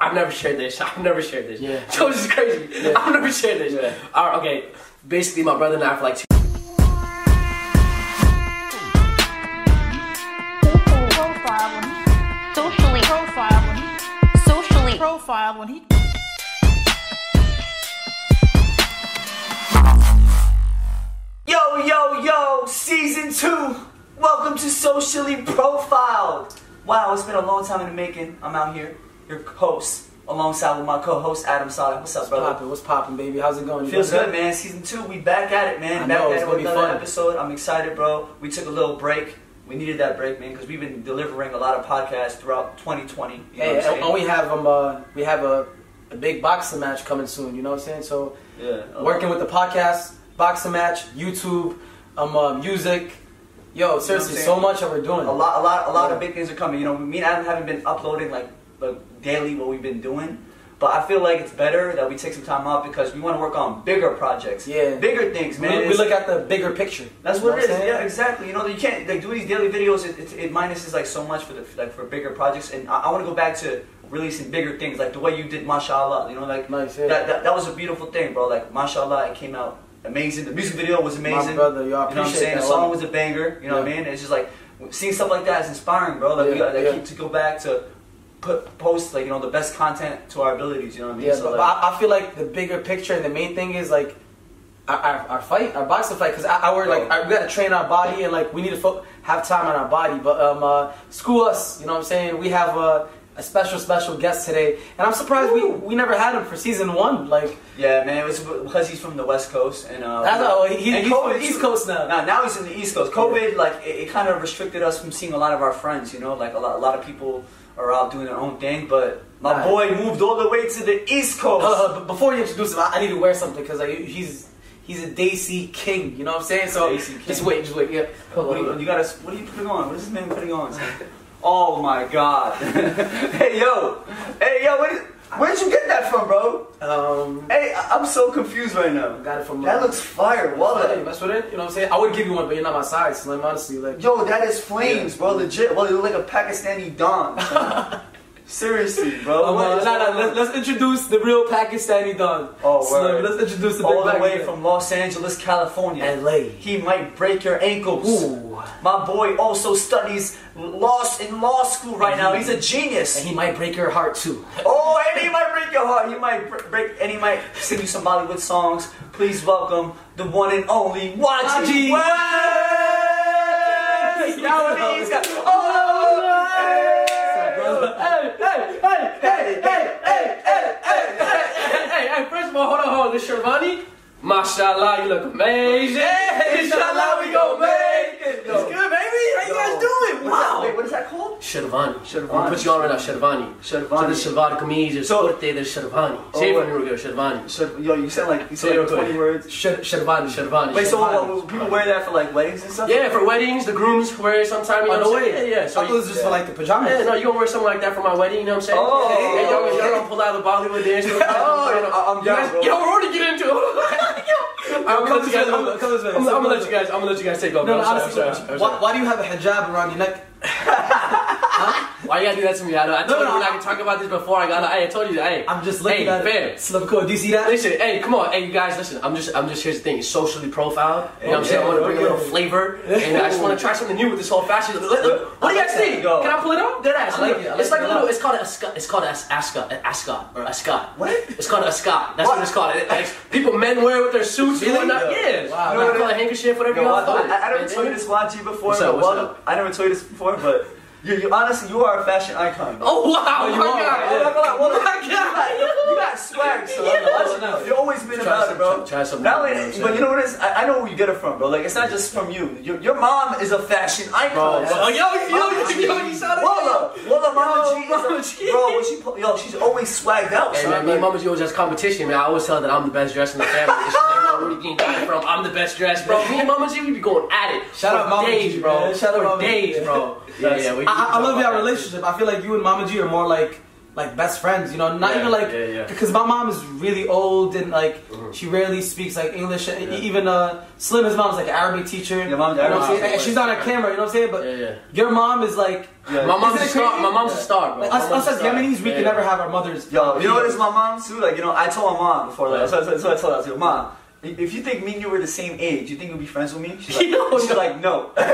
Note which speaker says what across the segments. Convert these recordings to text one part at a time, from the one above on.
Speaker 1: I've never shared this. I've never shared this.
Speaker 2: Yeah.
Speaker 1: So this is crazy. I've never shared this.
Speaker 2: Yeah.
Speaker 1: All right, okay. Basically, my brother and I for like two.
Speaker 3: socially profiled when he socially profiled when he socially profiled when he
Speaker 2: Yo, yo, yo, season two. Welcome to Socially Profiled. Wow, it's been a long time in the making. I'm out here, your host, alongside with my co host, Adam Sada. What's up, brother?
Speaker 4: Poppin', what's poppin', baby? How's it going? You
Speaker 2: Feels
Speaker 4: doing
Speaker 2: good, man. Season two, we back at it, man.
Speaker 4: I
Speaker 2: back
Speaker 4: know,
Speaker 2: at
Speaker 4: it's
Speaker 2: it
Speaker 4: gonna
Speaker 2: with
Speaker 4: be
Speaker 2: another
Speaker 4: fun.
Speaker 2: episode. I'm excited, bro. We took a little break. We needed that break, man, because we've been delivering a lot of podcasts throughout 2020. You know
Speaker 4: Hey,
Speaker 2: what I'm
Speaker 4: and, and
Speaker 2: saying?
Speaker 4: we have um, uh, we have a, a big boxing match coming soon. You know what I'm saying? So
Speaker 2: yeah,
Speaker 4: working with the podcast, boxing match, YouTube, um, uh, music. Yo, seriously,
Speaker 2: saying?
Speaker 4: so much that we're doing.
Speaker 2: A lot, a lot, a lot of big things are coming. You know, me and Adam haven't been uploading like, like daily what we've been doing, but I feel like it's better that we take some time off because we want to work on bigger projects,
Speaker 4: Yeah.
Speaker 2: bigger things,
Speaker 4: We,
Speaker 2: man.
Speaker 4: we
Speaker 2: It's-
Speaker 4: look at the bigger picture.
Speaker 2: that's
Speaker 4: You
Speaker 2: what
Speaker 4: know
Speaker 2: it is.
Speaker 4: I'm
Speaker 2: Yeah,
Speaker 4: saying?
Speaker 2: exactly. You know, you can't like do these daily videos. It, it, it minuses like so much for the like for bigger projects, and I, I want to go back to releasing bigger things, like the way you did, mashallah. You know, like
Speaker 4: Nice, yeah.
Speaker 2: that, that that was a beautiful thing, bro. Like mashallah, it came out amazing. The music video was amazing.
Speaker 4: brother, yo, I
Speaker 2: you know what I'm
Speaker 4: appreciate
Speaker 2: saying?
Speaker 4: that
Speaker 2: The
Speaker 4: a
Speaker 2: song
Speaker 4: lot.
Speaker 2: was a banger. You know what I
Speaker 4: Yeah.
Speaker 2: mean? It's just like seeing stuff like that is inspiring, bro. Like we
Speaker 4: Yeah,
Speaker 2: got like,
Speaker 4: yeah.
Speaker 2: keep to go back to put post like you know the best content to our abilities. You know what I mean?
Speaker 4: Yeah,
Speaker 2: So,
Speaker 4: but, but
Speaker 2: like-
Speaker 4: I, I feel like the bigger picture and the main thing is like our, our, our fight, our boxing fight, because our like
Speaker 2: Bro.
Speaker 4: I, we gotta train our body and like we need to fo- have time on our body. But um, uh, school us, you know what I'm saying? We have a, a special special guest today, and I'm surprised we, we never had him for season one. Like
Speaker 2: Yeah, man, it was because he's from the West Coast, and uh,
Speaker 4: That's how- he-
Speaker 2: and
Speaker 4: he's from
Speaker 2: COVID
Speaker 4: the East
Speaker 2: too.
Speaker 4: Coast now.
Speaker 2: Nah, now he's in the East Coast. COVID, like, it, it kind of restricted us from seeing a lot of our friends. You know, like a lot, a lot of people are out doing their own thing, but my
Speaker 4: Nah.
Speaker 2: boy moved all the way to the East Coast.
Speaker 4: uh, but before you introduce him, I, I need to wear something because like he's he's a Daisy King, you know what I'm saying? So
Speaker 2: Daisy King.
Speaker 4: just wait, just wait, yeah.
Speaker 2: What do you, you gotta, what are you putting on? What is this man putting on? oh my God! hey yo, hey yo, what is, where'd you get that from, bro?
Speaker 4: Um,
Speaker 2: Hey, I, am so confused right now.
Speaker 4: got it from
Speaker 2: That
Speaker 4: uh,
Speaker 2: looks fire, wallet.
Speaker 4: That's what it. You know what I'm saying? I would give you one, but you're not my size. Slim, honestly, like.
Speaker 2: Yo, that is flames, bro. Legit. Well, you look like a Pakistani don. Seriously, bro.
Speaker 4: Um,
Speaker 2: What
Speaker 4: uh,
Speaker 2: is
Speaker 4: nah, nah,
Speaker 2: going
Speaker 4: let's,
Speaker 2: on?
Speaker 4: let's introduce the real Pakistani Don.
Speaker 2: Oh,
Speaker 4: Slim,
Speaker 2: word.
Speaker 4: let's introduce the
Speaker 2: all
Speaker 4: big
Speaker 2: the
Speaker 4: black
Speaker 2: way
Speaker 4: man.
Speaker 2: from Los Angeles, California.
Speaker 4: LA.
Speaker 2: He might break your ankles.
Speaker 4: Ooh.
Speaker 2: My boy also studies law in law school right
Speaker 4: And
Speaker 2: now.
Speaker 4: he-
Speaker 2: He's a genius.
Speaker 4: And he might break your heart too.
Speaker 2: oh, and he might break your heart. He might br- break, and he might sing you some Bollywood songs. Please welcome the one and only Waji.
Speaker 4: Waji.
Speaker 2: West. Now what he's got. Oh, hey.
Speaker 4: hey, hey, hey,
Speaker 2: hey, hey, hey, hey, hey, hey.
Speaker 1: Hey, hey, hey, first of all, hold on, hold on. This Shervani, mashallah, you look amazing.
Speaker 2: Inshallah, we gon' make it.
Speaker 1: It's
Speaker 2: good, baby. How you
Speaker 4: guys
Speaker 2: doing? Wow. Wait, what is that called?
Speaker 1: Shervani.
Speaker 2: Shervani.
Speaker 1: I'm gonna put you on right now, Shervani.
Speaker 2: Shervani.
Speaker 1: So the Shervani kameez, there's
Speaker 2: So-
Speaker 1: kurte, there's Shervani.
Speaker 2: Oh,
Speaker 1: Say it
Speaker 2: wait.
Speaker 1: from Uruguay, Shervani.
Speaker 2: So, yo, you said like you
Speaker 1: Say
Speaker 2: said like
Speaker 1: it real
Speaker 2: 20
Speaker 1: quick.
Speaker 2: words.
Speaker 4: Sher- Shervani.
Speaker 1: Shervani.
Speaker 2: Wait, so
Speaker 1: Shervani.
Speaker 2: what, what, people wear that for like weddings and stuff?
Speaker 1: Yeah, for weddings, the grooms wear it sometime. You
Speaker 4: By
Speaker 1: know
Speaker 4: the
Speaker 1: what I'm
Speaker 4: way,
Speaker 1: saying? Yeah, yeah. So
Speaker 4: I thought it was just for like the pajamas.
Speaker 1: Yeah, no, you gonna wear something like that for my wedding, you know what I'm saying?
Speaker 2: Oh.
Speaker 1: Hey, y'all, y'all gonna pull out the Bollywood dance. you know what I'm saying?
Speaker 2: Oh, yeah, I- I'm
Speaker 1: You
Speaker 2: down,
Speaker 1: guys-
Speaker 2: bro.
Speaker 1: Yo, we're already getting into it. I'm
Speaker 4: come
Speaker 1: gonna let you
Speaker 4: this way,
Speaker 1: guys- I'm
Speaker 4: come- come this way.
Speaker 1: I'm gonna I'm gonna let you guys. I'm gonna let you guys take over.
Speaker 4: No, no,
Speaker 1: I'm sorry,
Speaker 4: honestly,
Speaker 1: I'm sorry, I'm
Speaker 4: why,
Speaker 1: sorry.
Speaker 4: why do you have a hijab around your neck?
Speaker 1: Why you gotta do that to me? I, know, I told
Speaker 4: No, no,
Speaker 1: you we're not
Speaker 4: I-
Speaker 1: gonna talk about this before I got. Hey, I told you. Hey,
Speaker 4: I'm just looking
Speaker 1: hey,
Speaker 4: at
Speaker 1: fam.
Speaker 4: it. Slim Code, do you see that?
Speaker 1: Listen, hey, come on, hey, you guys, listen. I'm just, I'm just. Here's the thing. It's socially profiled. You know what I'm saying? I want to bring a little flavor, and I just want to try something new with this whole fashion. Look, look, look. What do you guys think?
Speaker 2: Yo.
Speaker 1: Can I pull it off? Dead ass.
Speaker 4: I like
Speaker 1: look.
Speaker 4: it, I
Speaker 1: it's like
Speaker 4: like it
Speaker 1: a
Speaker 4: a
Speaker 1: little.
Speaker 4: lot.
Speaker 1: It's called a. sc- It's called a s- ascot, an ascot, or ascot.
Speaker 2: What?
Speaker 1: It's called a ascot. That's
Speaker 2: What?
Speaker 1: what, it's called. It- it's- people, men wear it with their suits and
Speaker 4: Really?
Speaker 1: whatnot.
Speaker 4: Yeah.
Speaker 1: Yeah.
Speaker 4: Wow.
Speaker 1: You know,
Speaker 2: No,
Speaker 1: call
Speaker 2: no.
Speaker 1: it handkerchief, whatever
Speaker 2: Yo,
Speaker 1: you
Speaker 2: I,
Speaker 1: want to call it.
Speaker 2: I, I never
Speaker 1: And-
Speaker 2: told you this, Waji, before.
Speaker 1: What's up,
Speaker 2: but
Speaker 1: what's
Speaker 2: welcome-
Speaker 1: up?
Speaker 2: I never told you this before, but you, you honestly, you are a fashion icon. bro.
Speaker 1: Oh wow!
Speaker 4: you
Speaker 1: my
Speaker 4: are,
Speaker 1: God.
Speaker 2: Oh,
Speaker 4: yeah.
Speaker 2: my God, well,
Speaker 1: My
Speaker 2: you
Speaker 1: God.
Speaker 2: got- You got swag, son.
Speaker 4: no, no.
Speaker 2: You've always been
Speaker 1: Try
Speaker 2: about
Speaker 1: some-
Speaker 2: it, bro.
Speaker 1: try- try some
Speaker 2: Not
Speaker 1: new,
Speaker 2: only-
Speaker 1: you know what I'm saying?
Speaker 2: but you know what it is? I, I know where you get it from, bro. Like, it's not just from you. Your, your mom is a fashion icon.
Speaker 4: Bro,
Speaker 1: Oh yo, yo, yo, yo! You saw that?
Speaker 2: Walla, Walla, Mama G,
Speaker 1: Mama
Speaker 2: is a-
Speaker 1: G.
Speaker 2: bro. When she, pu- yo, she's always swagged out.
Speaker 1: Hey,
Speaker 2: son.
Speaker 1: man, me and
Speaker 2: Like,
Speaker 1: Mama G always has competition, man. I always tell her that I'm the best dressed in the family. And she's like, bro, where you getting that from? I'm the best dressed, bro. Me and Mama G, we be going at it.
Speaker 4: Shout
Speaker 1: for
Speaker 4: out Mama
Speaker 1: days,
Speaker 4: G,
Speaker 1: bro.
Speaker 4: man. Shout out
Speaker 1: for
Speaker 4: Mama G.
Speaker 1: days, bro. Yeah, yeah. we-
Speaker 4: I, I
Speaker 1: we talk
Speaker 4: love your
Speaker 1: about that.
Speaker 4: relationship. I feel like you and Mama G are more like like best friends. You know, not
Speaker 1: Yeah,
Speaker 4: even like
Speaker 1: yeah, yeah. Mm-hmm.
Speaker 4: because my mom is really old and like she rarely speaks like English. E- Even uh, Slim, his mom's like an Arabic teacher.
Speaker 2: Your mom's
Speaker 4: you know what
Speaker 2: Arabic
Speaker 4: I'm saying?
Speaker 2: teacher.
Speaker 4: And she's not on camera. You know what I'm saying? But
Speaker 1: Yeah, yeah.
Speaker 4: your mom is like.
Speaker 2: Yeah.
Speaker 1: My mom's a
Speaker 4: Isn't it
Speaker 1: star.
Speaker 4: crazy?
Speaker 1: My mom's a star, bro.
Speaker 4: Like,
Speaker 1: My
Speaker 4: us,
Speaker 1: mom's
Speaker 4: us
Speaker 1: a
Speaker 4: as
Speaker 1: star.
Speaker 4: Yemenis, we
Speaker 1: Yeah,
Speaker 4: can
Speaker 1: uh, yeah.
Speaker 4: never have our mothers.
Speaker 2: Yo, you know what
Speaker 4: videos.
Speaker 2: is my mom too? Like, you know, I told my mom before, like, so, so, so I told her, I was like, Mom, if you think me and you were the same age, you think you'll be friends with me? She's like,
Speaker 4: Yo,
Speaker 2: she's
Speaker 4: no.
Speaker 2: like no. She's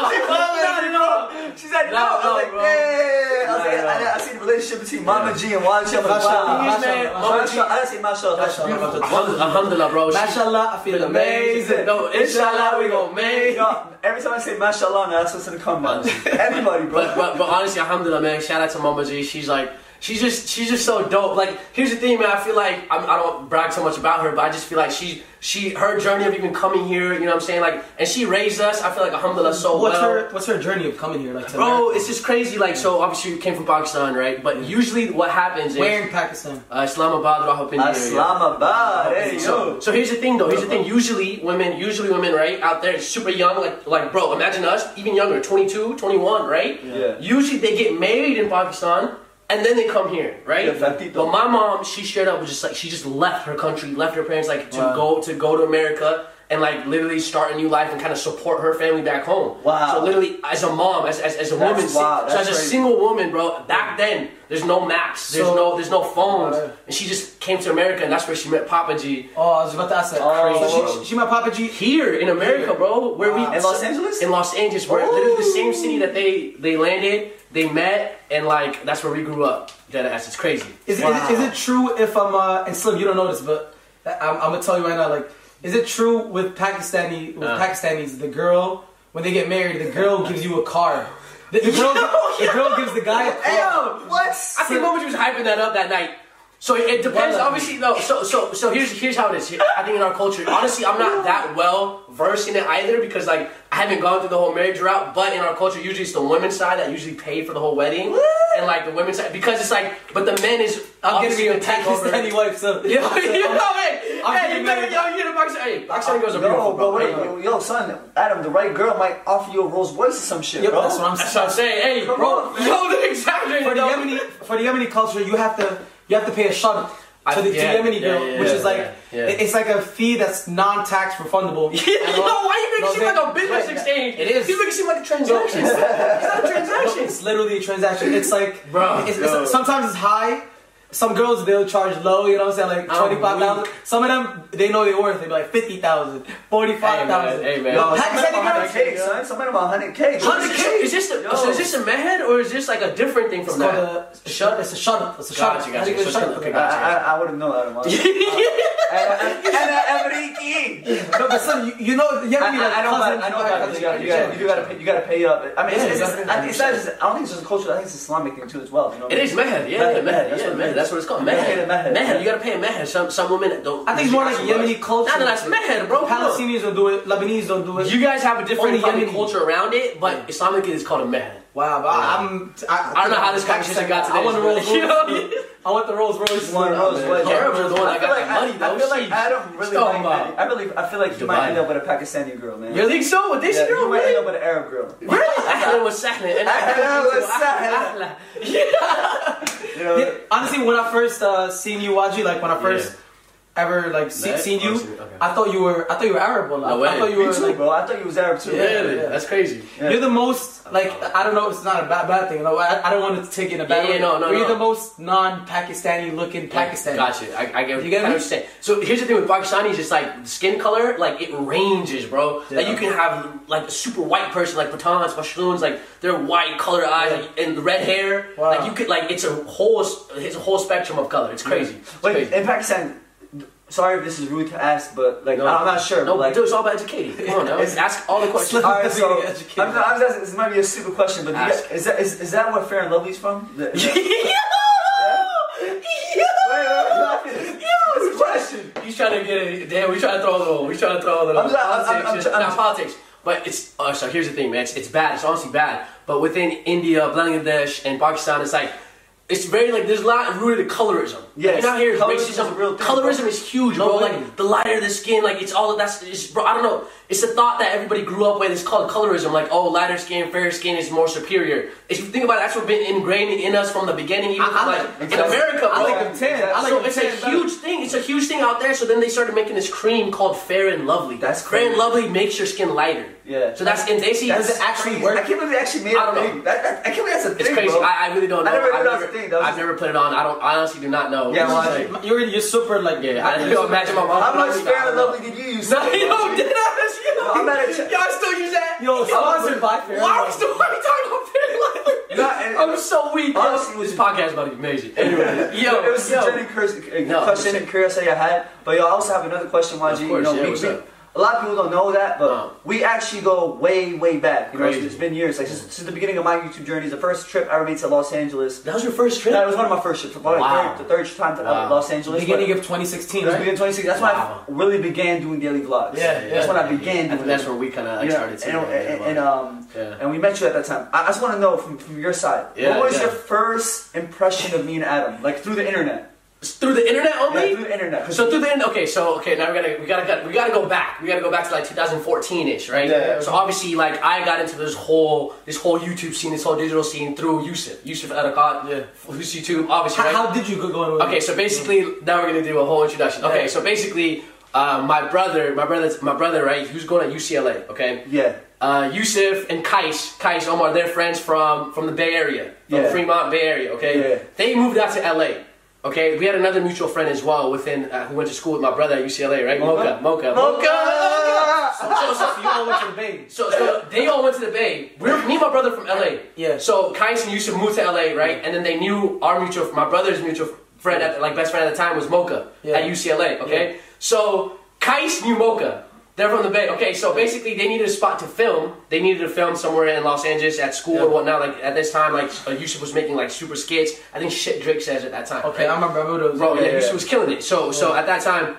Speaker 2: like, no, no. She's like, no.
Speaker 1: No,
Speaker 2: I was
Speaker 1: no,
Speaker 2: like,
Speaker 1: bro.
Speaker 2: hey. I was
Speaker 1: No,
Speaker 2: like,
Speaker 1: no.
Speaker 2: I, I see the relationship between Mama G and Wally. I'm like,
Speaker 4: Mashallah,
Speaker 2: wow.
Speaker 1: English man,
Speaker 4: mashallah.
Speaker 1: Mama G.
Speaker 2: Mashallah, I didn't say mashallah. mashallah.
Speaker 1: Alhamdulillah, Alhamdulillah, bro. She-
Speaker 4: Mashallah, I feel amazing.
Speaker 1: No, inshallah, we gonna make.
Speaker 2: Yo, every time I say mashallah, now that's what's in the comments. Everybody, bro.
Speaker 1: But, but but honestly, alhamdulillah, man. Shout out to Mama G. She's like she's just she's just so dope. Like here's the thing, man. I feel like I'm, I don't brag so much about her, but I just feel like she she her journey of even coming here. You know what I'm saying? Like and she raised us. I feel like alhamdulillah so
Speaker 4: What's
Speaker 1: well.
Speaker 4: her What's her journey of coming here? Like, to
Speaker 1: Bro,
Speaker 4: America?
Speaker 1: it's just crazy. Like, so obviously you came from Pakistan, right? But usually what happens is
Speaker 4: Mm-hmm. where in Pakistan?
Speaker 1: uh, Islamabad, Rawalpindi area.
Speaker 2: Islamabad, hey,
Speaker 1: So,
Speaker 2: yo.
Speaker 1: so here's the thing, though. Here's the thing. Usually, women, usually women, right, out there, super young. Like, like, bro, imagine us, even younger, 22, 21, right?
Speaker 2: Yeah.
Speaker 1: Usually, they get married in Pakistan, and then they come here, right?
Speaker 2: Yeah, factito.
Speaker 1: But my mom, she straight up was just like, she just left her country, left her parents, like, to
Speaker 4: Wow.
Speaker 1: go to go to America and like literally start a new life and kind of support her family back home.
Speaker 2: Wow.
Speaker 1: So literally, as a mom, as as, as a
Speaker 2: That's
Speaker 1: woman, si-
Speaker 2: wild.
Speaker 1: so
Speaker 2: That's
Speaker 1: as a
Speaker 2: crazy.
Speaker 1: single woman, bro, back then, there's no maps, there's
Speaker 4: So-
Speaker 1: no there's no phones,
Speaker 4: Wow.
Speaker 1: and she just came to America, and that's where she met Papa G.
Speaker 4: Oh, I was about to ask that.
Speaker 2: Oh.
Speaker 4: So she, she my Papa G.
Speaker 1: Here in America,
Speaker 4: Here.
Speaker 1: bro, where
Speaker 4: Wow.
Speaker 1: we
Speaker 2: In Los Angeles?
Speaker 1: in Los Angeles, where literally the same
Speaker 2: Ooh.
Speaker 1: city that they they landed, they met, and like that's where we grew up. Dead ass, it's crazy.
Speaker 4: Is, it-
Speaker 2: Wow.
Speaker 4: is, it- is it true if I'm uh, and Slim, you don't know this, but I'm, I'm gonna tell you right now. Like, is it true with Pakistani with
Speaker 1: Uh.
Speaker 4: Pakistanis the girl when they get married the girl gives you a car. The, the girl,
Speaker 1: Oh,
Speaker 4: the girl gives the guy a
Speaker 2: Hey,
Speaker 4: car.
Speaker 2: yo, what?
Speaker 1: I think Mama G was hyping that up that night. So it depends,
Speaker 4: Well,
Speaker 1: obviously. No, so so so here's here's how it is. I think in our culture, honestly, I'm not that well versed in it either because like I haven't gone through the whole marriage route. But in our culture, usually it's the women's side that usually pay for the whole wedding, and like the women's side because it's like, but the men is
Speaker 4: I'm giving
Speaker 1: obviously
Speaker 4: you a
Speaker 1: gonna take over.
Speaker 4: Pakistani wife. So
Speaker 1: Yo, you know, hey, hey, you
Speaker 4: I'm getting
Speaker 1: better,
Speaker 4: married.
Speaker 1: yo, you the boxer. Hey,
Speaker 4: Uh,
Speaker 1: boxing girls are
Speaker 2: No,
Speaker 1: beautiful,
Speaker 2: bro,
Speaker 1: bro.
Speaker 2: wait,
Speaker 1: Hey,
Speaker 2: yo, yo, son, Adam, the right girl might offer you a Rolls Royce or some shit,
Speaker 4: Yep,
Speaker 2: bro.
Speaker 4: that's what I'm
Speaker 1: That's what I'm
Speaker 4: saying.
Speaker 1: saying. Hey, bro,
Speaker 2: on, man.
Speaker 1: yo, they're exaggerating.
Speaker 4: For the
Speaker 1: though.
Speaker 4: Yemeni for the Yemeni culture, you have to you have to pay a shuttle.
Speaker 1: I-
Speaker 4: To the to
Speaker 1: yeah,
Speaker 4: Yemeni
Speaker 1: yeah,
Speaker 4: girl,
Speaker 1: yeah,
Speaker 4: which
Speaker 1: yeah,
Speaker 4: is like
Speaker 1: yeah, yeah.
Speaker 4: it- it's like a fee that's non-tax refundable.
Speaker 1: yo, why you make it seem like a business
Speaker 4: Right.
Speaker 1: exchange?
Speaker 4: It is.
Speaker 1: You make it seem like a transaction. it's not a transaction.
Speaker 4: It's literally a transaction. It's like,
Speaker 1: Bro,
Speaker 4: it's,
Speaker 1: yo.
Speaker 4: it's, sometimes it's high. Some girls they'll charge low, you know what I'm saying, like
Speaker 1: I'm
Speaker 4: twenty five thousand. Some of them they know they're worth. They be like fifty thousand, forty five thousand.
Speaker 1: Hey, man. Hey, man.
Speaker 2: Yo,
Speaker 4: Pakistani
Speaker 2: somebody
Speaker 4: girls-
Speaker 2: about 100K, son. Somebody about 100K. bro.
Speaker 1: 100K? Is this the, so is this a manhead or is this like a different thing
Speaker 4: It's
Speaker 1: from
Speaker 4: called
Speaker 1: that?
Speaker 4: a it's a shut. It's a shut. It's a shut.
Speaker 1: Gotcha, gotcha.
Speaker 4: I think it's a
Speaker 1: So
Speaker 4: shut.
Speaker 1: shut- okay,
Speaker 2: I, I, I wouldn't know Adam. honestly. And- and- and Enrique.
Speaker 4: No, but some you, you know you
Speaker 2: I,
Speaker 4: have to be like
Speaker 2: I, I know about
Speaker 4: cousins,
Speaker 2: it. I know
Speaker 4: you
Speaker 2: about it.
Speaker 4: cousins,
Speaker 2: You gotta, you
Speaker 4: yeah.
Speaker 2: gotta, you gotta, pay, you gotta pay up. I mean,
Speaker 4: Yeah,
Speaker 2: it's, it's,
Speaker 4: you
Speaker 2: it's,
Speaker 4: gotta-
Speaker 2: it's not just. I don't think it's just a culture. I think it's Islamic thing too, as well. You know. what I
Speaker 1: It
Speaker 2: mean?
Speaker 1: is mehed, yeah, yeah,
Speaker 2: Mehed, mehed,
Speaker 1: mehed, yeah,
Speaker 2: that's what it
Speaker 1: mehed,
Speaker 2: is.
Speaker 1: that's what it's called, mehed.
Speaker 2: Mehed, mehed.
Speaker 1: Mehed, you gotta pay a mehed, some, some women don't.
Speaker 4: I think it's more like
Speaker 1: Nah,
Speaker 4: Yemeni culture.
Speaker 1: Nah, that's mehed, bro. Come on.
Speaker 4: Palestinians don't do it. Lebanese don't do it.
Speaker 1: You guys have a different
Speaker 4: Only
Speaker 1: Yemeni
Speaker 4: Yemeni.
Speaker 1: culture around it, but Islamic is called a mehed.
Speaker 4: wow, but I, I'm. I,
Speaker 1: I don't know how this conversation got to
Speaker 4: I want the
Speaker 1: this,
Speaker 4: Rolls
Speaker 1: but-
Speaker 4: Royce. I want the Rolls Royce.
Speaker 2: One Rolls Royce.
Speaker 1: Yeah, Arabs are the one
Speaker 2: I
Speaker 1: that
Speaker 2: feel
Speaker 1: got
Speaker 2: like
Speaker 1: that money,
Speaker 2: I-
Speaker 1: though.
Speaker 2: I feel like
Speaker 1: Sheesh.
Speaker 2: Adam really
Speaker 1: Talking
Speaker 2: might.
Speaker 1: about-
Speaker 2: I really, I feel like he might
Speaker 1: Dubai.
Speaker 2: end up with a Pakistani girl, man.
Speaker 1: You think so? With this
Speaker 2: Yeah,
Speaker 1: girl,
Speaker 2: you might end
Speaker 1: man?
Speaker 2: up with an Arab girl.
Speaker 1: Really? Ahlan wa sahlan. And
Speaker 2: Ahlan wa sahlan.
Speaker 1: Ahlan.
Speaker 2: You know.
Speaker 4: Yeah, honestly, when I first uh, seen you, Waji, like when I first ever like see,
Speaker 1: Met?
Speaker 4: seen you,
Speaker 1: Oh, see- okay.
Speaker 4: I thought you were I thought you were Arab. Well,
Speaker 1: No
Speaker 4: I, I
Speaker 1: way.
Speaker 4: thought you
Speaker 2: Me
Speaker 4: were
Speaker 2: too,
Speaker 4: like
Speaker 2: bro. I thought you was Arab too.
Speaker 1: Really?
Speaker 4: Yeah.
Speaker 1: That's crazy.
Speaker 2: Yeah.
Speaker 4: you're the most like I don't know. It's not a bad bad thing. Like, I, I don't want to take it in a bad
Speaker 1: Yeah,
Speaker 4: way.
Speaker 1: no, no,
Speaker 4: but You're
Speaker 1: no.
Speaker 4: the most non-Pakistani looking Pakistani.
Speaker 1: Gotcha. I, I get.
Speaker 4: You get
Speaker 1: I
Speaker 4: me?
Speaker 1: understand. So here's the thing with Pakistanis, it's like skin color, like it ranges, bro. Like
Speaker 2: Yeah.
Speaker 1: you can have like a super white person, like Pathans, Pashtuns, like their white colored eyes,
Speaker 4: Yeah.
Speaker 1: like and red hair.
Speaker 4: Wow.
Speaker 1: Like you could, like it's a whole, s- it's a whole spectrum of color. It's crazy. It's
Speaker 2: Wait,
Speaker 1: crazy.
Speaker 2: in Pakistan, sorry if this is rude to ask, but like,
Speaker 1: No.
Speaker 2: I'm not sure.
Speaker 1: No,
Speaker 2: but, like,
Speaker 1: dude, it's all about educating. Come on, now.
Speaker 2: It's-
Speaker 1: ask all the questions.
Speaker 4: Slip-
Speaker 2: All right, so
Speaker 4: Being
Speaker 2: I'm,
Speaker 4: educated.
Speaker 2: I'm just asking, this might be a stupid question, but do you
Speaker 1: Ask.
Speaker 2: guys- is that is, is that where Fair and Lovely's from? The- yeah. Wait, wait, wait, wait. It's a question.
Speaker 1: He's trying to get it. Damn, we trying to throw a little. We trying to throw a little
Speaker 2: I'm not- I'm-
Speaker 1: politics.
Speaker 2: I'm- I'm-
Speaker 1: not politics, but it's. Uh, so here's the thing, man. It's, it's bad. It's honestly bad. But within India, Bangladesh, and Pakistan, it's like. It's very like there's a lot rooted to colorism.
Speaker 2: Yes.
Speaker 1: Like, you're not here racism.
Speaker 2: Colorism is a real thing,
Speaker 1: colorism
Speaker 2: bro.
Speaker 1: is huge,
Speaker 4: No
Speaker 1: bro.
Speaker 4: way.
Speaker 1: Like the lighter the skin, like it's all that's. It's, bro, I don't know. It's a thought that everybody grew up with. It's called colorism. Like oh, lighter skin, fairer skin is more superior. If you think about it, that's what been ingrained in us from the beginning, even
Speaker 4: I- I
Speaker 1: from, like,
Speaker 4: like-
Speaker 1: in America, bro.
Speaker 4: I like them tan. I like
Speaker 1: so
Speaker 4: them
Speaker 1: it's
Speaker 4: tan
Speaker 1: a
Speaker 4: better.
Speaker 1: huge thing. It's a huge thing out there. So then they started making this cream called Fair and Lovely.
Speaker 2: That's
Speaker 1: Fair and
Speaker 2: crazy.
Speaker 1: Lovely makes your skin lighter.
Speaker 2: Yeah.
Speaker 1: So that's and they see
Speaker 4: Does it actually
Speaker 2: Crazy.
Speaker 4: work?
Speaker 2: I can't believe they actually made
Speaker 1: I don't
Speaker 2: a
Speaker 1: know.
Speaker 2: thing. That, that, I can't believe that's a
Speaker 1: It's
Speaker 2: thing,
Speaker 1: crazy.
Speaker 2: bro.
Speaker 1: I, I really don't know.
Speaker 2: I never
Speaker 1: I've
Speaker 2: knew that was
Speaker 1: never,
Speaker 2: a thing. That was
Speaker 1: I've never put it on. I don't. I honestly do not know.
Speaker 2: Yeah,
Speaker 1: It's
Speaker 2: well,
Speaker 1: just
Speaker 2: I-
Speaker 1: like-
Speaker 4: You're you're super like
Speaker 1: yeah. I just imagine my mom.
Speaker 2: How much
Speaker 1: putting it on.
Speaker 2: fair and lovely did you use?
Speaker 4: No, you don't did that. You.
Speaker 2: I'm at a check.
Speaker 4: Y'all still use that? Yo, sponsored by Fair.
Speaker 1: Why are we still why are we talking about fair and lovely?
Speaker 2: No, and-
Speaker 4: I'm so weak. yo.
Speaker 2: Honestly, it was
Speaker 1: This podcast is about to be amazing. Anyway,
Speaker 2: Yo, it was a genuine curious, uh,
Speaker 1: No,
Speaker 2: question
Speaker 1: it's-
Speaker 2: and curiosity I had. But yo, I also have another question, YG.
Speaker 1: Of course,
Speaker 2: you know,
Speaker 1: yeah,
Speaker 2: we-
Speaker 1: what's
Speaker 2: we-
Speaker 1: up?
Speaker 2: a lot of people don't know that, but
Speaker 1: No.
Speaker 2: we actually go way, way back. You know,
Speaker 1: Crazy.
Speaker 2: it's been years. Like since, since the beginning of my YouTube journey, the first trip I ever made to Los Angeles.
Speaker 1: that was your first trip.
Speaker 2: That was one of my first trips. Probably
Speaker 1: Wow.
Speaker 2: third, the third time to uh,
Speaker 1: Wow.
Speaker 2: Los Angeles.
Speaker 4: Beginning
Speaker 2: but
Speaker 4: of 2016,
Speaker 2: it was
Speaker 4: right?
Speaker 2: beginning of 2016. That's
Speaker 1: Wow.
Speaker 2: when I really began doing daily vlogs.
Speaker 4: Yeah, yeah.
Speaker 2: That's when I began.
Speaker 1: I
Speaker 2: doing
Speaker 1: think that's where we kind of like,
Speaker 2: yeah,
Speaker 1: started.
Speaker 2: and,
Speaker 1: seeing it.
Speaker 2: and, and, um,
Speaker 1: Yeah.
Speaker 2: and we met you at that time. I, I just want to know from, from your side,
Speaker 1: Yeah,
Speaker 2: what was
Speaker 1: yeah.
Speaker 2: your first impression of me and Adam, like through the internet?
Speaker 1: through the internet
Speaker 2: Yeah,
Speaker 1: only.
Speaker 2: through the internet. 'Cause
Speaker 1: So through the end, okay, so okay, now we gotta we gotta cut- we gotta go back. We gotta go back to like 2014 ish, right?
Speaker 2: Yeah.
Speaker 1: So obviously, like I got into this whole this whole YouTube scene, this whole digital scene through Yusuf, Yusuf Adakat,
Speaker 4: Yeah.
Speaker 1: who's YouTube, obviously.
Speaker 4: How,
Speaker 1: right?
Speaker 4: how did you go going with
Speaker 1: Okay,
Speaker 4: it?
Speaker 1: so basically now we're gonna do a whole introduction. Okay,
Speaker 4: Yeah.
Speaker 1: so basically, uh, my brother, my brother's my brother, right? Who's going to UCLA? Okay.
Speaker 2: Yeah.
Speaker 1: Uh, Yusuf and Kais, Kais Omar, they're friends from from the Bay Area, from
Speaker 2: Yeah.
Speaker 1: Fremont Bay Area. Okay.
Speaker 2: Yeah.
Speaker 1: They moved out to LA. Okay. We had another mutual friend as well within uh, who went to school with my brother at UCLA, right? Mocha. Mocha.
Speaker 2: Mocha!
Speaker 1: So, so,
Speaker 4: you all went to the Bay.
Speaker 1: so, so they all went to the Bay. We're, me and my brother from LA.
Speaker 4: Yeah.
Speaker 1: So Kais and Yusuf moved to LA, right? And then they knew our mutual, my brother's mutual friend, at, like best friend at the time, was Mocha
Speaker 4: Yeah.
Speaker 1: at UCLA. Okay.
Speaker 4: Yeah.
Speaker 1: So Kais knew Mocha. They're from the Bay. Okay. So basically, they needed a spot to film. They needed to film somewhere in Los Angeles at school
Speaker 4: Yeah.
Speaker 1: or whatnot. Like at this time, like uh, Yusuf was making like super skits. I think shit Drake says at that time.
Speaker 4: Okay,
Speaker 1: right?
Speaker 4: I remember. I remember those.
Speaker 1: Bro, yeah,
Speaker 4: yeah,
Speaker 1: she was killing it. So, so at that time,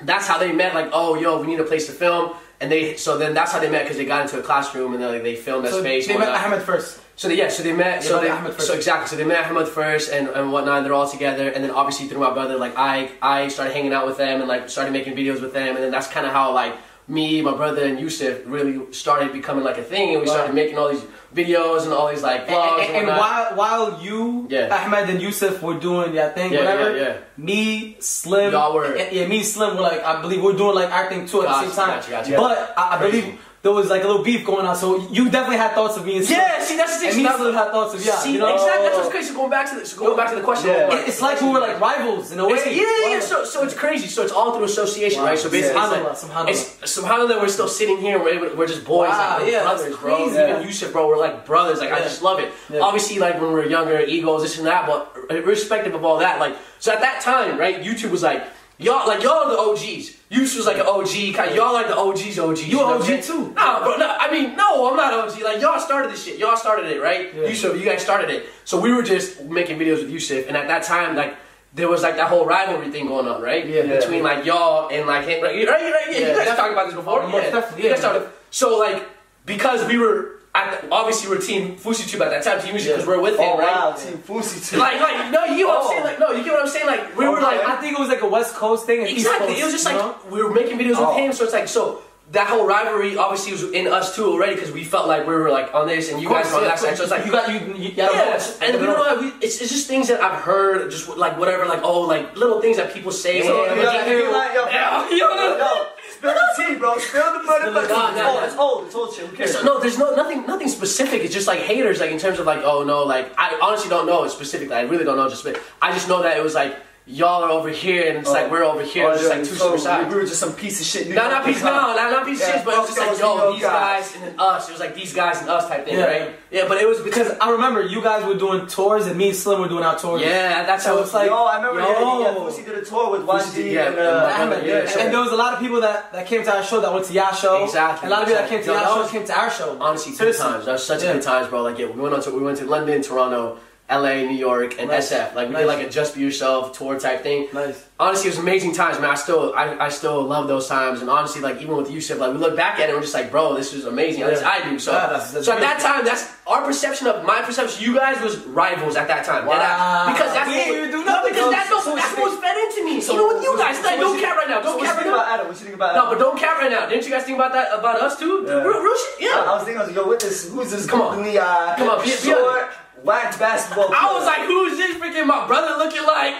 Speaker 1: that's how they met. Like, oh, yo, we need a place to film, and they. So then that's how they met because they got into a classroom and then like, they filmed that
Speaker 4: So
Speaker 1: space.
Speaker 4: they met
Speaker 1: whatnot.
Speaker 4: Ahmed first.
Speaker 1: So they, yeah, so they met.
Speaker 4: They
Speaker 1: so
Speaker 4: met
Speaker 1: they,
Speaker 4: Ahmed first.
Speaker 1: so exactly. So they met Ahmed first and and whatnot. And they're all together, and then obviously through my brother, like I I started hanging out with them and like started making videos with them, and then that's kind of how like me, my brother, and Yusuf really started becoming like a thing, and we
Speaker 4: Wow.
Speaker 1: started making all these videos and all these like
Speaker 4: And,
Speaker 1: vlogs.
Speaker 4: and, and
Speaker 1: whatnot.
Speaker 4: while while you,
Speaker 1: Yeah.
Speaker 4: Ahmed and Yusuf were doing their thing,
Speaker 1: Yeah,
Speaker 4: whatever.
Speaker 1: yeah, yeah.
Speaker 4: Me, Slim,
Speaker 1: Y'all were-
Speaker 4: yeah, yeah, me, and Slim were like, I believe we're doing like acting too at
Speaker 1: Gotcha,
Speaker 4: the same time.
Speaker 1: gotcha, gotcha.
Speaker 4: But I, I
Speaker 1: Crazy.
Speaker 4: believe there was like a little beef going on, so you definitely had thoughts of me and Slim.
Speaker 1: Yeah, see, that's the thing.
Speaker 4: And me
Speaker 1: so
Speaker 4: and
Speaker 1: that-
Speaker 4: Slim had thoughts of yeah.
Speaker 1: See,
Speaker 4: you know?
Speaker 1: exactly. That's what's crazy. So going back to the, so going back to the question.
Speaker 2: Yeah.
Speaker 4: It- It's like we were like rivals in a way.
Speaker 1: It's- yeah, yeah, yeah.
Speaker 4: Wow.
Speaker 1: So, so it's crazy. So it's all through association,
Speaker 4: Wow.
Speaker 1: right? So basically,
Speaker 4: Yeah.
Speaker 1: it's
Speaker 4: Subhanallah,
Speaker 1: like, it's, subhanallah, we're still sitting here. and We're, we're just boys,
Speaker 4: Wow,
Speaker 1: like we're
Speaker 4: yeah, that's
Speaker 1: brothers, bro.
Speaker 4: crazy.
Speaker 1: Even
Speaker 4: Yeah.
Speaker 1: Yusuf, bro, we're like brothers. Like I
Speaker 4: Yeah.
Speaker 1: just love it.
Speaker 4: Yeah.
Speaker 1: Obviously, like when we were younger, egos, this and that. But irrespective of all that, like so at that time, right? YouTube was like. Y'all like y'all are the OGs. Yusuf was like an OG. Kind y'all like the OGs. OGs.
Speaker 4: You
Speaker 1: know
Speaker 4: an
Speaker 1: what I'm
Speaker 4: OG
Speaker 1: saying?
Speaker 4: too.
Speaker 1: Nah, bro. Nah, I mean, no, I'm not OG. Like y'all started this shit. Y'all started it, right?
Speaker 4: Yeah.
Speaker 1: Yusuf, you guys started it. So we were just making videos with Yusuf, and at that time, like there was like that whole rivalry thing going on, right?
Speaker 4: Yeah.
Speaker 1: Between like y'all and like him, right? Right? Right? Yeah.
Speaker 4: Yeah,
Speaker 1: you guys
Speaker 4: definitely.
Speaker 1: talked about this before.
Speaker 4: Oh, most
Speaker 1: You
Speaker 4: definitely,
Speaker 1: guys
Speaker 4: yeah.
Speaker 1: started. So like because we were at the, obviously we we're team Fusi Tube at that time, team because
Speaker 4: Yeah.
Speaker 1: we're with
Speaker 2: Oh
Speaker 1: him, right?
Speaker 2: wow, Team Fusi too.
Speaker 1: Like like no, you get what I'm
Speaker 2: Oh.
Speaker 1: saying? Like no, you get what I'm saying? Like we were
Speaker 4: Like,
Speaker 1: like
Speaker 4: I think it was like a West Coast thing. and East
Speaker 1: Exactly.
Speaker 4: Coast,
Speaker 1: It was just
Speaker 4: you
Speaker 1: like
Speaker 4: know?
Speaker 1: we were making videos
Speaker 2: Oh.
Speaker 1: with him, so it's like so that whole rivalry obviously was in us too already because we felt like we were like on this and you guys were on that side. So it's like
Speaker 4: you got you. you yeah,
Speaker 1: Yes, and we don't know. We, it's, it's just things that I've heard, just like whatever, like oh, like little things that people say.
Speaker 2: So,
Speaker 1: Yeah,
Speaker 2: yo,
Speaker 1: yeah,
Speaker 2: you like, yo,
Speaker 1: yeah, you know?
Speaker 2: yo, spill the tea, bro. Spill the motherfucker.
Speaker 1: Nah,
Speaker 2: It's
Speaker 1: nah,
Speaker 2: old.
Speaker 1: nah.
Speaker 2: It's old. It's old shit. Who cares?
Speaker 1: So, no, there's no nothing, nothing specific. It's just like haters, like in terms of like oh no, like I honestly don't know specifically. I really don't know just, but I just know that it was like y'all are over here and it's
Speaker 2: Oh.
Speaker 1: like we're over here. it's just like two super sides.
Speaker 2: We were just some piece of shit. New
Speaker 1: No,
Speaker 2: York
Speaker 1: not piece, no,
Speaker 2: guys.
Speaker 1: not, not piece of
Speaker 2: Yeah,
Speaker 1: shit, but it was just like,
Speaker 2: fuck those
Speaker 1: yo,
Speaker 2: New
Speaker 1: these
Speaker 2: York
Speaker 1: guys. and then us. It was like these guys and us type thing,
Speaker 4: Yeah.
Speaker 1: right? Yeah, but it was because,
Speaker 4: Because I remember you guys were doing tours and me and Slim were doing our tours.
Speaker 1: yeah, that's how
Speaker 4: So
Speaker 1: it's
Speaker 4: it's
Speaker 1: like,
Speaker 4: like-
Speaker 2: Yo, I remember
Speaker 4: Yo.
Speaker 2: yeah, Fusi did a tour with
Speaker 1: Fusi
Speaker 2: YG
Speaker 1: did- yeah,
Speaker 2: and
Speaker 1: and
Speaker 2: uh,
Speaker 1: my brother,
Speaker 4: Ahmed,
Speaker 1: yeah,
Speaker 4: and,
Speaker 1: sure.
Speaker 4: there was a lot of people that, that came to our show that went to your show.
Speaker 1: Exactly,
Speaker 4: And a lot of people that
Speaker 1: exactly.
Speaker 4: came to
Speaker 1: Yo,
Speaker 4: your
Speaker 1: that
Speaker 4: show
Speaker 1: was-
Speaker 4: came to our show.
Speaker 1: honestly, two
Speaker 4: Seriously.
Speaker 1: times. That was such
Speaker 4: Yeah.
Speaker 1: good times, bro. Like, yeah, we went on to, we went to London, Toronto, LA, New York, and
Speaker 4: Nice.
Speaker 1: SF. Like we
Speaker 4: Nice.
Speaker 1: did like a just be yourself tour type thing.
Speaker 4: Nice.
Speaker 1: Honestly, it was amazing times, man. I still I, I still love those times. And honestly, like even with Yusuf, like we look back at it, and we're just like, bro, this is amazing. At least
Speaker 4: Yeah.
Speaker 1: I do. So,
Speaker 4: Yeah, that's- that's
Speaker 1: so at that time, that's our perception of my perception. You guys was rivals at that time. Dead ass.
Speaker 4: Wow.
Speaker 1: Because that's
Speaker 4: Yeah,
Speaker 1: what,
Speaker 4: you do
Speaker 1: no,
Speaker 4: nothing.
Speaker 1: because that's,
Speaker 4: So-
Speaker 1: what-
Speaker 4: so
Speaker 1: that's
Speaker 4: what you
Speaker 1: what was fed
Speaker 4: think-
Speaker 1: into me. Even with you guys, like,
Speaker 2: what
Speaker 1: don't
Speaker 2: you-
Speaker 1: cap right now.
Speaker 2: So
Speaker 1: Don't
Speaker 2: what you
Speaker 1: cap right
Speaker 2: think
Speaker 1: now.
Speaker 2: about Adam? What you think about
Speaker 1: No,
Speaker 2: Adam?
Speaker 1: but don't cap right now. Didn't you guys think about that about us too?
Speaker 2: Yeah.
Speaker 1: Real, real shit. Yeah.
Speaker 2: I was thinking, I was like, yo, what this? Who's this?
Speaker 1: Come on.
Speaker 2: googly, uh,
Speaker 1: Come on, be- be
Speaker 2: short,
Speaker 1: honest.
Speaker 2: whacked basketball.
Speaker 1: I
Speaker 2: player?
Speaker 1: was like, who's this freaking my brother looking like?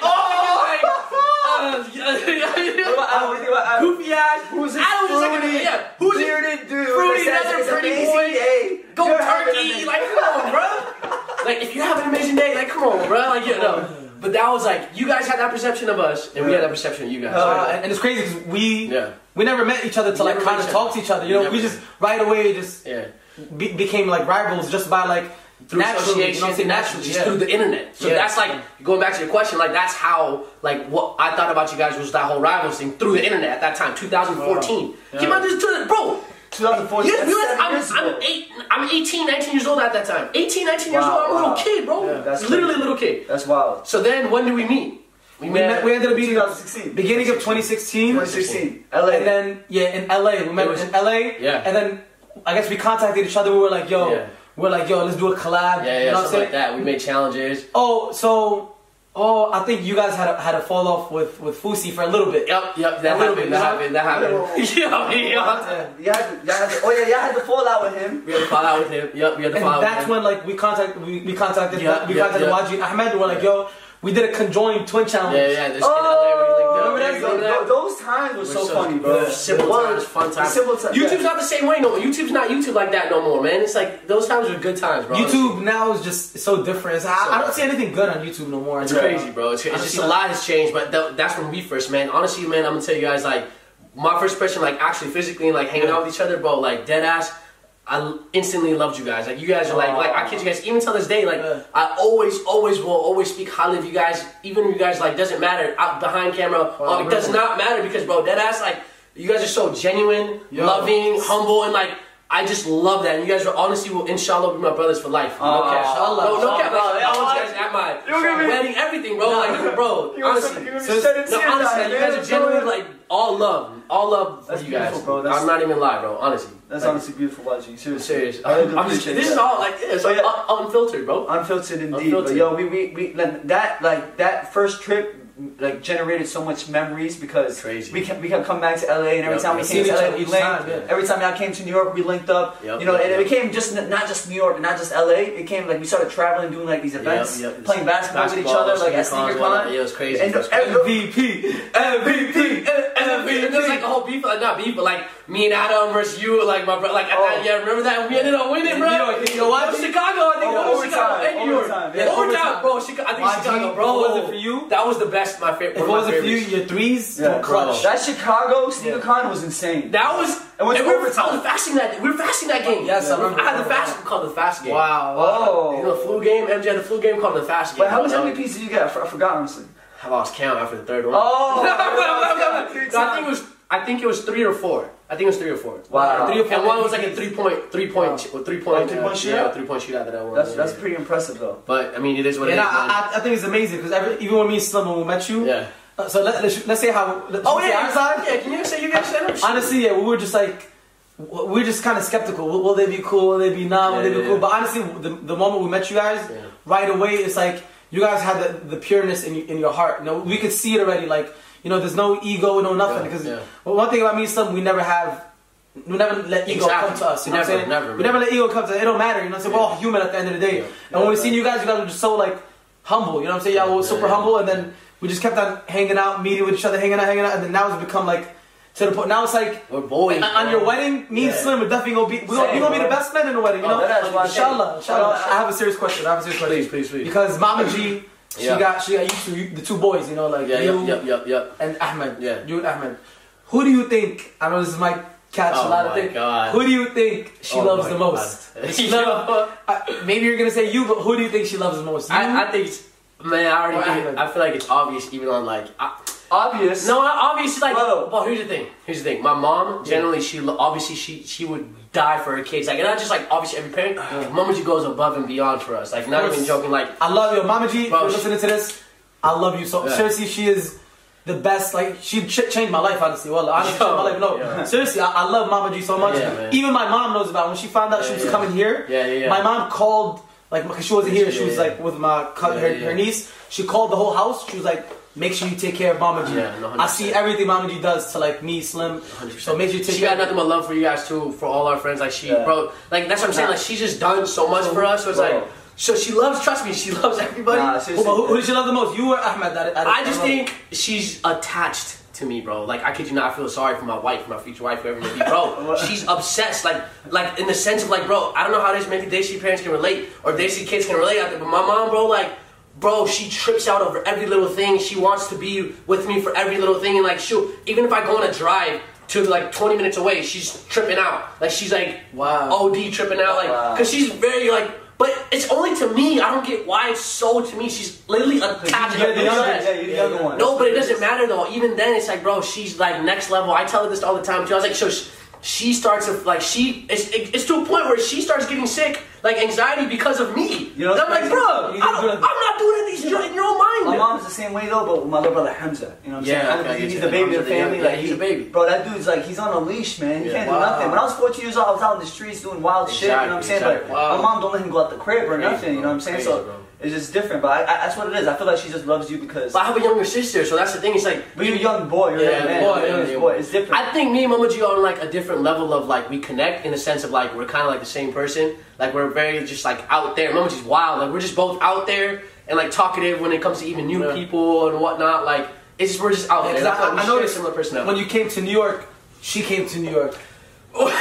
Speaker 1: Oh,
Speaker 2: What about Adam? What do you think about Adam?
Speaker 1: goofy ass.
Speaker 2: Who's this
Speaker 1: Adam was like,
Speaker 2: fruity,
Speaker 1: yeah, who's this
Speaker 2: bearded dude?
Speaker 1: fruity,
Speaker 2: that says
Speaker 1: another
Speaker 2: it's
Speaker 1: pretty
Speaker 2: amazing
Speaker 1: boy?
Speaker 2: day?
Speaker 1: Go
Speaker 2: You're having an
Speaker 1: turkey,
Speaker 2: amazing-
Speaker 1: like come on, bro. Like if you have an amazing day, like come on, bro. Like you know. But that was like you guys had that perception of us, and we had that perception of you guys.
Speaker 4: Uh, and, and it's crazy because we
Speaker 1: Yeah.
Speaker 4: we never met each other to like
Speaker 1: Never met
Speaker 4: kind of
Speaker 1: each
Speaker 4: talk
Speaker 1: other.
Speaker 4: to each other. You know, we
Speaker 1: Never.
Speaker 4: just right away just
Speaker 1: yeah.
Speaker 4: be, became like rivals just by like
Speaker 1: Through
Speaker 4: naturally. You know what I'm
Speaker 1: association,
Speaker 4: saying? Naturally,
Speaker 1: just
Speaker 4: yeah.
Speaker 1: through the internet. So
Speaker 4: Yeah.
Speaker 1: that's like going back to your question. Like that's how like what I thought about you guys was that whole rivals thing through the internet at that time, 2014. Keep on just doing it, bro.
Speaker 2: 2014.
Speaker 1: You just
Speaker 2: that's
Speaker 1: realize
Speaker 2: seven years
Speaker 1: I'm,
Speaker 2: ago.
Speaker 1: I'm, eight, I'm 18, 19 years old at that time. 18, 19 years
Speaker 2: Wow,
Speaker 1: old. I'm a
Speaker 2: wow.
Speaker 1: little kid, bro.
Speaker 2: Yeah, that's
Speaker 1: Literally a
Speaker 2: crazy.
Speaker 1: little kid.
Speaker 2: That's wild.
Speaker 1: So then when did we meet?
Speaker 4: we met. We ended up being
Speaker 2: 2016.
Speaker 4: beginning of 2016,
Speaker 2: 2016. LA.
Speaker 4: and then yeah, in LA we met
Speaker 1: It was-
Speaker 4: in LA.
Speaker 1: Yeah.
Speaker 4: and then I guess we contacted each other. We were like, yo,
Speaker 1: Yeah.
Speaker 4: we're like, yo, let's do a collab.
Speaker 1: yeah,
Speaker 4: you
Speaker 1: yeah,
Speaker 4: know what I'm
Speaker 1: something like
Speaker 4: saying?
Speaker 1: that. We made challenges.
Speaker 4: Oh, so oh, I think you guys had a, had a fall off with with Fusi for a little bit.
Speaker 1: Yep, yep,
Speaker 4: A
Speaker 1: that happened,
Speaker 4: little bit,
Speaker 1: that
Speaker 4: huh?
Speaker 1: happened, that happened. Yeah, yeah.
Speaker 2: Yeah, you had to, you had to, oh yeah, you had to fall out with him.
Speaker 1: We had to fall out with him. Yep, we had to
Speaker 4: And
Speaker 1: fall out with him.
Speaker 4: that's when like we contacted we, we contacted
Speaker 1: Yeah,
Speaker 4: we
Speaker 1: yeah,
Speaker 4: contacted
Speaker 1: yeah.
Speaker 4: Waji and Ahmed. We're like, yo, we did a conjoined twin challenge.
Speaker 1: Yeah, yeah. This
Speaker 2: Oh,
Speaker 1: in LA, where you like, yo,
Speaker 2: remember
Speaker 1: remember
Speaker 2: that?
Speaker 1: that?
Speaker 2: Those times were so,
Speaker 1: So-
Speaker 2: funny, bro.
Speaker 1: yeah, Simple
Speaker 2: Well,
Speaker 1: times, fun times.
Speaker 2: Simple times.
Speaker 1: YouTube's
Speaker 2: yeah.
Speaker 1: not the same way no more. YouTube's not YouTube like that no more, man. It's like those times were good times, bro.
Speaker 4: YouTube now is just so different. It's- I, I don't see anything good on YouTube no more.
Speaker 1: It's
Speaker 4: Yeah.
Speaker 1: crazy, bro. It's, it's just a lot has changed, but th- that's when we first, man. Honestly, man, I'm gonna tell you guys, like, my first impression, like, actually physically, like, hanging out with each other, bro, like, dead ass. I l- instantly loved you guys. Like, you guys are like, like, I kid you guys, even till this day, like,
Speaker 4: Yeah.
Speaker 1: I always, always will always speak highly of you guys, even if you guys, like, doesn't matter out behind camera.
Speaker 4: Wow,
Speaker 1: uh, it does
Speaker 4: really?
Speaker 1: not matter because, bro, dead ass, like, you guys are so genuine,
Speaker 4: Yo.
Speaker 1: loving, humble, and like, I just love that. And you guys are honestly will, inshallah, be my brothers for life. No
Speaker 2: Aw.
Speaker 1: cap. No, no cap. Like,
Speaker 2: Inshallah.
Speaker 1: I want you guys at my
Speaker 2: You're gonna be-
Speaker 1: wedding, everything, bro. Like, bro,
Speaker 2: You were so-
Speaker 1: honestly.
Speaker 2: you were
Speaker 1: No,
Speaker 4: Since-
Speaker 2: shedding
Speaker 1: honestly,
Speaker 2: tears out,
Speaker 1: man, you guys
Speaker 2: man.
Speaker 1: are genuinely like all love, all love for
Speaker 2: That's
Speaker 1: you guys.
Speaker 2: beautiful, bro. That's-
Speaker 1: I'm not even lying, bro. Honestly,
Speaker 2: That's
Speaker 1: Like,
Speaker 2: honestly beautiful, watching.
Speaker 1: I'm
Speaker 2: Seriously,
Speaker 1: serious.
Speaker 2: I really
Speaker 1: I'm, I'm just
Speaker 2: appreciate
Speaker 1: kidding. This is
Speaker 2: that.
Speaker 1: all like it's
Speaker 2: Oh, yeah.
Speaker 1: un- unfiltered, bro.
Speaker 2: Unfiltered indeed. But
Speaker 1: Unfiltered.
Speaker 2: yo, we, we, we like, that like that first trip like generated so much memories because
Speaker 1: Crazy.
Speaker 2: we kept we kept coming back to LA and every
Speaker 1: Yep,
Speaker 2: time we
Speaker 1: yep.
Speaker 4: Seen
Speaker 2: came to
Speaker 4: each
Speaker 2: LA
Speaker 4: other
Speaker 2: we
Speaker 4: each
Speaker 2: linked.
Speaker 4: time, yeah.
Speaker 2: Every time y'all came to New York we linked up.
Speaker 1: Yep,
Speaker 2: you know,
Speaker 1: yep,
Speaker 2: and it
Speaker 1: yep.
Speaker 2: became just n- not just New York and not just LA. It came like we started traveling, doing like these events,
Speaker 1: Yep, yep.
Speaker 2: playing basketball, with each other, like at
Speaker 1: cons,
Speaker 2: sneaker
Speaker 1: whatnot.
Speaker 2: con.
Speaker 1: Yeah, it was crazy.
Speaker 2: And
Speaker 1: It was
Speaker 2: every-
Speaker 1: crazy.
Speaker 4: MVP, MVP,
Speaker 1: It was like oh, a
Speaker 4: MVP.
Speaker 1: whole beef, like not beef, but like me and Adam versus you, like my brother, like at
Speaker 2: Oh.
Speaker 1: that, yeah, remember that? We ended up winning, bro.
Speaker 4: You know- you know what?
Speaker 1: That was Chicago, I think.
Speaker 2: Oh,
Speaker 1: that was
Speaker 2: overtime,
Speaker 1: Chicago. and New York.
Speaker 2: overtime, yeah,
Speaker 1: Overtime,
Speaker 4: overtime.
Speaker 1: bro. Chica- I think
Speaker 4: YG,
Speaker 1: Chicago, bro.
Speaker 4: if it wasn't for you-
Speaker 1: That was the best, my favorite.
Speaker 4: If it wasn't for you, your threes
Speaker 2: Yeah,
Speaker 4: were crushed.
Speaker 2: That Chicago sneaker con was insane.
Speaker 1: That was
Speaker 2: And what's
Speaker 1: and we were,
Speaker 2: overtime?
Speaker 1: I was fasting that we were fasting that game.
Speaker 4: Yes, I remember.
Speaker 1: I had the fast called the fast game.
Speaker 4: Wow.
Speaker 1: You know,
Speaker 2: oh.
Speaker 1: the flu game, MJ had the flu game called the fast game.
Speaker 2: But how much
Speaker 1: Um,
Speaker 2: MVPs did you get? I for- I forgot honestly.
Speaker 1: I lost count after the third one.
Speaker 2: Oh.
Speaker 1: No, no, no, no, no. So I think it
Speaker 2: Wow.
Speaker 1: was I think it was three or four. I think it was three or four.
Speaker 2: Wow.
Speaker 4: Three or four
Speaker 1: And one was like a three point, three point, ch- or three point, uh,
Speaker 2: Oh,
Speaker 1: yeah,
Speaker 2: three-point shootout?
Speaker 1: three point shootout that I won. Oh,
Speaker 2: That's
Speaker 1: yeah.
Speaker 2: that's pretty impressive though.
Speaker 1: But I mean, it is what it is.
Speaker 4: And I,
Speaker 1: man.
Speaker 4: I, I think it's amazing because even when me and Slim when we met you,
Speaker 1: Yeah.
Speaker 4: uh, so let, let's, let's say how. Let's
Speaker 1: oh
Speaker 4: say
Speaker 1: yeah,
Speaker 4: our side.
Speaker 1: yeah. Can you say you guys set up?
Speaker 4: honestly, yeah, we were just like, w- we were just kind of skeptical. Will, will they be cool? Will they be not?
Speaker 1: Yeah,
Speaker 4: Will they be
Speaker 1: yeah,
Speaker 4: cool?
Speaker 1: yeah.
Speaker 4: But honestly, the, the moment we met you guys,
Speaker 1: Yeah.
Speaker 4: right away, it's like you guys had the, the pureness in, y- in your heart. You know, we could see it already. Like, you know, there's no ego, no nothing.
Speaker 1: Yeah,
Speaker 4: Because
Speaker 1: yeah.
Speaker 4: well, one thing about me, and Slim, we never have. We never let ego
Speaker 1: Exactly.
Speaker 4: come to us. You know what
Speaker 1: Never,
Speaker 4: I'm saying?
Speaker 1: never,
Speaker 4: we
Speaker 1: really.
Speaker 4: never let ego come to us. It don't matter. You know what I'm saying? We're all
Speaker 1: Yeah.
Speaker 4: human at the end of the day.
Speaker 1: Yeah.
Speaker 4: And when we seen you guys, you guys were just so like humble. You know what I'm saying? Y'all were
Speaker 1: Yeah,
Speaker 4: super
Speaker 1: yeah.
Speaker 4: humble, and then we just kept on hanging out, meeting with each other, hanging out, hanging out, and then now it's become like to the point. Now it's like
Speaker 1: we're boys.
Speaker 4: on- on
Speaker 1: bro.
Speaker 4: your wedding, me and
Speaker 1: Yeah.
Speaker 4: Slim are definitely gonna be we gonna, we
Speaker 2: Same,
Speaker 4: gonna be the
Speaker 2: bro.
Speaker 4: best men in the wedding, you know.
Speaker 2: Oh, that is why-
Speaker 4: inshallah, inshallah.
Speaker 2: Hold on.
Speaker 4: I have a serious question. I have a serious question.
Speaker 1: Please, please, please.
Speaker 4: Because Mama G, she
Speaker 1: Yeah.
Speaker 4: got she got you two, you, the two boys, you know, like
Speaker 1: Yeah,
Speaker 4: you
Speaker 1: yep, yep, yep, yep.
Speaker 4: and Ahmed.
Speaker 1: Yeah.
Speaker 4: you and Ahmed. Who do you think? I know this might catch a
Speaker 1: Oh
Speaker 4: lot of
Speaker 1: my
Speaker 4: things.
Speaker 1: God.
Speaker 4: Who do you think she
Speaker 1: Oh
Speaker 4: loves
Speaker 1: my
Speaker 4: the most?
Speaker 1: God.
Speaker 4: She love- I- maybe you're gonna say you, but who do you think she loves the most? You?
Speaker 1: I, I think, it's- man, I already
Speaker 4: Or
Speaker 1: think,
Speaker 4: Ahmed.
Speaker 1: I feel like it's obvious even on like, I,
Speaker 2: obvious.
Speaker 1: No, obviously, like,
Speaker 2: Bro.
Speaker 1: well, here's the thing. Here's the thing. My mom, generally, she lo- obviously she she would die for her kids. Like, and not just like obviously every parent. Mama, she goes above and beyond for us. Like, not
Speaker 4: course.
Speaker 1: even joking. Like,
Speaker 4: I love you, Mama G. If
Speaker 1: Bro,
Speaker 4: you're
Speaker 1: she-
Speaker 4: listening to this, I love you so.
Speaker 1: Yeah.
Speaker 4: Seriously, she is the best. Like she ch- changed my life. Honestly, well, honestly,
Speaker 1: Yo,
Speaker 4: changed my life. No,
Speaker 1: yeah.
Speaker 4: seriously, I-, I love Mama G so much.
Speaker 1: Yeah, man.
Speaker 4: Even my mom knows about it. when she found out she
Speaker 1: Yeah,
Speaker 4: was
Speaker 1: yeah.
Speaker 4: coming here.
Speaker 1: Yeah, yeah, yeah.
Speaker 4: My mom called like because she wasn't here. She
Speaker 1: Yeah,
Speaker 4: was
Speaker 1: yeah.
Speaker 4: like with my cousin,
Speaker 1: Yeah,
Speaker 4: her,
Speaker 1: yeah.
Speaker 4: her niece. She called the whole house. She was like. Make sure you take care of Mama G. I
Speaker 1: Yeah, no,
Speaker 4: see
Speaker 1: 100%.
Speaker 4: everything Mama G does to like me, Slim. So make sure you take
Speaker 1: she
Speaker 4: care.
Speaker 1: got nothing but love for you guys too, for all our friends. Like she,
Speaker 4: Yeah.
Speaker 1: bro, like that's what I'm saying. Like she's just done so much for us. So it's
Speaker 2: Bro.
Speaker 1: like, so she loves. Trust me, she loves everybody.
Speaker 2: Nah,
Speaker 4: who,
Speaker 2: seriously.
Speaker 4: who, who did you love the most? You or Ahmed? Out of- out of-
Speaker 1: I just think she's attached to me, bro. Like I kid you not, I feel sorry for my wife, my future wife, whoever it may be, bro. she's obsessed, like, like in the sense of like, bro. I don't know how this maybe Daisy parents can relate or Daisy kids can relate out there, but my mom, bro, like, bro, she trips out over every little thing. She wants to be with me for every little thing, and like, shoot, even if I go on a drive to like 20 minutes away, she's tripping out. Like she's like,
Speaker 4: Wow.
Speaker 1: OD tripping out, like,
Speaker 2: Wow.
Speaker 1: cause she's very like. But it's only to me. I don't get why it's so to me. She's literally attached.
Speaker 2: You're the
Speaker 1: and
Speaker 2: younger,
Speaker 1: obsessed.
Speaker 2: yeah, you're the younger one.
Speaker 1: No, but it doesn't matter though. Even then, it's like, bro, she's like next level. I tell her this all the time too. I was like, so she, she starts to like she it's it- it's to a point where she starts getting sick, like anxiety because of me.
Speaker 2: You know
Speaker 1: And I'm
Speaker 2: what's
Speaker 1: like,
Speaker 2: crazy?
Speaker 1: bro,
Speaker 2: You
Speaker 1: I
Speaker 2: do
Speaker 1: don't,
Speaker 2: it-
Speaker 1: I'm not doing these. You're in your own mind.
Speaker 2: My mom's the same way though, but with my little brother Hamza. You know what I'm
Speaker 1: Yeah,
Speaker 2: saying?
Speaker 1: okay, I get
Speaker 2: he's
Speaker 1: you.
Speaker 2: the baby
Speaker 1: Hamza
Speaker 2: of the
Speaker 1: the young-
Speaker 2: family.
Speaker 1: yeah,
Speaker 2: like
Speaker 1: he's
Speaker 2: he-
Speaker 1: a baby.
Speaker 2: Bro, that dude's like he's on a leash, man. He
Speaker 1: Yeah.
Speaker 2: can't do
Speaker 1: Wow.
Speaker 2: nothing. When I was 14 years old, I was out in the streets doing wild shit. You know what I'm saying?
Speaker 1: Exactly,
Speaker 2: Like
Speaker 1: exactly.
Speaker 2: my mom don't let him go out the crib or
Speaker 1: Crazy,
Speaker 2: nothing. You know
Speaker 1: bro.
Speaker 2: what I'm saying?
Speaker 1: Crazy,
Speaker 2: so
Speaker 1: bro.
Speaker 2: it's just different. But I, I, that's what it is. I feel like she just loves you because.
Speaker 1: But I have a younger sister, so that's the thing. It's like
Speaker 2: But you're a young boy. You're
Speaker 1: Yeah,
Speaker 2: a man.
Speaker 1: boy,
Speaker 2: You're a
Speaker 1: yeah,
Speaker 2: young
Speaker 1: yeah.
Speaker 2: boy. It's different.
Speaker 1: I think me and Mama G are on like a different level of like we connect in the sense of like we're kind of like the same person. Like we're very just like out there. Mama G's wild. Like we're just both out there and like talkative when it comes to even new
Speaker 4: Yeah.
Speaker 1: people and whatnot. Like it's just we're just out there.
Speaker 4: Because
Speaker 1: That's
Speaker 4: I,
Speaker 1: like we
Speaker 4: I
Speaker 1: share
Speaker 4: noticed
Speaker 1: similar personality.
Speaker 4: when you came to New York, she came to New York.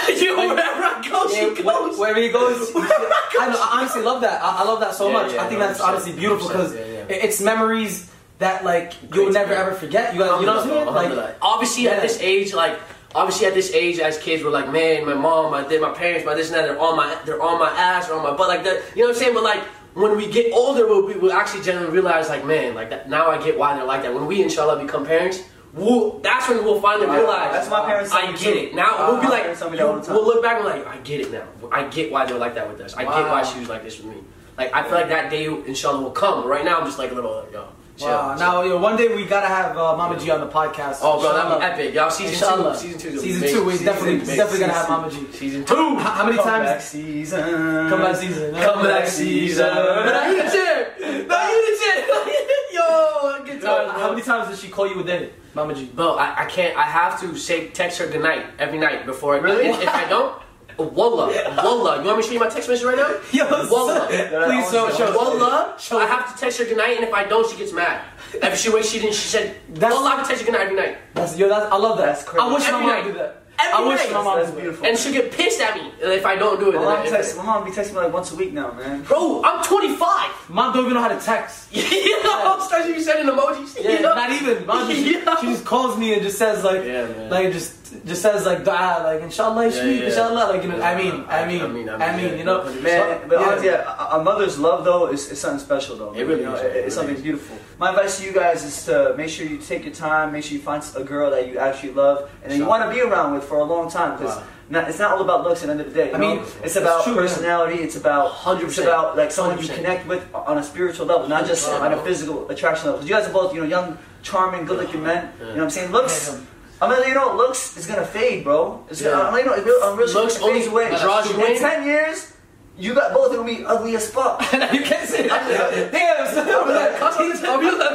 Speaker 1: you
Speaker 4: Like-
Speaker 1: wherever I go,
Speaker 4: Yeah,
Speaker 1: Oh, she
Speaker 4: wh-
Speaker 1: goes.
Speaker 4: Wherever he goes, he- I, know, I honestly love that. I, I love that so
Speaker 1: Yeah,
Speaker 4: much.
Speaker 1: yeah,
Speaker 4: I think
Speaker 1: no,
Speaker 4: that's
Speaker 1: 100%,
Speaker 4: honestly beautiful because
Speaker 1: 100%, yeah, yeah.
Speaker 4: it's memories that like you'll
Speaker 1: Creates
Speaker 4: never
Speaker 1: memories.
Speaker 4: ever forget. You guys, you know what I'm saying?
Speaker 1: Alhamdulillah,
Speaker 4: Like,
Speaker 1: alhamdulillah. obviously at
Speaker 4: Yeah.
Speaker 1: this age, like obviously at this age, as kids, we're like, man, my mom, my dad, my parents, my this and that, they're on my, they're on my ass, or on my butt, like that. You know what I'm saying? But like when we get older, we'll, be, we'll actually generally realize, like, man, like that. Now I get why they're like that. When we inshallah become parents. We'll, that's when we'll finally
Speaker 2: Wow.
Speaker 1: realize.
Speaker 2: That's my parents
Speaker 1: I
Speaker 2: tell me
Speaker 1: get
Speaker 2: too.
Speaker 1: it now.
Speaker 2: Wow.
Speaker 1: we'll be
Speaker 2: My
Speaker 1: like,
Speaker 2: parents tell me that all the time.
Speaker 1: we'll look back and like, I get it now. I get why they're like that with us. I get why
Speaker 4: Wow.
Speaker 1: she was like this with me. Like I feel like that day, inshallah, will come. Right now, I'm just like a little, yo. Chill, chill.
Speaker 4: wow. Now, yo, one day we gotta have uh, Mama G on the podcast.
Speaker 1: Oh, bro,
Speaker 4: Inshallah.
Speaker 1: that'd be epic. Y'all, season
Speaker 4: Inshallah.
Speaker 1: two. Season two. is
Speaker 4: Season
Speaker 1: amazing.
Speaker 4: two. We're
Speaker 1: Season
Speaker 4: definitely,
Speaker 1: two is
Speaker 4: definitely gonna have
Speaker 1: amazing.
Speaker 4: Mama G.
Speaker 1: Season two.
Speaker 4: How, how many
Speaker 2: Comeback
Speaker 4: times?
Speaker 2: season.
Speaker 4: Come back season.
Speaker 1: Come back
Speaker 2: season.
Speaker 1: Now you the chair. Now you the chair. Yo, good
Speaker 4: Yo,
Speaker 1: times,
Speaker 4: How
Speaker 1: bro.
Speaker 4: many times did she call you a day, Mama G?
Speaker 1: Bro, I, I can't. I have to say text her goodnight every night before.
Speaker 2: Really?
Speaker 1: If, if I don't, wallah, wallah. You want me to show you my text message right now?
Speaker 4: Yo,
Speaker 1: wallah.
Speaker 4: please show, show.
Speaker 1: Wallah, I have to text her goodnight, and if I don't, she gets mad. If she wakes, she didn't. She said,
Speaker 4: That's-
Speaker 1: "Wallah, I can text you goodnight every night,"
Speaker 4: That's yo. That's I love that.
Speaker 2: That's crazy.
Speaker 4: I wish
Speaker 1: Every
Speaker 4: my
Speaker 1: night.
Speaker 4: mom would do that.
Speaker 1: Every
Speaker 4: I wish
Speaker 1: night.
Speaker 4: my mom
Speaker 2: That's
Speaker 4: would.
Speaker 2: beautiful.
Speaker 1: and she'll get pissed at me if I don't do it.
Speaker 2: My
Speaker 1: then
Speaker 2: mom
Speaker 1: I-
Speaker 2: texts. My mom be texting me like once a week now, man.
Speaker 1: Bro, I'm 25.
Speaker 4: Mom don't even know how to text.
Speaker 1: you know, especially you sending emojis.
Speaker 4: Yeah,
Speaker 1: you know?
Speaker 4: not even. Mom just,
Speaker 1: Yeah.
Speaker 4: she just calls me and just says like,
Speaker 1: Yeah, man.
Speaker 4: like just just says like, dua, like inshallah,
Speaker 1: Yeah,
Speaker 4: shmeek,
Speaker 1: yeah.
Speaker 4: inshallah, like you know. I mean,
Speaker 1: I-
Speaker 4: I mean, I mean,
Speaker 1: yeah,
Speaker 4: you know,
Speaker 1: 100%.
Speaker 2: Man, but
Speaker 4: Yeah.
Speaker 2: honestly, a, a mother's love though is, is something special though.
Speaker 1: It really
Speaker 2: You know,
Speaker 1: is,
Speaker 2: it-
Speaker 1: it really
Speaker 2: it's something
Speaker 1: is.
Speaker 2: beautiful. My advice to you guys is to make sure you take your time, make sure you find a girl that you actually love and that you
Speaker 1: Sure.
Speaker 2: want to be around with for a long time because.
Speaker 1: Wow.
Speaker 2: Not, it's not all about looks at the end of the day. you
Speaker 4: I mean,
Speaker 2: know? it's
Speaker 4: it's
Speaker 2: about
Speaker 4: true, yeah.
Speaker 2: personality. It's about
Speaker 1: 100%.
Speaker 2: It's about like someone you
Speaker 1: 100%.
Speaker 2: connect with on a spiritual level, not just
Speaker 1: 100%,
Speaker 2: on a
Speaker 1: bro.
Speaker 2: physical attraction level. 'Cause You guys are both, you know, young, charming, good-looking men. You know what I'm saying? Looks.
Speaker 4: Yeah.
Speaker 2: I'm gonna let you know, looks is gonna fade, bro. It's
Speaker 1: Yeah.
Speaker 2: gonna, I'm gonna let you know, it real, real
Speaker 1: Looks only
Speaker 2: away.
Speaker 1: draws you
Speaker 2: in
Speaker 1: in.
Speaker 2: ten years, you got both gonna be ugly as fuck.
Speaker 4: you can't say that. Damn, son.
Speaker 1: Yo,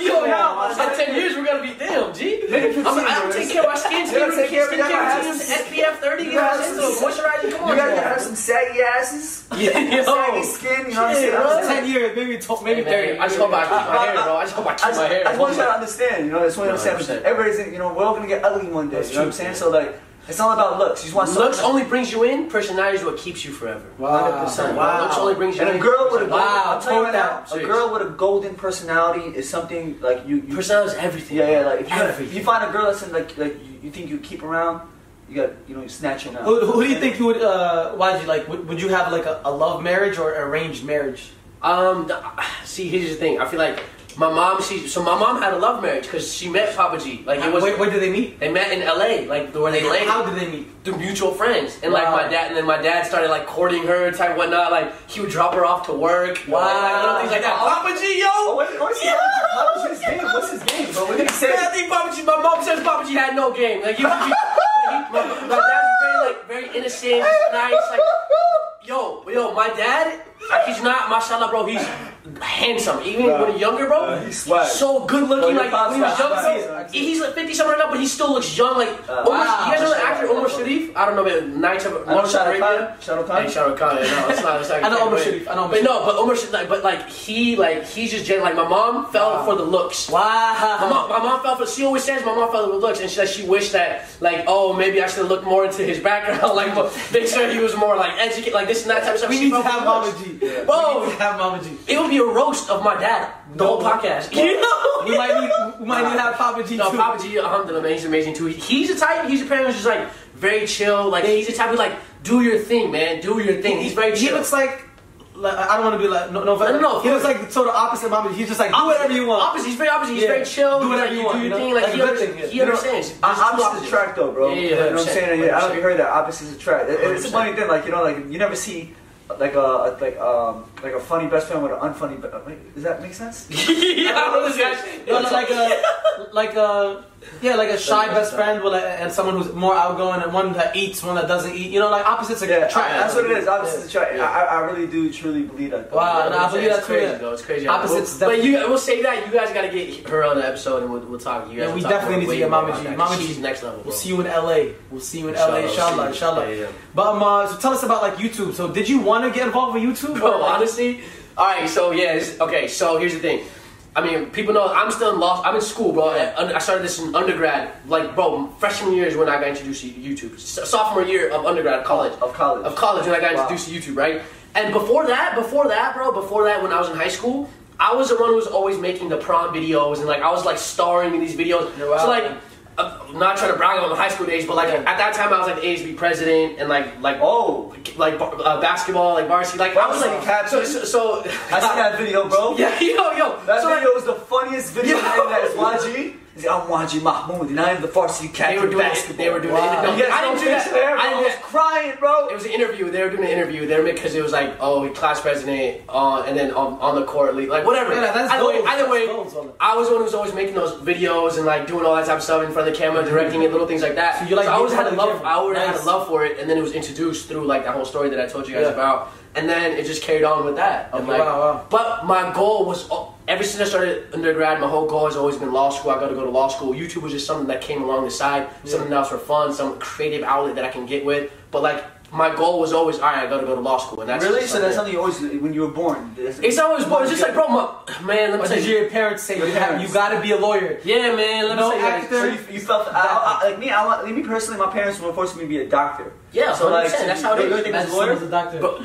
Speaker 1: yo, yo, in 10 years we're gonna be damn, G. I'm, I'm taking care of my skin, skin,
Speaker 2: You're gonna take care of
Speaker 1: skin
Speaker 2: your
Speaker 1: care
Speaker 2: ass.
Speaker 1: routine, SPF 30, you know
Speaker 2: Your
Speaker 1: what I'm saying?
Speaker 2: ass.
Speaker 1: So moisturizing, come
Speaker 2: You
Speaker 1: on.
Speaker 2: guys
Speaker 1: man.
Speaker 2: gotta have some saggy asses, saggy
Speaker 1: Yo.
Speaker 2: skin. You know what I'm saying? I'm
Speaker 4: That's
Speaker 2: just
Speaker 4: Ten
Speaker 2: saying-
Speaker 4: years, maybe tw-
Speaker 1: Hey,
Speaker 4: maybe
Speaker 1: man,
Speaker 4: thirty.
Speaker 1: I just hope I keep
Speaker 2: I-
Speaker 1: my
Speaker 2: I-
Speaker 1: hair, bro. I just hope I
Speaker 2: I
Speaker 1: keep
Speaker 2: just,
Speaker 1: my
Speaker 2: I
Speaker 1: hair.
Speaker 2: just want you to understand, you know, that's what I'm
Speaker 1: No,
Speaker 2: saying.
Speaker 1: 100%.
Speaker 2: Everybody's, in- you know, we're all gonna get ugly one day.
Speaker 1: That's
Speaker 2: You know what I'm
Speaker 1: true,
Speaker 2: saying?
Speaker 1: yeah.
Speaker 2: So like, it's not about looks. You just want
Speaker 1: Looks
Speaker 2: something-
Speaker 1: only brings you in, personality is what keeps you forever.
Speaker 4: Wow.
Speaker 1: Son,
Speaker 2: Wow.
Speaker 1: Looks only brings you
Speaker 2: And
Speaker 1: in.
Speaker 2: a girl with a golden,
Speaker 4: Wow,
Speaker 2: I'm telling you right
Speaker 4: tone
Speaker 2: now,
Speaker 1: down.
Speaker 2: a girl with a golden personality is something like you. you
Speaker 1: personality is everything.
Speaker 2: yeah, yeah. Like if you,
Speaker 1: everything.
Speaker 2: if you find a girl that's in, like like you, you think you keep around, you got you know you snatch her now.
Speaker 4: Who, who do you think you would? Uh, why'd you like? Would, would you have like a, a love marriage or arranged marriage?
Speaker 1: Um, th- see, here's the thing. I feel like My mom, she so my mom had a love marriage because she met Papa G. Like it was
Speaker 4: Wait, where did they meet?
Speaker 1: they met in L.A. Like where they landed.
Speaker 4: How did they meet?
Speaker 1: through mutual friends. And like
Speaker 4: Wow.
Speaker 1: my dad, and then my dad started like courting her type whatnot. Like he would drop her off to work.
Speaker 4: Wow.
Speaker 1: Like, like, little things like that. Papa G, yo.
Speaker 2: Oh, wait, what's his, what's his game? What's his game, bro? What did he say?
Speaker 1: Man, I think Papa G, my mom says Papa G had no game. Like, he was, he, like, he- my, my dad's very, like, very innocent, he's nice. Like, yo, yo, my dad, like, he's not, mashallah, bro, he's handsome. Even
Speaker 2: Nah.
Speaker 1: when he's younger, bro,
Speaker 2: Nah, he's swag.
Speaker 1: so good
Speaker 2: Well,
Speaker 1: looking.
Speaker 2: your
Speaker 1: like,
Speaker 2: pops
Speaker 1: when he was
Speaker 2: got
Speaker 1: young,
Speaker 2: swag.
Speaker 1: bro, he's like 50 something right now, but he still looks young. Like, Omar,
Speaker 4: wow.
Speaker 1: you guys know the actor Omar Sharif? I don't know, man, Nights of Lawrence of
Speaker 2: Shah Rukh Khan.
Speaker 1: Arabia?
Speaker 2: Shah Rukh Khan?
Speaker 1: Hey, Shah Rukh Khan, yeah, no, it's not, it's not.
Speaker 4: I know Omar
Speaker 1: but-
Speaker 4: Sharif, I know Omar
Speaker 1: But no, but Omar Sharif, like, but like, he, like, he's just, gen- like, my mom fell for the looks. My
Speaker 4: Wow.
Speaker 1: mom, my mom felt for. She always says my mom felt for looks, and she said she wished that like oh maybe I should look more into his background, like mo- make sure he was more like educated, like this and that type of stuff.
Speaker 4: We
Speaker 1: She
Speaker 4: need to
Speaker 1: felt for
Speaker 4: have
Speaker 1: the looks.
Speaker 4: Mama G. We
Speaker 1: Bro.
Speaker 4: need to have Mama G.
Speaker 1: It would be a roast of my dad, the whole podcast. You know?
Speaker 4: We might need, we might need to have Papa G
Speaker 1: No,
Speaker 4: too.
Speaker 1: Papa G, alhamdulillah, man, he's amazing too. He- He's a type. He's a parent who's just like very chill. Like he's a type who like do your thing, man, do your thing. He's very
Speaker 4: He
Speaker 1: chill.
Speaker 4: looks like, like I don't want to be like no no.
Speaker 1: No, no, no,
Speaker 4: He looks like the total opposite of Mama G. He's just like do whatever you want.
Speaker 1: Opposite. He's very opposite. He's
Speaker 4: Yeah.
Speaker 1: very chill.
Speaker 4: Do
Speaker 1: He's
Speaker 4: whatever
Speaker 1: like,
Speaker 4: you want,
Speaker 1: Do
Speaker 4: you
Speaker 1: your
Speaker 4: know?
Speaker 1: thing. Like
Speaker 4: Like a
Speaker 1: he,
Speaker 4: good
Speaker 1: under-
Speaker 4: thing, yeah.
Speaker 1: he
Speaker 4: You know,
Speaker 1: understands. There's
Speaker 2: O-
Speaker 1: two
Speaker 2: Opposites
Speaker 1: opposites.
Speaker 2: attract, though,
Speaker 1: Yeah,
Speaker 2: bro.
Speaker 1: yeah,
Speaker 2: you know what I'm
Speaker 1: 100%,
Speaker 2: saying? Yeah, I don't
Speaker 1: 100%.
Speaker 2: heard that. Opposites attract. It- It's a
Speaker 1: 100%.
Speaker 2: funny thing, like you know, like you never see like a like um like a funny best friend with an unfunny. Be- wait, does that make sense?
Speaker 1: yeah, I don't know this guy.
Speaker 4: No, no, like a, like a, yeah, like a shy best friend with a, and someone who's more outgoing and one that eats, one that doesn't eat. You know, like opposites
Speaker 2: Yeah,
Speaker 4: attract.
Speaker 2: that's what it is. Opposites
Speaker 4: Yeah.
Speaker 2: attract. I, I- I really do truly believe that. though.
Speaker 4: Wow,
Speaker 1: Yeah,
Speaker 4: nah, I believe
Speaker 1: it's
Speaker 4: that too,
Speaker 1: crazy,
Speaker 4: yeah.
Speaker 1: though. It's crazy.
Speaker 4: Opposites
Speaker 1: We'll, but
Speaker 4: definitely-
Speaker 1: you, we'll save that. You guys gotta get her on the episode, and we'll, we'll talk. You guys
Speaker 4: Yeah, we
Speaker 1: will talk
Speaker 4: definitely need to
Speaker 1: way
Speaker 4: get
Speaker 1: more
Speaker 4: Mama
Speaker 1: about
Speaker 4: G.
Speaker 1: that.
Speaker 4: Mama
Speaker 1: She's
Speaker 4: G.
Speaker 1: next level. Bro.
Speaker 4: We'll see you in LA. We'll see you in
Speaker 1: Inshallah,
Speaker 4: LA, inshallah,
Speaker 1: see you.
Speaker 4: inshallah.
Speaker 1: Yeah, yeah.
Speaker 4: But um, uh, so tell us about like YouTube. So did you want to get involved with YouTube?
Speaker 1: Bro,
Speaker 4: Or, like,
Speaker 1: honestly, all right. So yeah, this, okay. So here's the thing. I mean, people know I'm still in law. I'm in school, bro. I- I started this in undergrad. Like, bro, freshman year is when I got introduced to YouTube. S- sophomore year of undergrad, college,
Speaker 2: Of college.
Speaker 1: of college, when I got
Speaker 2: Wow.
Speaker 1: introduced to YouTube, right? And before that, before that, bro, before that, when I was in high school, I was the one who was always making the prom videos and like I was like starring in these videos.
Speaker 4: Yeah, wow.
Speaker 1: So like, I'm not trying to brag about my high school days, but like at that time I was like the ASB president and like like
Speaker 2: Oh,
Speaker 1: like bar- uh, basketball, like varsity, like I was like
Speaker 2: Varsity captain.
Speaker 1: so so. so
Speaker 2: I seen that video, bro.
Speaker 1: yeah, yo, yo.
Speaker 2: That
Speaker 1: so like,
Speaker 2: video was the funniest video
Speaker 1: Yeah.
Speaker 2: ever that is YG. He's like, I'm YG Mahmoud and I am the varsity
Speaker 1: they
Speaker 2: captain
Speaker 1: were
Speaker 2: of
Speaker 1: doing it.
Speaker 2: basketball.
Speaker 1: They were doing
Speaker 4: Wow.
Speaker 1: it. No,
Speaker 2: You guys
Speaker 1: I
Speaker 2: don't
Speaker 1: didn't do that.
Speaker 2: picture there, bro.
Speaker 1: I
Speaker 2: I
Speaker 1: didn't.
Speaker 2: was crying, bro.
Speaker 1: It was an interview. They were doing an interview. They were because it was like, oh, class president, uh, and then on, on the court, league, like whatever.
Speaker 4: Yeah, that's
Speaker 1: either way,
Speaker 4: goals.
Speaker 1: either
Speaker 4: That's
Speaker 1: way,
Speaker 4: goals on it.
Speaker 1: I was the one who was always making those videos and like doing all that type of stuff in front of the camera, directing it, little things like that.
Speaker 4: Mm-hmm. So you like
Speaker 1: I always
Speaker 4: being
Speaker 1: had a
Speaker 4: in front
Speaker 1: love.
Speaker 4: of the
Speaker 1: I always
Speaker 4: camera.
Speaker 1: had a
Speaker 4: Nice.
Speaker 1: love for it, and then it was introduced through like that whole story that I told you guys
Speaker 4: Yeah.
Speaker 1: about, and then it just carried on with that. And,
Speaker 4: Okay,
Speaker 1: like,
Speaker 4: wow, wow.
Speaker 1: But my goal was uh, ever since I started undergrad, my whole goal has always been law school. I got to go to law school. YouTube was just something that came along the side, something else for fun, some creative outlet that I can get with. But like my goal was always, all right, I got to go to law school, and that's
Speaker 2: Really?
Speaker 1: just
Speaker 2: So that's something you always when you were born. that's-
Speaker 1: It's always, bro. It's just like, bro, my, man. Let me
Speaker 4: What
Speaker 1: tell
Speaker 4: oh, did
Speaker 1: you.
Speaker 4: your parents say?
Speaker 2: Your
Speaker 4: you, have-
Speaker 2: parents.
Speaker 4: you gotta be a lawyer.
Speaker 1: Yeah, man. Let me
Speaker 4: No
Speaker 1: tell you. like,
Speaker 4: actor.
Speaker 2: So you, you felt I, I, like me. I want, me personally. My parents were forcing me to be a doctor.
Speaker 1: Yeah,
Speaker 2: So like,
Speaker 1: 100%, that's how it
Speaker 2: you-
Speaker 1: is.
Speaker 2: you think it's
Speaker 4: As
Speaker 2: lawyer?
Speaker 4: a doctor.
Speaker 1: Bro,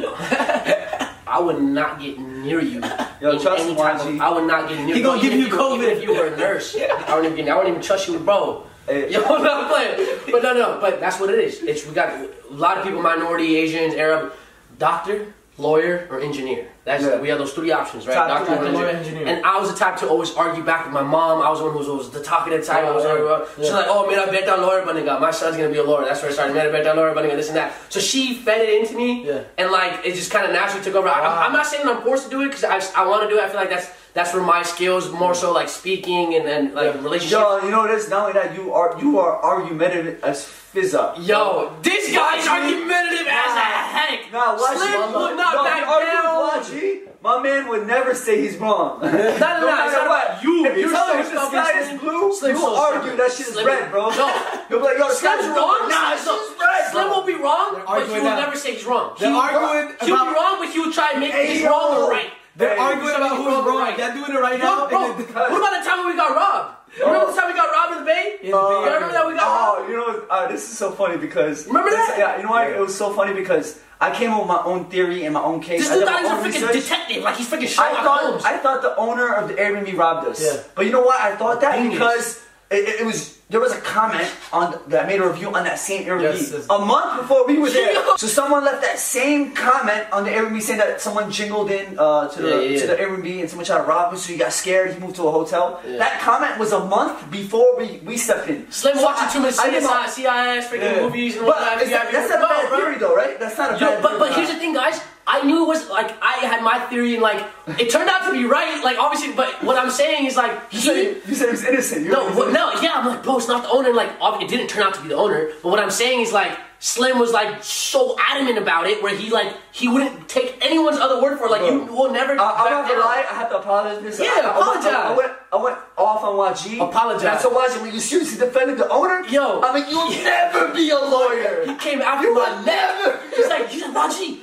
Speaker 1: I would not get near you.
Speaker 2: Yo,
Speaker 1: in
Speaker 2: trust
Speaker 1: any
Speaker 2: me,
Speaker 1: type
Speaker 2: YG.
Speaker 1: of- I would not get near you.
Speaker 4: He gonna
Speaker 1: Even
Speaker 4: give
Speaker 1: if
Speaker 4: you
Speaker 1: were- even
Speaker 4: COVID.
Speaker 1: if you were a nurse. I wouldn't even. I wouldn't even trust you, bro.
Speaker 2: Hey.
Speaker 1: Yo, I'm not playing. But no, no. But that's what it is. It's we got a lot of people, minority, Asians, Arab, doctor, lawyer, or engineer. That's
Speaker 2: Yeah.
Speaker 1: we have those three options, right?
Speaker 2: Top
Speaker 1: doctor,
Speaker 2: three,
Speaker 1: or
Speaker 4: lawyer,
Speaker 1: engineer.
Speaker 4: engineer.
Speaker 1: And I was the type to always argue back with my mom. I was the one who was always the talkative type. I was
Speaker 4: Yeah,
Speaker 1: always
Speaker 4: yeah.
Speaker 1: She's
Speaker 4: Yeah.
Speaker 1: like, oh, made a bet on lawyer Buniga. My son's gonna be a lawyer. That's where it started. Made a bet on lawyer Buniga, this and that. So she fed it into me,
Speaker 4: Yeah.
Speaker 1: and like it just kind of naturally took over. I, I'm-
Speaker 4: Wow.
Speaker 1: I'm not saying I'm forced to do it because I, I want to do it. I feel like that's that's where my skills more so like speaking and then like relationships. Yo,
Speaker 2: Yo, you know this? Not only that, you are you are argumentative as fizz up. uh,
Speaker 1: this guy's
Speaker 2: Watch me.
Speaker 1: argumentative as a heck.
Speaker 2: Nah, watch
Speaker 1: Slim
Speaker 2: my
Speaker 1: would not
Speaker 2: no,
Speaker 1: back
Speaker 2: you argue
Speaker 1: down.
Speaker 2: with YG, my man would never say he's wrong. no, no,
Speaker 1: no, it's not about you.
Speaker 2: If you
Speaker 1: You're
Speaker 2: tell
Speaker 1: so
Speaker 2: him the
Speaker 1: stubborn,
Speaker 2: sky
Speaker 1: Slim.
Speaker 2: is blue,
Speaker 1: Slim's
Speaker 2: you'll
Speaker 1: so
Speaker 2: argue
Speaker 1: stubborn.
Speaker 2: that shit is
Speaker 1: Slim-
Speaker 2: red, bro.
Speaker 1: No.
Speaker 2: You'll be like, yo, the sky's
Speaker 1: Slim's
Speaker 2: blue.
Speaker 1: wrong.
Speaker 2: Nah, it's
Speaker 1: Slim,
Speaker 2: just red.
Speaker 1: Slim
Speaker 2: bro.
Speaker 1: will be wrong, but he
Speaker 4: arguing
Speaker 1: will
Speaker 4: now.
Speaker 1: never say he's wrong.
Speaker 4: They're
Speaker 1: He-
Speaker 4: arguing
Speaker 1: He'll be
Speaker 4: about-
Speaker 1: wrong, but he will try and make
Speaker 2: Hey,
Speaker 1: things
Speaker 2: yo.
Speaker 1: wrong or right.
Speaker 4: They're
Speaker 2: Hey,
Speaker 4: arguing about who's
Speaker 1: something
Speaker 4: wrong.
Speaker 1: wrong.
Speaker 4: Y'all doing it right
Speaker 1: Yo,
Speaker 4: now.
Speaker 1: bro,
Speaker 4: and then-
Speaker 1: what about the time when we got robbed? You remember the time we got robbed in the Bay?
Speaker 4: In the Bay
Speaker 1: you remember that we got robbed?
Speaker 2: Oh, you know, uh, this is so funny because
Speaker 1: Remember
Speaker 2: this-
Speaker 1: that?
Speaker 2: Yeah, you know why it was so funny because I came up with my own theory and my own case.
Speaker 1: This
Speaker 2: I
Speaker 1: dude
Speaker 2: did my
Speaker 1: thought he's
Speaker 2: own
Speaker 1: a freaking
Speaker 2: research.
Speaker 1: detective, like he's freaking
Speaker 2: I
Speaker 1: Sherlock
Speaker 2: thought
Speaker 1: Holmes.
Speaker 2: I thought the owner of the Airbnb robbed us.
Speaker 4: Yeah.
Speaker 2: But you know why I thought that
Speaker 1: Genius.
Speaker 2: because It, it- it was there was a comment on th- that I made a review on that same Airbnb
Speaker 4: Yes, yes.
Speaker 2: a month before we were there. So someone left that same comment on the Airbnb saying that someone jingled in uh, to
Speaker 1: Yeah,
Speaker 2: the
Speaker 1: yeah,
Speaker 2: to
Speaker 1: yeah.
Speaker 2: the Airbnb and someone tried to rob him, so he got scared. He moved to a hotel.
Speaker 1: Yeah.
Speaker 2: That comment was a month before we, we stepped in.
Speaker 1: Slim
Speaker 2: So
Speaker 1: watching
Speaker 2: I-
Speaker 1: too much
Speaker 2: I didn't know-
Speaker 1: CSI, CIS, freaking
Speaker 2: Yeah.
Speaker 1: movies and
Speaker 2: But
Speaker 1: whatnot.
Speaker 2: is that- that's not a bad theory though, right? That's not a
Speaker 1: Yo,
Speaker 2: bad
Speaker 1: but but
Speaker 2: theory.
Speaker 1: here's the thing, guys. I knew it was like I had my theory, and like it turned out to be right. Like obviously, but what I'm saying is like
Speaker 2: You
Speaker 1: he.
Speaker 2: said, you said it was innocent. You
Speaker 1: No,
Speaker 2: were-
Speaker 1: what, no, yeah, I'm like, bro, it's not the owner. and, Like, ob- it didn't turn out to be the owner. But what I'm saying is, like, Slim was like so adamant about it, where he like he wouldn't take anyone's other word for it. Like, you will never.
Speaker 2: I, I'm
Speaker 1: back
Speaker 2: not gonna
Speaker 1: down.
Speaker 2: lie, I have to apologize.
Speaker 1: Yeah,
Speaker 2: I, I,
Speaker 1: apologize.
Speaker 2: I, I, went, I went off on YG.
Speaker 1: Apologize.
Speaker 2: That's a YG. When you seriously defended the owner,
Speaker 1: Yo.
Speaker 2: I mean, you'll never be a lawyer.
Speaker 1: He came after
Speaker 2: You
Speaker 1: my neck.
Speaker 2: would never-
Speaker 1: He's like, he's like, Raji,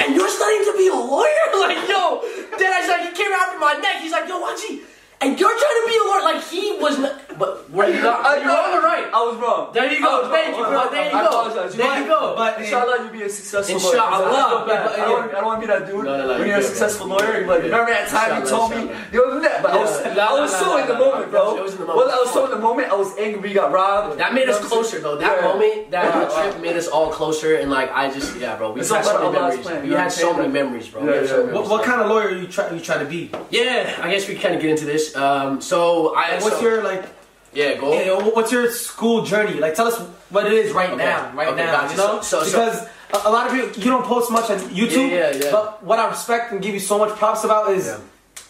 Speaker 1: and you're studying to be a lawyer? Like, no. Then I was like, he came after my neck. He's like, yo, Raji, and you're trying to be a lawyer? Like, he was not. But were you not?
Speaker 2: I
Speaker 1: You're wrong or right?
Speaker 2: I was wrong.
Speaker 1: There you go.
Speaker 2: I was
Speaker 1: Thank you,
Speaker 2: wrong. I was
Speaker 1: bro.
Speaker 2: wrong.
Speaker 1: There you
Speaker 2: I
Speaker 1: go.
Speaker 2: apologize.
Speaker 1: There
Speaker 2: might-
Speaker 1: you go.
Speaker 4: But-
Speaker 2: Inshallah, you be a successful lawyer.
Speaker 1: Inshallah.
Speaker 2: I, feel bad.
Speaker 1: But-
Speaker 2: I don't, wanna- I don't want to be that
Speaker 1: No,
Speaker 2: dude.
Speaker 1: no, no,
Speaker 2: when
Speaker 1: you're
Speaker 2: you're a
Speaker 1: good,
Speaker 2: successful
Speaker 1: bro.
Speaker 2: lawyer, you're like,
Speaker 1: You're
Speaker 2: remember that time you
Speaker 1: Inshallah,
Speaker 2: told me?
Speaker 1: inshallah.
Speaker 2: You know that, but I was,
Speaker 1: Yeah. No,
Speaker 2: I was
Speaker 1: no,
Speaker 2: so
Speaker 1: no,
Speaker 2: in the
Speaker 1: no, no.
Speaker 2: moment, bro.
Speaker 1: It was in the moment.
Speaker 2: Well, I was so in the moment. I was angry. We got robbed.
Speaker 1: That made
Speaker 2: You know
Speaker 1: us
Speaker 2: what I'm
Speaker 1: closer
Speaker 2: saying?
Speaker 1: though. That
Speaker 2: Yeah.
Speaker 1: moment, that
Speaker 2: Yeah.
Speaker 1: trip made us all closer, and like I just, yeah, bro, we
Speaker 2: It's
Speaker 1: had
Speaker 2: all
Speaker 1: so
Speaker 2: about
Speaker 1: many
Speaker 2: Allah's
Speaker 1: memories.
Speaker 2: plan,
Speaker 1: we
Speaker 2: you know what
Speaker 1: had
Speaker 2: I'm
Speaker 1: so many
Speaker 2: saying?
Speaker 1: memories, bro.
Speaker 2: Yeah,
Speaker 1: We had so
Speaker 2: yeah.
Speaker 1: many
Speaker 4: What,
Speaker 1: memories.
Speaker 4: what kind of lawyer you try you try to be?
Speaker 1: Yeah, I guess we kind of get into this. Um, so I.
Speaker 4: What's
Speaker 1: so- Oh.
Speaker 4: your like?
Speaker 1: yeah go?
Speaker 4: Hey, wh- what's your school journey? Like, tell us what it is right
Speaker 1: Okay.
Speaker 4: now, right
Speaker 1: Okay,
Speaker 4: now.
Speaker 1: gotcha.
Speaker 4: You know,
Speaker 1: So- so- so-
Speaker 4: because a, a lot of you you don't post much on YouTube.
Speaker 1: Yeah, yeah, yeah.
Speaker 4: But what I respect and give you so much props about is.
Speaker 1: Yeah.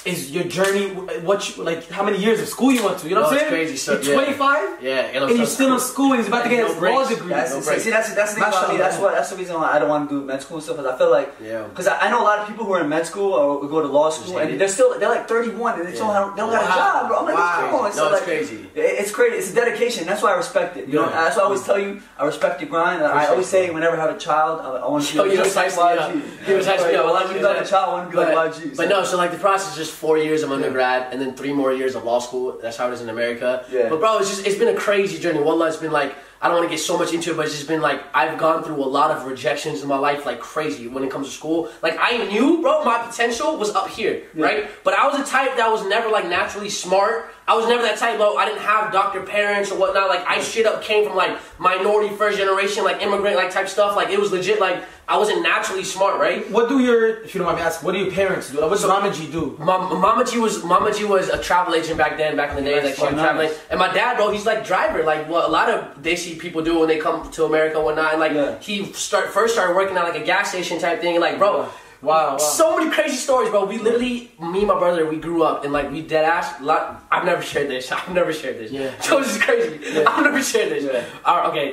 Speaker 4: Is your journey what you like? How many years of school you went to? You know
Speaker 1: No,
Speaker 4: what
Speaker 1: it's
Speaker 4: I'm saying?
Speaker 1: crazy, so- yeah.
Speaker 4: You're 25,
Speaker 1: Yeah, and, I'm
Speaker 4: and you're
Speaker 1: so-
Speaker 4: still in school, and he's about to get
Speaker 1: No
Speaker 4: his law
Speaker 1: breaks.
Speaker 4: degree.
Speaker 1: No
Speaker 2: That's,
Speaker 1: break.
Speaker 2: see, that's that's the thing about me. That's what that's the reason why I don't want to do med school and stuff. Cause I feel like,
Speaker 1: Yeah.
Speaker 2: because I, I know a lot of people who are in med school or go to law school,
Speaker 1: hate it.
Speaker 2: and they're still they're like 31 and they still
Speaker 1: Yeah.
Speaker 2: have, they don't got a
Speaker 1: Wow.
Speaker 2: job. Bro. I'm like,
Speaker 4: Wow.
Speaker 2: come on.
Speaker 1: No, it's
Speaker 2: like,
Speaker 1: crazy.
Speaker 2: it- It's crazy. It's a dedication. That's why I respect it. You know,
Speaker 1: Yeah.
Speaker 2: that's why I always tell you I respect your grind. And I
Speaker 1: Appreciate
Speaker 2: always
Speaker 1: it.
Speaker 2: say whenever I have a child, I, I want to
Speaker 1: Yo,
Speaker 2: be
Speaker 1: you
Speaker 2: just
Speaker 1: just
Speaker 2: like
Speaker 1: hyped me up.
Speaker 2: YG.
Speaker 1: You just hyped me up. I love you
Speaker 2: When you
Speaker 1: for
Speaker 2: got a
Speaker 1: that.
Speaker 2: child, I want to be like YG.
Speaker 1: But no, so like the process is just four years of undergrad and then three more years of law school. That's how it is in America.
Speaker 2: Yeah.
Speaker 1: But bro, it's just it's been a crazy journey. One life's been like I don't want to get so much into it, but it's just been like I've gone through a lot of rejections in my life, like crazy when it comes to school. Like I knew, bro, my potential was up here, right? But I was a type that was never like naturally smart. I was never that type, bro. I didn't have doctor parents or whatnot. Like I straight up came from like minority, first generation, like immigrant, like type stuff. Like it was legit. Like I wasn't naturally smart, right?
Speaker 4: What do your, if you don't mind me asking, what do your parents do? Like, what does Mama G do?
Speaker 1: Mom, Mama G was Mama G was a travel agent back then, back in the day. Like she was
Speaker 2: Nice.
Speaker 1: traveling, and my dad, bro, he's like driver, like what a lot of desi people do when they come to America and whatnot. And like
Speaker 2: Yeah.
Speaker 1: he start first started working at like a gas station type thing, and like bro.
Speaker 4: Wow, wow.
Speaker 1: So many crazy stories, bro. We literally, me and my brother, we grew up and like we dead ass. Lot, I've never shared this. I've never shared this.
Speaker 4: Yeah.
Speaker 1: So this is crazy. I've never shared this.
Speaker 2: Yeah.
Speaker 1: Our- okay,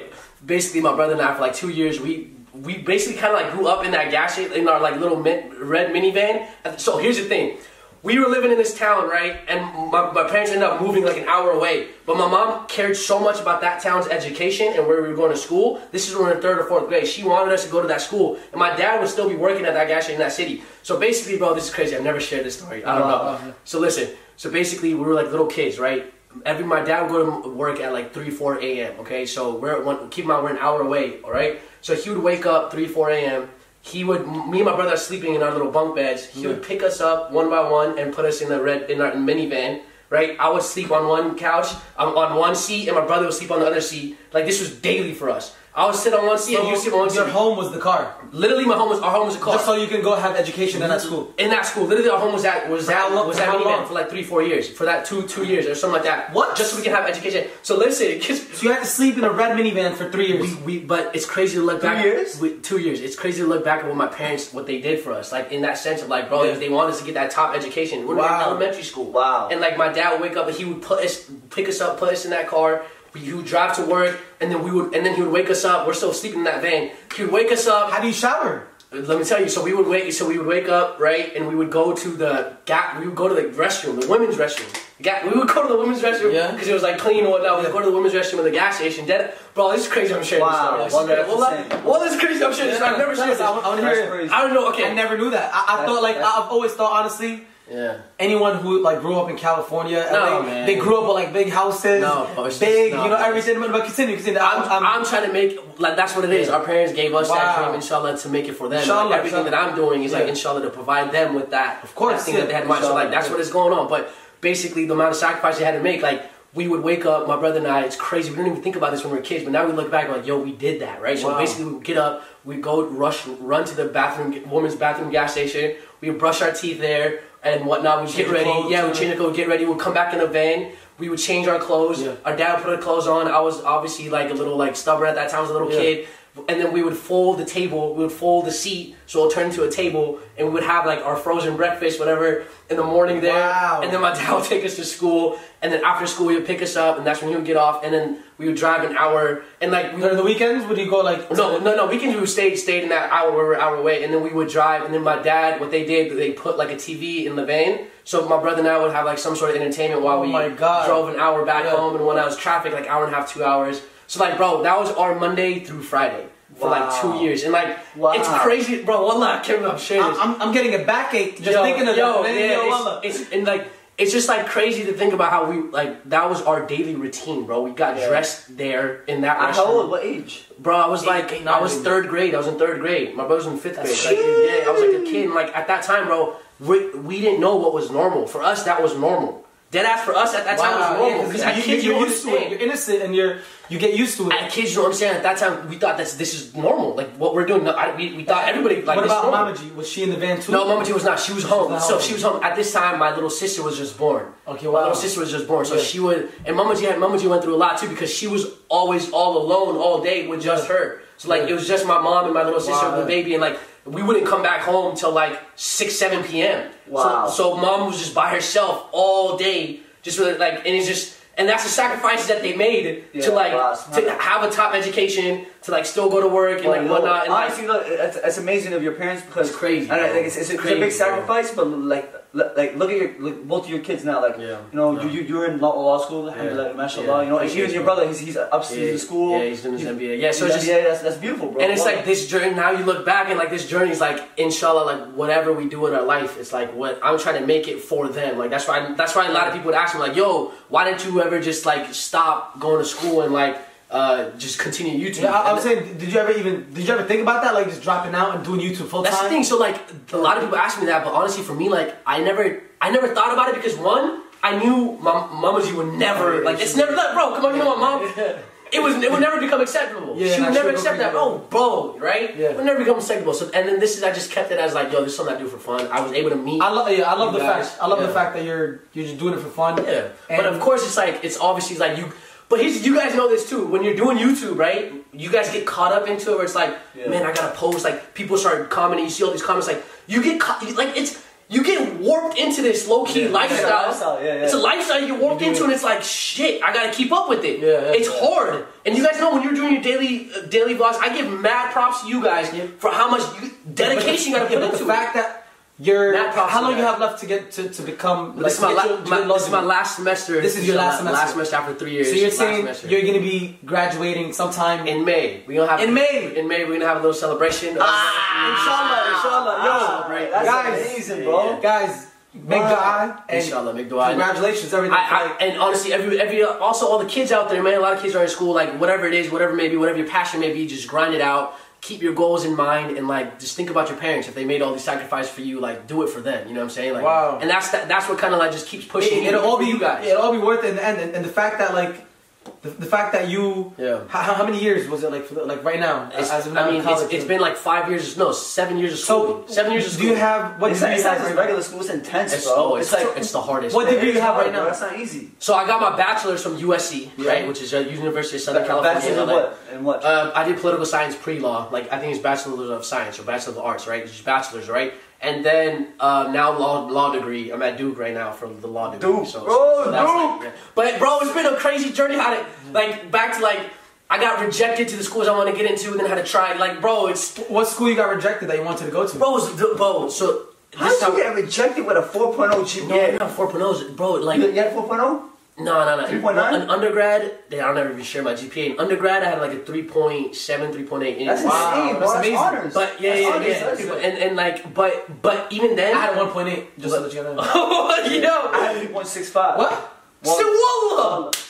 Speaker 1: basically, my brother and I for like two years, we we basically kind of like grew up in that gas station in our like little min- red minivan. So here's the thing. We were living in this town, right? And my, my parents ended up moving like an hour away. But my mom cared so much about that town's education and where we were going to school. This is when we we're in third or fourth grade. She wanted us to go to that school. And my dad would still be working at that gas station in that city. So basically, bro, this is crazy. I've never shared this story. I don't
Speaker 4: Uh-huh.
Speaker 1: know. So listen. So basically, we were like little kids, right? Every my dad would go to work at like three, four a.m. Okay, so we're one, keep in mind we're an hour away. All right, so he would wake up three, four a.m. He would me and my brother are sleeping in our little bunk beds. He would pick us up one by one and put us in the red in our minivan. Right, I would sleep on one couch, um, on one seat, and my brother would sleep on the other seat. Like this was daily for us. I would sit on one seat, and you sit on one
Speaker 4: your
Speaker 1: seat.
Speaker 4: home was the car,
Speaker 1: Literally, my home was our home was a car.
Speaker 4: just so you can go have education and at school.
Speaker 1: In that school, literally, our home was that was that
Speaker 4: how long-
Speaker 1: was
Speaker 4: for
Speaker 1: that
Speaker 4: how
Speaker 1: minivan
Speaker 4: long?
Speaker 1: for like three, four years, for that two, two years or something like that.
Speaker 4: What?
Speaker 1: Just so we can have education. So listen, 'cause
Speaker 4: So you had to sleep in a red minivan for three years.
Speaker 1: we, we, but it's crazy to look back.
Speaker 2: years?
Speaker 1: We, two years. It's crazy to look back at what my parents, what they did for us. Like in that sense of like, bro,
Speaker 4: Yeah.
Speaker 1: they wanted us to get that top education. When we were in
Speaker 4: Wow.
Speaker 1: elementary school.
Speaker 2: Wow.
Speaker 1: And like my dad would wake up and he would put us, pick us up, put us in that car. We, he would drive to work, and then we would, and then he would wake us up. We're still sleeping in that van. He would wake us up.
Speaker 4: How do you shower?
Speaker 1: Let me tell you. So we would wait. So we would wake up, right, and we would go to the gap. We would go to the restroom, the women's restroom. Ga- we would go to the women's restroom
Speaker 4: Yeah.
Speaker 1: because it was like clean and whatnot. We'd go to the women's restroom at the gas station. Dead, bro. This is crazy. I'm sharing
Speaker 2: Wow,
Speaker 1: this
Speaker 2: well,
Speaker 1: story.
Speaker 2: that's
Speaker 1: Well, like,
Speaker 2: insane.
Speaker 1: well, this is crazy. I'm sharing this. I've never
Speaker 4: Tell
Speaker 1: shared
Speaker 4: us,
Speaker 1: this.
Speaker 4: I want, I want to
Speaker 2: That's
Speaker 4: hear.
Speaker 2: crazy.
Speaker 4: it.
Speaker 1: I don't know. Okay,
Speaker 4: I never knew that. I, I
Speaker 2: That's-
Speaker 4: thought like
Speaker 2: that's-
Speaker 4: I've always thought honestly.
Speaker 1: Yeah.
Speaker 4: Anyone who like grew up in California,
Speaker 1: No,
Speaker 4: LA,
Speaker 1: man.
Speaker 4: they grew up with like big houses,
Speaker 1: No, bro, it's
Speaker 4: big,
Speaker 1: just-
Speaker 4: you know,
Speaker 1: no.
Speaker 4: everything. But continue, continue.
Speaker 1: I'm, I'm, trying to make like that's what it is. Our parents gave us that
Speaker 4: Wow.
Speaker 1: dream, inshallah, to make it for them. Like,
Speaker 4: Inshallah,
Speaker 1: everything
Speaker 4: inshallah.
Speaker 1: that I'm doing is like
Speaker 4: Yeah.
Speaker 1: inshallah to provide them with that. Of
Speaker 4: course,
Speaker 1: that thing
Speaker 4: yeah,
Speaker 1: that they had in mind. So
Speaker 4: inshallah,
Speaker 1: like that's
Speaker 4: yeah.
Speaker 1: what is going on. But basically, the amount of sacrifice they had to make, like. we would wake up, my brother and I, it's crazy. We didn't even think about this when we were kids, but now we look back like, yo, we did that, right? So
Speaker 4: Wow.
Speaker 1: basically, we would get up, we'd go rush, run to the bathroom, woman's bathroom gas station, we would brush our teeth there and whatnot, we'd
Speaker 4: Change
Speaker 1: get ready.
Speaker 4: clothes,
Speaker 1: yeah, we'd
Speaker 4: too.
Speaker 1: change our clothes, get ready, we'd come back in the van. We would change our clothes.
Speaker 4: Yeah.
Speaker 1: Our dad would put our clothes on. I was obviously like a little like stubborn at that time. I was a little
Speaker 4: Yeah.
Speaker 1: kid, and then we would fold the table. We would fold the seat so it'll turn into a table, and we would have like our frozen breakfast, whatever, in the morning there.
Speaker 4: Wow.
Speaker 1: And then my dad would take us to school, and then after school he would pick us up, and that's when he would get off, and then we would drive an hour, and like we,
Speaker 4: During the weekends, would you go like?
Speaker 1: no, no, no. Weekends we would stay stayed in that hour, we were hour away, and then we would drive. And then my dad, what they did, they put like a TV in the van, so my brother and I would have like some sort of entertainment while
Speaker 4: Oh
Speaker 1: we
Speaker 4: my God.
Speaker 1: drove an hour back
Speaker 4: Yeah.
Speaker 1: home, and when I was traffic, like hour and a half, two hours. So like, bro, that was our Monday through Friday for like
Speaker 4: Wow.
Speaker 1: two years, and like,
Speaker 2: Wow.
Speaker 1: it's crazy, bro. Wallah, Kevin, I'm sharing
Speaker 4: I'm,
Speaker 1: this.
Speaker 4: I'm, I'm getting a backache just
Speaker 1: Yo,
Speaker 4: thinking of
Speaker 1: yo,
Speaker 4: that.
Speaker 1: yeah,
Speaker 4: Yo,
Speaker 1: it's-
Speaker 4: wallah.
Speaker 1: it's, and like it's just like crazy to think about how we like that was our daily routine, bro. We got
Speaker 4: Yeah.
Speaker 1: dressed there in that.
Speaker 2: How
Speaker 1: restaurant.
Speaker 2: old? What age?
Speaker 1: Bro, I was
Speaker 4: Eight-
Speaker 1: like,
Speaker 4: eight,
Speaker 1: I
Speaker 4: nine,
Speaker 1: was
Speaker 4: maybe.
Speaker 1: third grade. I was in third grade. My brother was in fifth grade.
Speaker 4: That's
Speaker 1: Like, yeah, I was like a kid. And like at that time, bro, we, we didn't know what was normal. For us, that was normal. Deadass for us at that time was normal because
Speaker 4: yeah,
Speaker 1: at
Speaker 4: you,
Speaker 1: kids you
Speaker 4: you,
Speaker 1: don't
Speaker 4: are used to it. You're
Speaker 1: understand.
Speaker 4: innocent and you're you get used to it.
Speaker 1: At kids you don't understand. At that time, we thought that this is normal. Like what we're doing. No, I, we, we thought everybody like
Speaker 4: what
Speaker 1: this is
Speaker 4: about
Speaker 1: normal.
Speaker 4: Mama G? Was she in the van too?
Speaker 1: No, Mama G was not. She was home.
Speaker 4: not
Speaker 1: so
Speaker 4: home.
Speaker 1: she was home. At this time, my little sister was just born.
Speaker 4: Okay,
Speaker 1: My
Speaker 4: wow.
Speaker 1: little sister was just born. So
Speaker 4: Yeah.
Speaker 1: she would, and Mama G had Mama G went through a lot too because she was always all alone all day with just her. So like
Speaker 4: Yeah.
Speaker 1: it was just my mom and my little sister
Speaker 4: Wow.
Speaker 1: with the baby, and like we wouldn't come back home till like six, seven p.m.
Speaker 2: Wow.
Speaker 1: So, so mom was just by herself all day, just really like, and it's just. And that's the sacrifices that they made
Speaker 4: Yeah,
Speaker 1: to like
Speaker 2: wow,
Speaker 1: to
Speaker 2: smart.
Speaker 1: have a top education, to like still go to work and
Speaker 2: Well,
Speaker 1: like
Speaker 2: look,
Speaker 1: whatnot. And, like,
Speaker 2: honestly, look, it's, it's amazing of your parents because
Speaker 1: It's crazy,
Speaker 2: I don't know,
Speaker 1: bro.
Speaker 2: like, it's, it's,
Speaker 1: It's
Speaker 2: it's a big
Speaker 1: crazy, bro.
Speaker 2: sacrifice, but like, li- like look at your look, both of your kids now. Like,
Speaker 1: Yeah,
Speaker 2: you know,
Speaker 1: yeah.
Speaker 2: you, you you're in law, law school. Alhamdulillah, mashallah.
Speaker 1: yeah.
Speaker 2: You know,
Speaker 1: Thank
Speaker 2: and
Speaker 1: you,
Speaker 2: even your
Speaker 1: bro.
Speaker 2: brother, he's he's upstairs in school.
Speaker 1: Yeah, he's doing his
Speaker 2: He-
Speaker 1: MBA. Yeah, so
Speaker 2: he's
Speaker 1: it's just
Speaker 2: MBA, that's that's beautiful, bro.
Speaker 1: And it's
Speaker 2: Well
Speaker 1: like this journey now you look back and like this journey is like inshallah like whatever we do in our life it's like what I'm trying to make it for them like that's why that's why a lot of people would ask me like yo why didn't you ever just like stop going to school and like uh just continue YouTube
Speaker 4: Yeah, I, I
Speaker 1: And
Speaker 4: was saying, did you ever even did you ever think about that? Like just dropping out and doing YouTube full
Speaker 1: that's the
Speaker 4: time.
Speaker 1: thing so like a lot of people ask me that but honestly for me like I never I never thought about it because one I knew my mama's you would never like it's never like bro come on you know my mom It was. It would never become acceptable.
Speaker 4: Yeah,
Speaker 1: she would
Speaker 4: that's
Speaker 1: never
Speaker 4: true.
Speaker 1: accept that. Oh, bro, right?
Speaker 4: Yeah.
Speaker 1: It would never become acceptable. So, and then this is. I just kept it as like, yo, this is something I do for fun. I was able to meet.
Speaker 4: I love yeah, I love
Speaker 1: You
Speaker 4: the
Speaker 1: guys,
Speaker 4: fact I love
Speaker 1: yeah.
Speaker 4: the fact that you're you're just doing it for fun.
Speaker 1: yeah.
Speaker 4: And-
Speaker 1: But of course, it's like it's obviously like you. But here's you guys know this too. When you're doing YouTube, right? You guys get caught up into it where it's like,
Speaker 2: Yeah.
Speaker 1: man, I gotta post. Like people start commenting. You see all these comments. Like you get caught. Like it's. You get warped into this low key
Speaker 4: Yeah.
Speaker 1: lifestyle.
Speaker 2: Yeah, lifestyle, yeah, yeah.
Speaker 1: It's a lifestyle you get warped
Speaker 4: You do
Speaker 1: into,
Speaker 4: it.
Speaker 1: and it's like shit. I gotta keep up with it.
Speaker 4: Yeah, yeah,
Speaker 1: it's
Speaker 4: yeah.
Speaker 1: hard. And you guys know when you're doing your daily uh, daily vlogs, I give mad props to you guys for how much you, dedication you gotta
Speaker 4: Yeah,
Speaker 1: put
Speaker 4: but
Speaker 1: into
Speaker 4: the
Speaker 1: it.
Speaker 4: fact that you're
Speaker 1: That props
Speaker 4: how
Speaker 1: to
Speaker 4: long you
Speaker 1: that.
Speaker 4: have left to get to, to become
Speaker 1: this is my,
Speaker 4: to get
Speaker 1: la-
Speaker 4: your- to
Speaker 1: my-
Speaker 4: get law
Speaker 1: this is my
Speaker 4: degree?
Speaker 1: last semester.
Speaker 4: This is your last
Speaker 1: my
Speaker 4: semester.
Speaker 1: Last semester after three years.
Speaker 4: So you're
Speaker 1: last
Speaker 4: saying
Speaker 1: semester.
Speaker 4: you're gonna be graduating sometime
Speaker 1: in May. We're gonna have
Speaker 4: In May? Ah!
Speaker 1: In May, we're gonna have a little celebration.
Speaker 2: inshallah, inshallah, yo,
Speaker 1: Celebrate.
Speaker 2: that's
Speaker 4: Guys.
Speaker 2: amazing, bro.
Speaker 4: guys make
Speaker 2: Wow.
Speaker 4: the eye and
Speaker 1: Ah! Inshallah, make dua.
Speaker 4: congratulations everything.
Speaker 1: I,
Speaker 4: like,
Speaker 1: I, and honestly, every every also all the kids out there, man. A lot of kids are in school. Like whatever it is, whatever maybe, whatever your passion may be, just grind it out. Keep your goals in mind and like just think about your parents. If they made all these sacrifices for you, like do it for them. You know what I'm saying? Like,
Speaker 4: Wow.
Speaker 1: And that's that, that's what kind of like just keeps pushing.
Speaker 4: it, will all be
Speaker 1: you guys.
Speaker 4: It'll all be worth it in the end. And, and the fact that like the, the fact that you
Speaker 1: Yeah.
Speaker 4: how, how many years was it like for the, like right now
Speaker 1: It's-
Speaker 4: as of now
Speaker 1: I mean,
Speaker 4: in college?
Speaker 1: it's, it's been like five years. No, seven years of school.
Speaker 4: so
Speaker 1: seven years of
Speaker 4: Do
Speaker 1: school.
Speaker 4: you have what
Speaker 2: It's
Speaker 4: degree
Speaker 2: not,
Speaker 4: you
Speaker 2: it's not
Speaker 4: have
Speaker 2: just
Speaker 4: right
Speaker 2: regular school. It's intense,
Speaker 1: It's,
Speaker 2: bro.
Speaker 1: oh,
Speaker 2: it's,
Speaker 1: it's,
Speaker 2: like
Speaker 1: it's the hardest.
Speaker 4: What
Speaker 1: man.
Speaker 4: degree you have
Speaker 2: hard,
Speaker 4: right
Speaker 2: bro.
Speaker 4: now?
Speaker 2: That's not easy.
Speaker 1: So I got my bachelor's from USC,
Speaker 4: Yeah.
Speaker 1: right, which is uh, University of Southern California.
Speaker 2: Bachelor's
Speaker 1: in
Speaker 2: of
Speaker 1: LA.
Speaker 2: what? And what?
Speaker 1: Uh, I did political science pre-law. Like I think it's bachelor's of science or bachelor of arts, right? It's just bachelor's, right? And then uh, now law law degree. I'm at Duke right now for the law degree.
Speaker 2: Duke.
Speaker 1: So,
Speaker 2: Oh,
Speaker 1: so that's
Speaker 2: Duke.
Speaker 1: like- yeah. but bro, it's been a crazy journey. How to like back to like I got rejected to the schools I want to get into, and then had to try. Like bro, it's
Speaker 4: now? What school you got rejected that you wanted to go to?
Speaker 1: bro, it's, the- bro. So
Speaker 2: How did you get rejected with a 4.0
Speaker 1: no, yeah.
Speaker 2: GPA?
Speaker 1: not 4.0s, bro. Like
Speaker 2: You had oh? 4.0?
Speaker 1: No, no, no.
Speaker 2: 3.9?
Speaker 1: An undergrad, yeah, I'll never be sure my GPA. In undergrad, I had like a 3.7, 3.8.
Speaker 2: That's
Speaker 4: Wow,
Speaker 2: insane, bro.
Speaker 4: that's
Speaker 2: That's
Speaker 4: amazing.
Speaker 2: honors.
Speaker 1: But yeah,
Speaker 2: That's
Speaker 1: yeah,
Speaker 2: honors,
Speaker 1: yeah.
Speaker 2: that's
Speaker 1: So-
Speaker 2: good.
Speaker 1: And, and like, but but even then,
Speaker 4: I had 1.8. Just to let you know.
Speaker 1: Yo,
Speaker 2: I had 3.65.
Speaker 4: What?
Speaker 1: Siwala,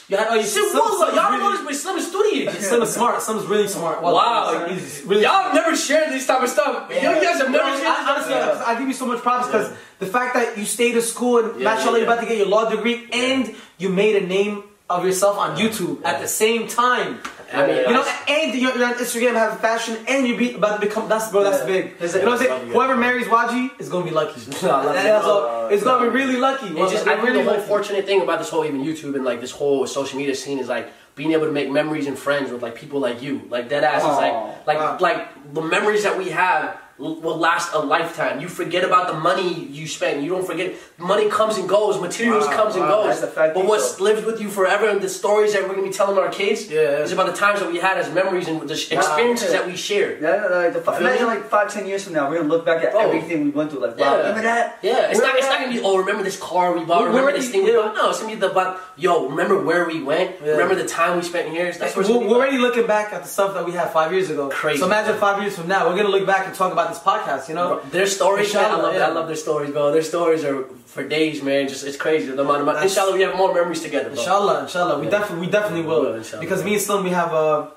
Speaker 4: You had, oh, you
Speaker 1: Siwala. Y'all don't know
Speaker 4: really,
Speaker 1: this, but Slim is studious.
Speaker 4: Slim is smart. Slim's really smart. Well,
Speaker 1: Wow,
Speaker 4: he's really.
Speaker 1: y'all never shared this type of stuff. Yo, you guys have
Speaker 4: No,
Speaker 1: never shared this
Speaker 4: I,
Speaker 1: type of
Speaker 4: honestly,
Speaker 1: stuff.
Speaker 4: I, I give you so much props because the fact that you stayed at school and
Speaker 1: Yeah,
Speaker 4: mashallah,
Speaker 1: yeah,
Speaker 4: you're about to get your law degree and you made a name of yourself on YouTube at the same time.
Speaker 1: I mean,
Speaker 4: You know, and you're, you're on Instagram having fashion, and you're be, about to become. That's bro. That's
Speaker 1: Yeah.
Speaker 4: big.
Speaker 1: There's a-
Speaker 4: you know what I'm
Speaker 1: there's
Speaker 4: saying?
Speaker 1: a-
Speaker 4: Whoever marries Waji is gonna be lucky.
Speaker 1: No, no,
Speaker 4: That's
Speaker 1: no,
Speaker 4: all. it's gonna be really lucky.
Speaker 1: It's just, I think
Speaker 4: really
Speaker 1: the whole
Speaker 4: lucky.
Speaker 1: fortunate thing about this whole even YouTube and like this whole social media scene is like being able to make memories and friends with like people like you, like dead ass is
Speaker 2: Aw,
Speaker 1: like like
Speaker 4: wow.
Speaker 1: like the memories that we have l- will last a lifetime. You forget about the money you spend. You don't forget money comes and goes, materials
Speaker 2: Wow,
Speaker 1: comes and
Speaker 2: wow,
Speaker 1: goes.
Speaker 2: that's a fact
Speaker 1: but what's
Speaker 2: though.
Speaker 1: lived with you forever and the stories that we're gonna be telling our kids
Speaker 4: Yeah.
Speaker 1: is about the times that we had as memories and the sh- experiences that we shared.
Speaker 2: Yeah, like the, fi-
Speaker 1: Feel me?
Speaker 2: imagine like five, ten years from now, we're gonna look back at
Speaker 1: Bro.
Speaker 2: everything we went through. Like, wow,
Speaker 1: Oh. Yeah.
Speaker 2: remember that?
Speaker 1: Yeah, it's
Speaker 2: Remember
Speaker 1: not. It's
Speaker 2: that?
Speaker 1: not gonna be. Oh, remember this car we bought?
Speaker 4: We're
Speaker 1: remember
Speaker 4: already-
Speaker 1: this thing we
Speaker 4: yeah.
Speaker 1: bought? No, it's gonna be the but. Yo, remember where we went?
Speaker 4: Yeah.
Speaker 1: Remember the time we spent here? That's where it's
Speaker 4: we're,
Speaker 1: gonna be
Speaker 4: we're
Speaker 1: about.
Speaker 4: already looking back at the stuff that we had five years ago.
Speaker 1: Crazy.
Speaker 4: So imagine five years from now, we're gonna look back and talk about this podcast. You know,
Speaker 1: Bro, their stories, man, I
Speaker 4: Inshallah,
Speaker 1: love,
Speaker 4: yeah.
Speaker 1: I love their stories, bro. Their stories are for days, man. Just it's crazy the amount of.
Speaker 4: That's-
Speaker 1: Inshallah, we have more memories together, bro.
Speaker 4: Inshallah, inshallah, we
Speaker 1: Yeah.
Speaker 4: definitely, we definitely
Speaker 1: We
Speaker 4: will.
Speaker 1: will, inshallah.
Speaker 4: Because me and Slim, we have a,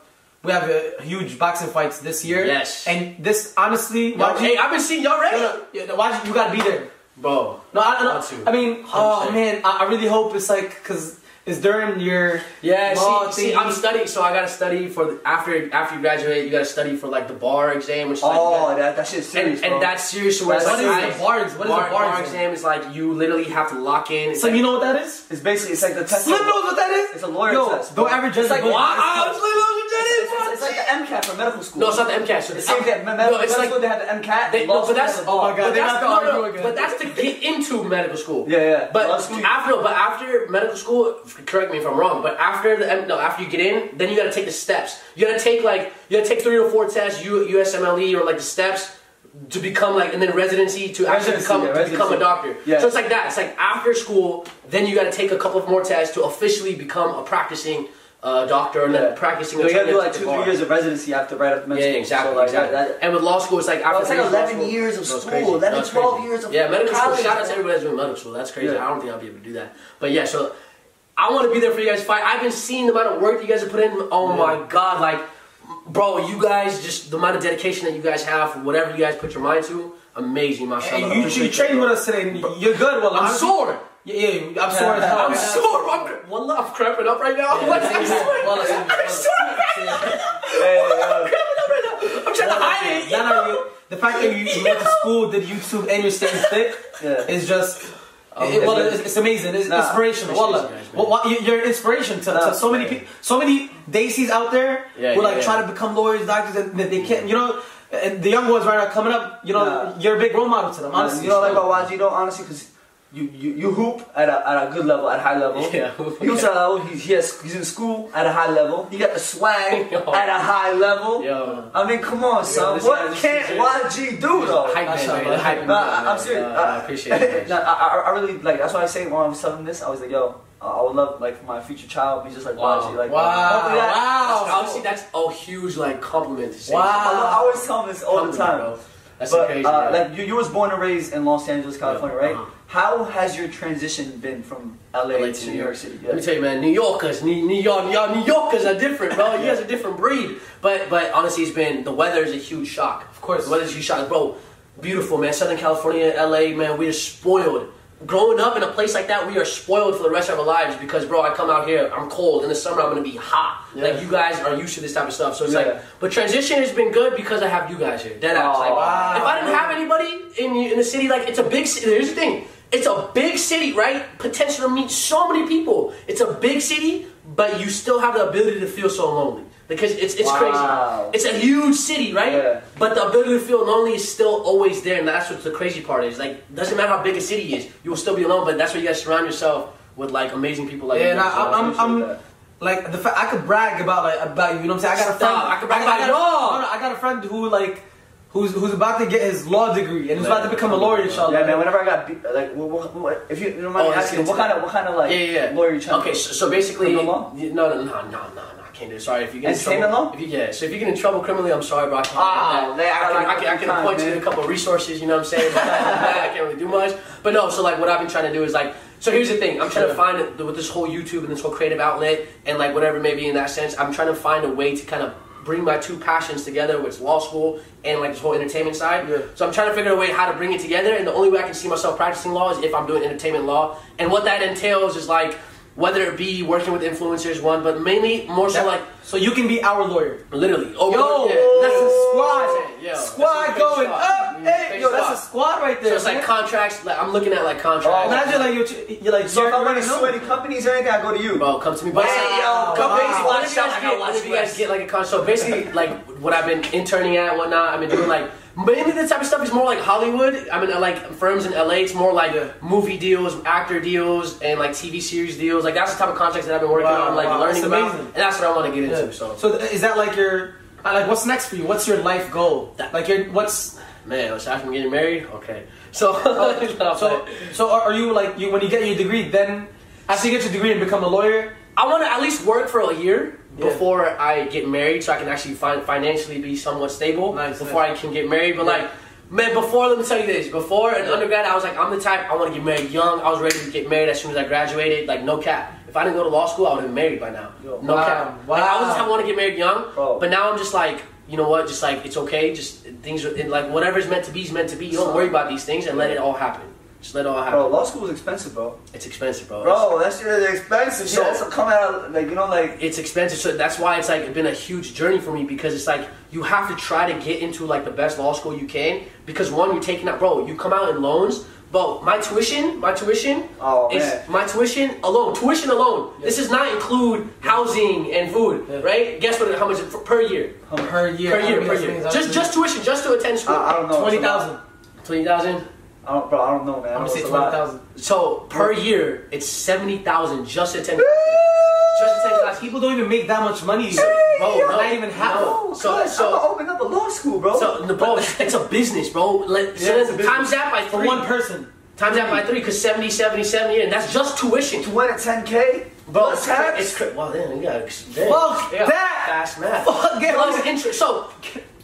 Speaker 4: we have a huge boxing fights this year.
Speaker 1: Yes.
Speaker 4: And this, honestly,
Speaker 1: Y'all-
Speaker 4: Waji,
Speaker 1: hey, I've been seeing y'all ready,
Speaker 4: no, no, Waji, you gotta be there.
Speaker 1: bro.
Speaker 4: No, I,
Speaker 1: Want to.
Speaker 4: no, I mean, oh
Speaker 1: 100%.
Speaker 4: man, I, I really hope it's like, cause it's during your
Speaker 1: Yeah,
Speaker 4: law
Speaker 1: see, see,
Speaker 4: thingy.
Speaker 1: I'm studying, so I gotta study for the, after after you graduate, you gotta study for like the bar exam, which is like you
Speaker 2: Oh,
Speaker 1: gotta-
Speaker 2: that, that shit's serious,
Speaker 1: and, and
Speaker 2: bro.
Speaker 1: that's serious. Where it's
Speaker 2: That's
Speaker 1: like,
Speaker 2: serious.
Speaker 1: guys,
Speaker 4: What is the bar- what is the bar exam?
Speaker 1: exam? Is like you literally have to lock in. It's
Speaker 4: So
Speaker 1: like-
Speaker 4: you know what that is?
Speaker 2: It's basically it's like the test.
Speaker 4: Slim knows what that is.
Speaker 2: It's a lawyer
Speaker 4: Yo,
Speaker 2: test, bro.
Speaker 4: Don't ever judge
Speaker 2: It's like,
Speaker 4: a book.
Speaker 1: wow, Slim knows what that is,
Speaker 2: It's, it's, it's like the MCAT for medical school.
Speaker 1: No, it's not the MCAT. So the
Speaker 2: It's the same thing.
Speaker 1: no,
Speaker 2: Med- medical
Speaker 1: it's like
Speaker 2: school, they have the MCAT.
Speaker 1: they,
Speaker 2: law
Speaker 1: no, but
Speaker 2: school, they
Speaker 1: that's
Speaker 2: have the law.
Speaker 4: oh my God,
Speaker 1: But
Speaker 4: they
Speaker 1: that's,
Speaker 4: have to
Speaker 1: no, no,
Speaker 4: argue again.
Speaker 1: but that's to get into medical school.
Speaker 2: Yeah, yeah.
Speaker 1: But
Speaker 2: Law school.
Speaker 1: after, but after medical school, f- correct me if I'm wrong. But after the M- no, after you get in, then you gotta take the steps. You gotta take like you gotta take three or four tests, U, USMLE E, or like the steps to become like, and then residency to actually
Speaker 2: Residency,
Speaker 1: become
Speaker 2: yeah,
Speaker 1: to become a
Speaker 2: residency.
Speaker 1: doctor.
Speaker 2: Yeah.
Speaker 1: So it's like that. It's like after school, then you gotta take a couple of more tests to officially become a practicing uh, doctor and
Speaker 2: Yeah.
Speaker 1: then practicing.
Speaker 2: So you
Speaker 1: attorney
Speaker 2: gotta do
Speaker 1: at
Speaker 2: like
Speaker 1: the
Speaker 2: two,
Speaker 1: bar.
Speaker 2: three years of residency after right after med
Speaker 1: Yeah,
Speaker 2: school.
Speaker 1: yeah, exactly.
Speaker 2: So, like,
Speaker 1: exactly.
Speaker 2: That, that,
Speaker 1: and with law school, it's like after
Speaker 2: Well, it's like
Speaker 1: three years of law school- No,
Speaker 2: 11 years of
Speaker 1: it's
Speaker 2: school,
Speaker 1: crazy. No, it's
Speaker 2: 11, 12
Speaker 1: crazy.
Speaker 2: years of
Speaker 1: yeah, medical
Speaker 2: college,
Speaker 1: school. Shout out
Speaker 2: bro.
Speaker 1: to everybody that's doing medical school. That's crazy.
Speaker 2: Yeah.
Speaker 1: I don't think I'll be able to do that. But yeah, so I want to be there for you guys. to Fight. I've been seeing the amount of work you guys have put in. Oh my god, like, bro, you guys just the amount of dedication that you guys have for whatever you guys put your mind to, amazing,
Speaker 4: Hey,
Speaker 1: mashallah.
Speaker 4: you, you,
Speaker 1: Appreciate
Speaker 4: trained
Speaker 1: that,
Speaker 4: with
Speaker 1: bro.
Speaker 4: us today. and You're good. Well,
Speaker 1: I'm
Speaker 4: honestly-
Speaker 1: sore.
Speaker 4: Yeah, yeah, I'm sore as hell.
Speaker 1: I'm sore. I'm, wallah, I'm cramping up right now. I'm like, I'm sweating.
Speaker 4: Wallah, yeah,
Speaker 1: I'm sweating right now.
Speaker 2: yeah,
Speaker 1: I'm cramping up right now. I'm trying to hide it.
Speaker 4: None of you- the fact that you, you went to school, did YouTube, and you're staying fit
Speaker 2: Yeah.
Speaker 4: is just. it- well, it's, it's amazing. It's
Speaker 2: Nah,
Speaker 4: inspirational.
Speaker 1: Oh, appreciate
Speaker 4: Wallah.
Speaker 1: you guys, man.
Speaker 4: Well, what- you- you're an inspiration to,
Speaker 2: Nah,
Speaker 4: to so many
Speaker 1: man.
Speaker 4: people. So many daisies out there
Speaker 1: Yeah,
Speaker 4: who
Speaker 1: yeah,
Speaker 4: like
Speaker 1: yeah.
Speaker 4: try to become lawyers, doctors, and they, they can't. You know, and the young ones right now coming up. You know,
Speaker 2: Nah.
Speaker 4: you're a big role model to them. Honestly,
Speaker 2: Honestly, you know, like about Waji, though, honestly, because you, you, you hoop at a, at a good level, at a high level.
Speaker 1: Yeah.
Speaker 2: He was at a level, he, he has, he's in school at a high level. He got the swag
Speaker 1: Yo.
Speaker 2: at a high level.
Speaker 1: Yo.
Speaker 2: I mean, come on, son.
Speaker 1: this
Speaker 2: what
Speaker 1: guy's-
Speaker 2: can't YG do, though?
Speaker 1: Hype man,
Speaker 4: Mashallah.
Speaker 1: man. Hype man.
Speaker 2: No, I- I'm
Speaker 1: man.
Speaker 2: serious.
Speaker 1: Uh, I appreciate it.
Speaker 2: no, I, I, I really like. That's why I say when I was telling this, I was like, "Yo, uh, I would love like for my future child be just like
Speaker 1: Wow.
Speaker 2: YG." Like,
Speaker 4: Wow.
Speaker 2: hopefully that-
Speaker 4: Wow.
Speaker 2: that's
Speaker 1: Obviously, that's a huge like compliment to say.
Speaker 4: Wow.
Speaker 2: I, I always tell him this all the
Speaker 1: Compliment,
Speaker 2: time.
Speaker 1: bro. That's
Speaker 2: but,
Speaker 1: crazy.
Speaker 2: uh,
Speaker 1: yeah.
Speaker 2: Like you, you was born and raised in Los Angeles, California, right?
Speaker 1: Uh-huh.
Speaker 2: How has your transition been from LA,
Speaker 1: LA
Speaker 2: to New York City?
Speaker 1: Let me tell you, man, New Yorkers, New, New York, New York, New Yorkers are different, bro. You
Speaker 2: Yeah.
Speaker 1: guys are different breed. But but honestly, it's been the weather is a huge shock. Of
Speaker 4: course.
Speaker 1: the weather's a huge shock, bro. Beautiful, man. Southern California, LA, man, we are spoiled. Growing up in a place like that, we are spoiled for the rest of our lives because, bro, I come out here, I'm cold. In the summer, I'm gonna be hot.
Speaker 2: Yeah.
Speaker 1: Like you guys are used to this type of stuff, so it's
Speaker 2: Yeah.
Speaker 1: like. But transition has been good because I have you guys here. Dead ass. Like,
Speaker 2: Aw.
Speaker 1: if I didn't have anybody in in the city, like it's a big city. Here's the thing: it's a big city, right? Potential to meet so many people. It's a big city, but you still have the ability to feel so lonely because it's it's
Speaker 2: Wow.
Speaker 1: crazy. It's a huge city, right?
Speaker 2: Yeah.
Speaker 1: But the ability to feel lonely is still always there, and that's what the crazy part is. Like, doesn't matter how big a city is, you will still be alone. But that's where you guys surround yourself with like amazing people like
Speaker 4: Yeah,
Speaker 1: you.
Speaker 4: and
Speaker 1: guys. So
Speaker 4: I, I'm,
Speaker 1: appreciate
Speaker 4: I'm,
Speaker 1: that.
Speaker 2: that.
Speaker 4: like the fact I could brag about like about you. You know what I'm saying? I got a friend.
Speaker 1: Stop, I could brag
Speaker 4: I got,
Speaker 1: about y'all.
Speaker 4: No, no, I got a friend who like who's who's about to get his law degree and who's about to
Speaker 1: Man,
Speaker 4: become a lawyer. Inshallah.
Speaker 2: Yeah, man. Whenever I got beat, like, what, what, what, if you, you don't mind
Speaker 1: uh, Oh,
Speaker 2: me
Speaker 1: let's
Speaker 2: asking,
Speaker 1: get
Speaker 2: what
Speaker 1: to
Speaker 2: kind
Speaker 1: that.
Speaker 2: of, what kind of like
Speaker 1: yeah, yeah, yeah.
Speaker 2: lawyer you trying?
Speaker 1: Okay, so, so basically,
Speaker 2: Criminal law?
Speaker 1: you- no, no, no, no, no, no, I can't do it. Sorry, if you get in
Speaker 2: Entertainment
Speaker 1: trouble,
Speaker 2: law?
Speaker 1: If you, yeah, so if you get in trouble criminally, I'm sorry, bro. I can't.
Speaker 2: Ah,
Speaker 1: do
Speaker 2: they- I
Speaker 1: that. I, can,
Speaker 2: like
Speaker 1: I can, I can point
Speaker 2: what you find,
Speaker 1: you to
Speaker 2: man.
Speaker 1: a couple resources. You know what I'm saying? But other than that, I can't really do much. But no, so like what I've been trying to do is like. So here's the thing. I'm trying to find it- with this whole YouTube and this whole creative outlet and like whatever it may be in that sense. I'm trying to find a way to kind of bring my two passions together, which is law school and like this whole entertainment side.
Speaker 4: Yeah.
Speaker 1: So I'm trying to figure out a way how to bring it together, and the only way I can see myself practicing law is if I'm doing entertainment law. And what that entails is like whether it be working with influencers, one, but mainly more so like
Speaker 4: so you can be our lawyer.
Speaker 1: literally. Oh,
Speaker 4: Yo,
Speaker 1: yeah.
Speaker 4: that's a
Speaker 1: Yo,
Speaker 4: squad.
Speaker 1: that's a
Speaker 4: squad
Speaker 1: big
Speaker 4: going
Speaker 1: squad.
Speaker 4: up.
Speaker 1: Mm,
Speaker 4: Hey,
Speaker 1: big
Speaker 4: yo, that's
Speaker 1: squad.
Speaker 4: a squad right there.
Speaker 1: So it's like
Speaker 4: man.
Speaker 1: contracts. Like, I'm looking at like contracts.
Speaker 4: Imagine like you're, you're like
Speaker 2: So if I
Speaker 4: Jerry
Speaker 2: want to
Speaker 4: Renault.
Speaker 2: sue any companies or anything, I go to you.
Speaker 1: Bro, come to me. But
Speaker 2: Wow.
Speaker 1: say,
Speaker 2: Wow.
Speaker 1: come
Speaker 4: Wow.
Speaker 1: basically, what if you guys
Speaker 2: Sound like I
Speaker 1: get- what
Speaker 2: watch
Speaker 1: if you guys
Speaker 2: West.
Speaker 1: get like a con? So basically, like what I've been interning at, whatnot. I've been doing like mainly this type of stuff is more like Hollywood. I mean, like firms in LA. It's more like movie deals, actor deals, and like TV series deals. Like that's the type of contracts that I've been working
Speaker 4: Wow,
Speaker 1: on, like
Speaker 4: wow,
Speaker 1: learning
Speaker 4: that's
Speaker 1: about,
Speaker 4: amazing.
Speaker 1: and that's what I want to get into.
Speaker 4: Yeah.
Speaker 1: So,
Speaker 4: So th- is that like your uh, like what's next for you? What's your life goal?
Speaker 1: That-
Speaker 4: Like your what's
Speaker 1: man, aside from getting married, okay. So,
Speaker 4: so so are, are you like you when you get your degree then after you get your degree and become a lawyer?
Speaker 1: I want to at least work for a year
Speaker 4: Yeah.
Speaker 1: before I get married, so I can actually fin- financially be somewhat stable
Speaker 4: Nice,
Speaker 1: before
Speaker 4: nice.
Speaker 1: I can get married. But
Speaker 4: Yeah.
Speaker 1: like, man, before let me tell you this: before in undergrad, I was like, I'm the type I want to get married young. I was ready to get married as soon as I graduated. Like, no cap. If I didn't go to law school, I would have been married by now.
Speaker 4: Yo,
Speaker 1: no
Speaker 4: wow,
Speaker 1: cap. Like, I was the
Speaker 4: wow.
Speaker 1: type I want to get married young.
Speaker 2: Bro.
Speaker 1: But now I'm just like, you know what? Just like it's okay. Just things are like whatever's meant to be is meant to be. You don't worry about these things and let it all happen. Just let it all happen.
Speaker 2: Bro, law school is expensive, bro.
Speaker 1: It's expensive, bro. It's-
Speaker 2: Bro, that's really expensive.
Speaker 1: So-
Speaker 2: So that's coming out like you know like
Speaker 1: it's expensive so that's why it's like been a huge journey for me because it's like you have to try to get into like the best law school you can because one you're taking out bro you come out in loans bro my tuition my tuition
Speaker 2: Oh,
Speaker 1: is
Speaker 2: man.
Speaker 1: my tuition alone tuition alone this does not include housing and food
Speaker 4: Yeah.
Speaker 1: right guess what how much for, per year
Speaker 4: Per year,
Speaker 1: Um, per year per year just just tuition just to attend school
Speaker 2: I, I don't know.
Speaker 4: twenty
Speaker 2: It's a lot.
Speaker 4: thousand.
Speaker 1: 20000
Speaker 2: I don't, bro. I don't know, man. I
Speaker 4: I'm
Speaker 2: don't
Speaker 4: gonna
Speaker 2: know,
Speaker 4: say
Speaker 2: it's a
Speaker 4: twenty
Speaker 2: lot.
Speaker 4: thousand.
Speaker 1: so per year it's 70000 just to attend just to attend class
Speaker 4: People don't even make that much money.
Speaker 1: Bro,
Speaker 2: yo,
Speaker 1: no,
Speaker 4: not even half.
Speaker 1: no.
Speaker 2: So,
Speaker 1: So,
Speaker 2: I'm
Speaker 1: so
Speaker 2: gonna open up a law school, bro.
Speaker 1: So, no, Oh, bro, it's, it's a business, bro. Let, so
Speaker 4: Yeah, it's
Speaker 1: then
Speaker 4: a business.
Speaker 1: times that by
Speaker 4: For
Speaker 1: three.
Speaker 4: one person.
Speaker 1: Times that by three, because 70, 70, 70, and that's just tuition.
Speaker 2: to win at 10k,
Speaker 1: Bro,
Speaker 2: plus
Speaker 1: it's, cra- it's
Speaker 2: tax,
Speaker 1: cra- well, then you gotta damn.
Speaker 4: Fuck
Speaker 1: Yeah,
Speaker 4: that!
Speaker 1: fast math.
Speaker 4: Fuck it.
Speaker 1: Plus interest. So,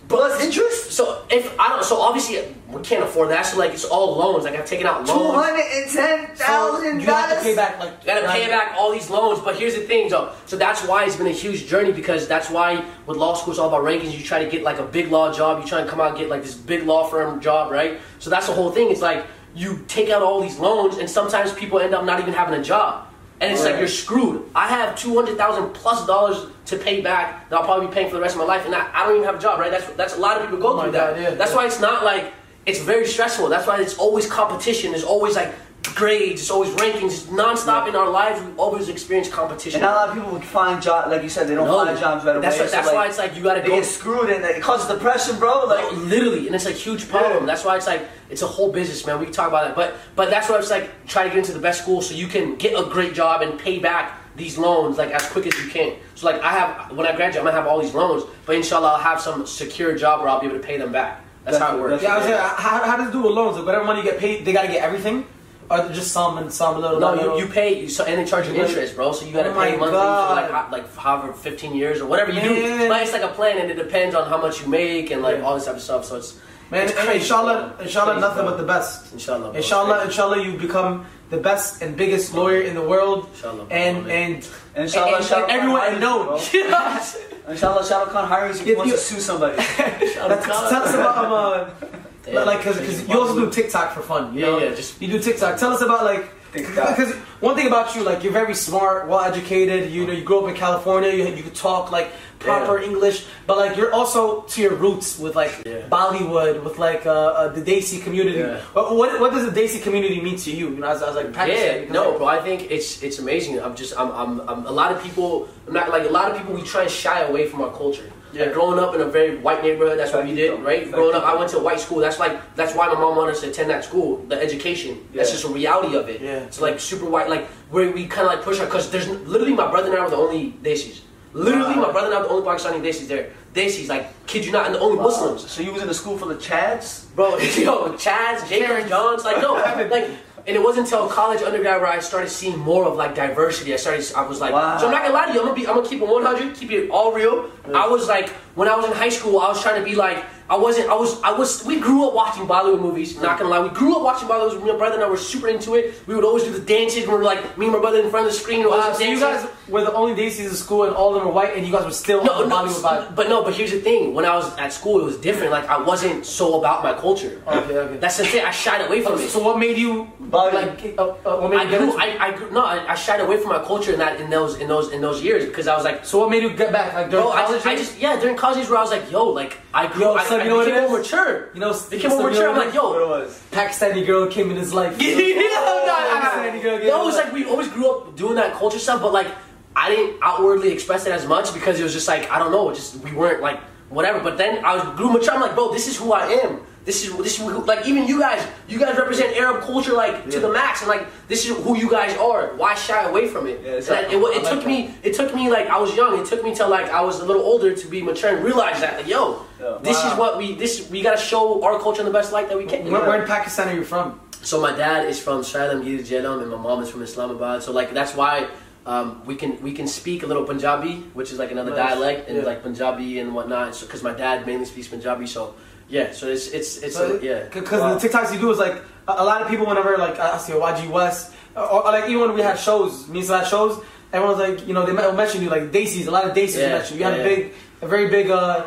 Speaker 2: plus interest,
Speaker 1: so if I don't, so obviously we can't afford that. So like, it's all loans. Like I've taken out
Speaker 2: two
Speaker 1: loans.
Speaker 2: hundred and ten
Speaker 4: So
Speaker 2: thousand
Speaker 4: You have to pay
Speaker 2: dollars.
Speaker 4: back like
Speaker 1: You gotta pay
Speaker 4: like-
Speaker 1: back all these loans, but here's the thing, though. So that's why it's been a huge journey because that's why with law school it's all about rankings. You try to get like a big law job. You try and come out and get like this big law firm job, right? So that's the whole thing. It's like you take out all these loans, and sometimes people end up not even having a job, and it's like
Speaker 2: Right.
Speaker 1: you're screwed. I have two hundred thousand plus dollars to pay back that I'll probably be paying for the rest of my life, and I, I don't even have a job, right? That's that's a lot of people go
Speaker 4: Oh my
Speaker 1: through that.
Speaker 4: God, yeah,
Speaker 1: that's
Speaker 4: yeah.
Speaker 1: why it's not like it's very stressful. That's why it's always competition. There's always like grades. It's always rankings. It's nonstop in our lives. We always experience competition.
Speaker 2: And not a lot of people would find jobs, like you said, they don't
Speaker 1: No.
Speaker 2: find jobs right away.
Speaker 1: That's, why-
Speaker 2: so,
Speaker 1: that's
Speaker 2: like,
Speaker 1: why it's like you gotta
Speaker 2: they
Speaker 1: go.
Speaker 2: get screwed and it causes depression, bro.
Speaker 1: Like,
Speaker 2: Like,
Speaker 1: literally, and it's a huge problem. That's why it's like it's a whole business, man. We can talk about that, but but that's why it's like try to get into the best school so you can get a great job and pay back these loans like as quick as you can. So like I have when I graduate, I'm gonna have all these loans, but inshallah, I'll have some secure job where I'll be able to pay them back. That's, how it works.
Speaker 4: Yeah, I was saying, how, how does it do with loans? Like whatever money you get paid, they gotta get everything, or just some and some a little.
Speaker 1: No,
Speaker 4: little?
Speaker 1: you, you pay you, so and they charge you
Speaker 4: Yeah.
Speaker 1: interest, bro. So you gotta
Speaker 4: Oh my
Speaker 1: pay monthly for like
Speaker 4: God.
Speaker 1: ho- like however fifteen years or whatever you do.
Speaker 4: Man.
Speaker 1: But it's like a plan, and it depends on how much you make and like
Speaker 4: Yeah.
Speaker 1: all this type of stuff. So it's
Speaker 4: man.
Speaker 1: it's
Speaker 4: and
Speaker 1: crazy,
Speaker 4: inshallah,
Speaker 1: bro.
Speaker 4: inshallah,
Speaker 1: Crazy,
Speaker 4: nothing
Speaker 1: bro.
Speaker 4: but the best.
Speaker 1: Inshallah, bro.
Speaker 4: Inshallah, inshallah, you become the best and biggest lawyer in the world.
Speaker 1: Inshallah, bro.
Speaker 4: and
Speaker 1: Amen.
Speaker 4: and
Speaker 2: Inshallah,
Speaker 4: and- and
Speaker 2: inshallah,
Speaker 4: everyone
Speaker 2: bro.
Speaker 4: and known. Yes.
Speaker 2: inshallah, Shah Rukh Khan hires you
Speaker 4: If
Speaker 2: once
Speaker 4: you-
Speaker 2: to sue somebody.
Speaker 1: Inshallah.
Speaker 4: Like, Tell us about um, uh,
Speaker 1: Damn,
Speaker 4: like because
Speaker 1: crazy.
Speaker 4: you also do TikTok for fun. You
Speaker 1: Yeah,
Speaker 4: know?
Speaker 1: yeah, just-
Speaker 4: you do TikTok. Tell us about like
Speaker 2: TikTok.
Speaker 4: because one thing about you, like you're very smart, well educated. You know, you grew up in California. You you could talk like proper
Speaker 1: Yeah.
Speaker 4: English, but like you're also to your roots with like
Speaker 1: Yeah.
Speaker 4: Bollywood, with like uh, uh, the Desi community.
Speaker 1: Yeah.
Speaker 4: What, what what does the Desi community mean to you? You know, as, as like practicing.
Speaker 1: Yeah, no, bro. I think it's it's amazing. I'm just I'm, I'm I'm a lot of people. I'm not like a lot of people. We try and shy away from our culture.
Speaker 4: Yeah.
Speaker 1: Like growing up in a very white neighborhood, that's what we did, right? Growing up, I went to a white school. That's like that's why my mom wanted us to attend that school. The education. That's
Speaker 2: Yeah.
Speaker 1: just a reality of it.
Speaker 4: Yeah.
Speaker 1: It's like super white. Like where we kind of like push our because there's n- literally my brother and I were the only Desis. Literally,
Speaker 2: Wow.
Speaker 1: my brother and I were the only Pakistani Desis there. Desis, like kid you not, and the only Muslims.
Speaker 2: So you was in a school full of chads?
Speaker 1: Bro, yo, Chaz, Jacob, Johns, like no, like, and it wasn't until college undergrad where I started seeing more of like diversity. I started, I was like,
Speaker 2: Wow.
Speaker 1: so I'm not gonna lie to you, I'm gonna be, I'm gonna keep it 100, keep it all real. I was like, when I was in high school, I was trying to be like, I wasn't. I was. I was. We grew up watching Bollywood movies. Not gonna lie, we grew up watching Bollywood. movies. My brother and I were super into it. We would always do the dances. We were like me and my brother in front of the screen. We would
Speaker 4: Wow,
Speaker 1: always
Speaker 4: so you
Speaker 1: dance.
Speaker 4: guys were the only Daisies in school, and all of them were white, and you guys were still
Speaker 1: No,
Speaker 4: on the
Speaker 1: no,
Speaker 4: Bollywood vibe.
Speaker 1: but no, but here's the thing. When I was at school, it was different. Like I wasn't so about my culture.
Speaker 4: Okay, okay.
Speaker 1: That's the thing. I shied away from it.
Speaker 4: So what made you
Speaker 2: Bollywood.
Speaker 4: like? Uh, uh, what made
Speaker 1: I
Speaker 4: you get
Speaker 1: grew,
Speaker 4: into it?
Speaker 1: I, I grew, no, I, I shied away from my culture in that in those in those in those years because I was like,
Speaker 4: So what made you get back? Like during
Speaker 1: bro, I
Speaker 4: college?
Speaker 1: just, I
Speaker 4: years?
Speaker 1: just yeah. During college years, where I was like, yo, like I grew,
Speaker 4: Yo,
Speaker 1: I,
Speaker 4: son,
Speaker 1: I
Speaker 4: you know what it
Speaker 1: became more
Speaker 4: is?
Speaker 1: mature.
Speaker 4: you know,
Speaker 1: became more mature. I'm like, yo,
Speaker 2: What it was.
Speaker 4: Pakistani girl came in his life.
Speaker 1: Yeah,
Speaker 4: Pakistani girl came
Speaker 1: Oh, no,
Speaker 4: in
Speaker 1: it was
Speaker 4: his
Speaker 1: like we always grew up doing that culture stuff, but like I didn't outwardly express it as much because it was just like I don't know, it just we weren't like whatever. But then I was grew mature. I'm like, bro, this is who I am. This is this is who, like even you guys, you guys represent Arab culture like to the max, and like this is who you guys are. Why shy away from it?
Speaker 2: Yeah, it's
Speaker 1: And
Speaker 2: like-
Speaker 1: that- it, wa-
Speaker 2: I
Speaker 1: it
Speaker 2: like
Speaker 1: took
Speaker 2: that.
Speaker 1: me, it took me like I was young. It took me till like I was a little older to be mature and realize that like, yo,
Speaker 2: Yeah.
Speaker 1: this
Speaker 4: Wow.
Speaker 1: is what we this we gotta show our culture in the best light that we can.
Speaker 4: Where, where in Pakistan are you from?
Speaker 1: So my dad is from Salem, Jeelam, and my mom is from Islamabad. So like that's why um, we can we can speak a little Punjabi, which is like another
Speaker 4: Nice.
Speaker 1: dialect, and
Speaker 4: Yeah.
Speaker 1: like Punjabi and whatnot. So because my dad mainly speaks Punjabi, so yeah. So it's it's it's a, yeah.
Speaker 4: Because
Speaker 2: Wow.
Speaker 4: the TikToks you do is like a, a lot of people whenever like I see a YG West or, or like even when we had shows, me and Salah had shows, everyone's like you know they men- mentioned you like Daisies, a lot of Daisies
Speaker 1: Yeah,
Speaker 4: mentioned. You had
Speaker 1: yeah.
Speaker 4: a big, a very big uh,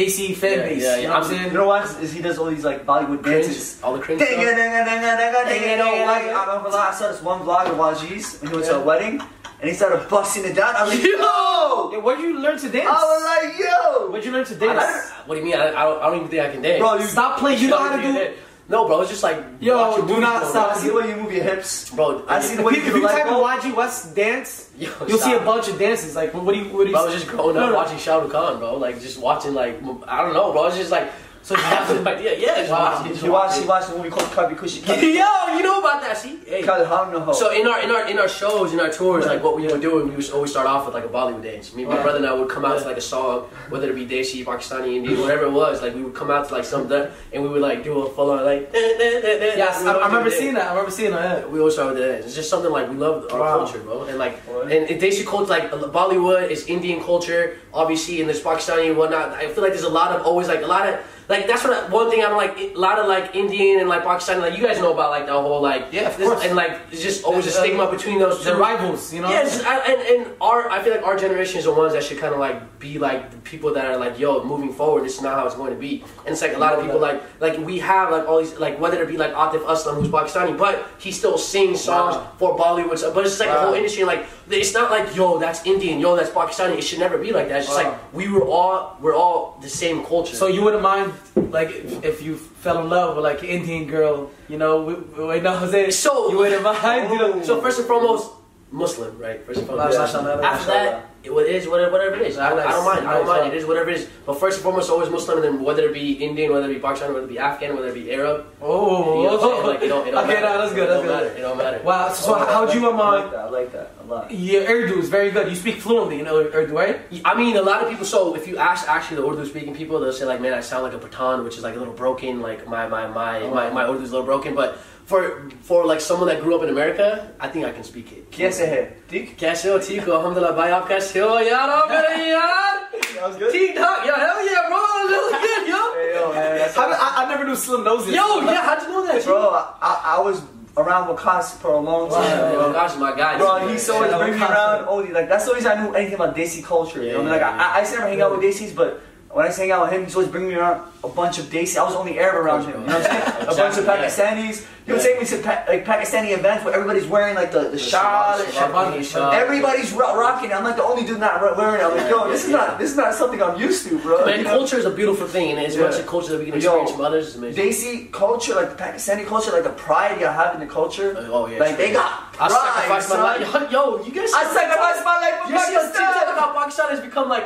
Speaker 4: Daisy fan
Speaker 1: Yeah,
Speaker 4: base.
Speaker 1: yeah,
Speaker 4: You
Speaker 1: yeah.
Speaker 4: know what I'm
Speaker 1: I'm-
Speaker 4: saying?
Speaker 2: You know what? Is he does all these like Bollywood dances.
Speaker 1: Cringe, all the cringe
Speaker 2: Dinga,
Speaker 1: stuff.
Speaker 2: dinga, dinga, dinga, dinga, you know what? I remember I saw this one vlog of YG's when he went to a
Speaker 4: Yeah.
Speaker 2: wedding and he started busting it down. I was like, yo!
Speaker 4: Yeah, where'd you learn to dance?
Speaker 2: I
Speaker 1: Oh,
Speaker 2: was like, yo!
Speaker 4: Where'd you learn to
Speaker 2: I-
Speaker 4: dance?
Speaker 1: What do you mean? I, I, don't, I don't even think I can dance.
Speaker 2: Bro, you
Speaker 4: Stop playing. You know how to
Speaker 1: Don't
Speaker 4: do.
Speaker 1: that. No, bro. It's just like
Speaker 4: Yo,
Speaker 1: watching
Speaker 4: do
Speaker 1: movies,
Speaker 4: not
Speaker 1: bro.
Speaker 4: stop.
Speaker 2: I see the way you move your hips.
Speaker 1: Bro,
Speaker 2: I see the way
Speaker 4: If
Speaker 2: you
Speaker 4: you, if
Speaker 2: do
Speaker 4: you
Speaker 2: the
Speaker 4: type
Speaker 2: light
Speaker 4: in YG
Speaker 2: bulb.
Speaker 4: West dance,
Speaker 1: Yo,
Speaker 4: you'll see a
Speaker 1: stop.
Speaker 4: bunch of dances. Like, what do you? What do you?
Speaker 1: Bro, I was just growing
Speaker 4: No,
Speaker 1: up
Speaker 4: no.
Speaker 1: watching Shah Rukh Khan, bro. Like just watching like I don't know, bro. It's just like so you have no idea. Yeah, just
Speaker 4: Wow.
Speaker 1: watching. Just
Speaker 2: You watch,
Speaker 1: watching.
Speaker 2: you watch the movie called Kabi Kushi
Speaker 1: Yo,
Speaker 2: Kabi.
Speaker 1: you know about that? See, hey.
Speaker 2: Kal Ham
Speaker 4: Oh.
Speaker 2: No Ho.
Speaker 1: So in our in our in our shows, in our tours, like what we would do, we would always start off with like a Bollywood dance. Me, and my
Speaker 4: Right.
Speaker 1: brother, and I would come out to like a song, whether it be Desi, Pakistani, Indian, whatever it was. Like we would come out to like something, and we would like do a full on like.
Speaker 4: Yes,
Speaker 1: Yes,
Speaker 4: I, I remember seeing that. I remember seeing that.
Speaker 1: We always start with the dance. It's just something like we love our
Speaker 4: Wow.
Speaker 1: culture, bro, and like
Speaker 2: Right.
Speaker 1: and, and Desi culture, like Bollywood is Indian culture, obviously, and there's Pakistani and whatnot. I feel like there's a lot of always like a lot of like that's what I, one thing I'm like a lot of like Indian and like Pakistani, like you guys know about like the whole like
Speaker 4: Yeah, of
Speaker 1: this-
Speaker 4: course.
Speaker 1: and like it's just always a
Speaker 4: There's, uh,
Speaker 1: stigma between those two.
Speaker 4: They're rivals, you know.
Speaker 1: Yes, I, and, and our I feel like our generation is the ones that should kind of like be like the people that are like, yo, moving forward, this is not how it's going to be. And it's like a lot of people like like we have like all these like whether it be like Atif Aslam who's Pakistani, but he still sings songs
Speaker 4: Wow.
Speaker 1: for Bollywood. stuff. But it's just like the
Speaker 4: Wow.
Speaker 1: whole industry like it's not like yo that's Indian, yo that's Pakistani. It should never be like that. It's just
Speaker 4: Wow.
Speaker 1: like we were all we're all the same culture.
Speaker 4: So you wouldn't mind, like, if, if you fell in love with like an Indian girl, you know? We, we know what I'm saying?
Speaker 1: So-
Speaker 4: you wouldn't mind. You know?
Speaker 1: So first and foremost, Muslim, right? First and foremost.
Speaker 4: Yeah. Mashallah,
Speaker 1: After
Speaker 2: mashallah.
Speaker 1: that, it- what it is, whatever, whatever it is. I, I don't mind. I don't
Speaker 4: Nice,
Speaker 1: mind. It is whatever it is. But first and foremost, always Muslim, and then whether it be Indian, whether it be Pakistani, whether it be Afghan, whether it be Arab. You know
Speaker 4: oh,
Speaker 1: what I'm saying? Like, it don't, it don't
Speaker 4: okay,
Speaker 1: matter.
Speaker 4: no, that's
Speaker 1: It
Speaker 4: good. That's
Speaker 1: don't
Speaker 4: good.
Speaker 1: matter. It don't matter.
Speaker 4: Wow. So, so
Speaker 2: Oh, I
Speaker 4: how'd you,
Speaker 2: like-
Speaker 4: um,
Speaker 2: I like
Speaker 4: uh,
Speaker 2: that, I like that a lot.
Speaker 4: your Urdu is very good. You speak fluently in Ur- Urdu, right?
Speaker 1: I mean, a lot of people. So if you ask actually the Urdu speaking people, they'll say like, "Man, I sound like a Pathan," which is like a little broken. Like my my my
Speaker 4: Oh.
Speaker 1: my my Urdu is a little broken. But for for like someone that grew up in America, I think I can speak it.
Speaker 2: Yes, I have. Dick?
Speaker 1: कैसे हो ठीक हो अल्हम्दुलिल्लाह भाई आप कैसे हो यार आप मेरे यार
Speaker 2: That was
Speaker 1: ठीक ठाक यार hell yeah bro look good yo
Speaker 2: Hey, yo, man. that's-
Speaker 4: I, I, I never knew Slim Noses.
Speaker 1: yo yeah how'd you know that bro
Speaker 2: Bro, I, I, I was around Wakas for a long time,
Speaker 1: oh
Speaker 2: bro.
Speaker 1: gosh my guy
Speaker 2: Bro, he's always
Speaker 4: Yeah,
Speaker 2: bringing me
Speaker 4: Wakasa.
Speaker 2: around Odie. Like, that's the reason I knew anything about Desi culture. You know,
Speaker 1: Yeah,
Speaker 2: like,
Speaker 1: yeah, yeah.
Speaker 2: I, I used to never hang out with Desis, but when I used to hang out with him, he's always bringing me around a bunch of Desi. I was the only Arab around him. You know what I'm saying? A bunch of Pakistanis. He would take me to pa- like Pakistani events where everybody's wearing like the, the shah. the shah- Everybody's ro- rocking. it. I'm like the only dude not ro- wearing it. I'm like, yo, this is not this is not something I'm used to, bro.
Speaker 1: man
Speaker 2: You know?
Speaker 1: culture is a beautiful thing and as
Speaker 2: Yeah.
Speaker 1: much as culture that we can
Speaker 2: Yo,
Speaker 1: experience from others is amazing
Speaker 2: They see culture, like the Pakistani culture, like the pride y'all have in the culture.
Speaker 1: Oh, yeah,
Speaker 2: Like
Speaker 1: true.
Speaker 2: they got
Speaker 1: I
Speaker 2: pride.
Speaker 1: sacrificed my
Speaker 2: son.
Speaker 1: life yo you guys
Speaker 2: I sacrificed my life for
Speaker 1: you see on TikTok
Speaker 2: Pakistan.
Speaker 1: how Pakistan has become like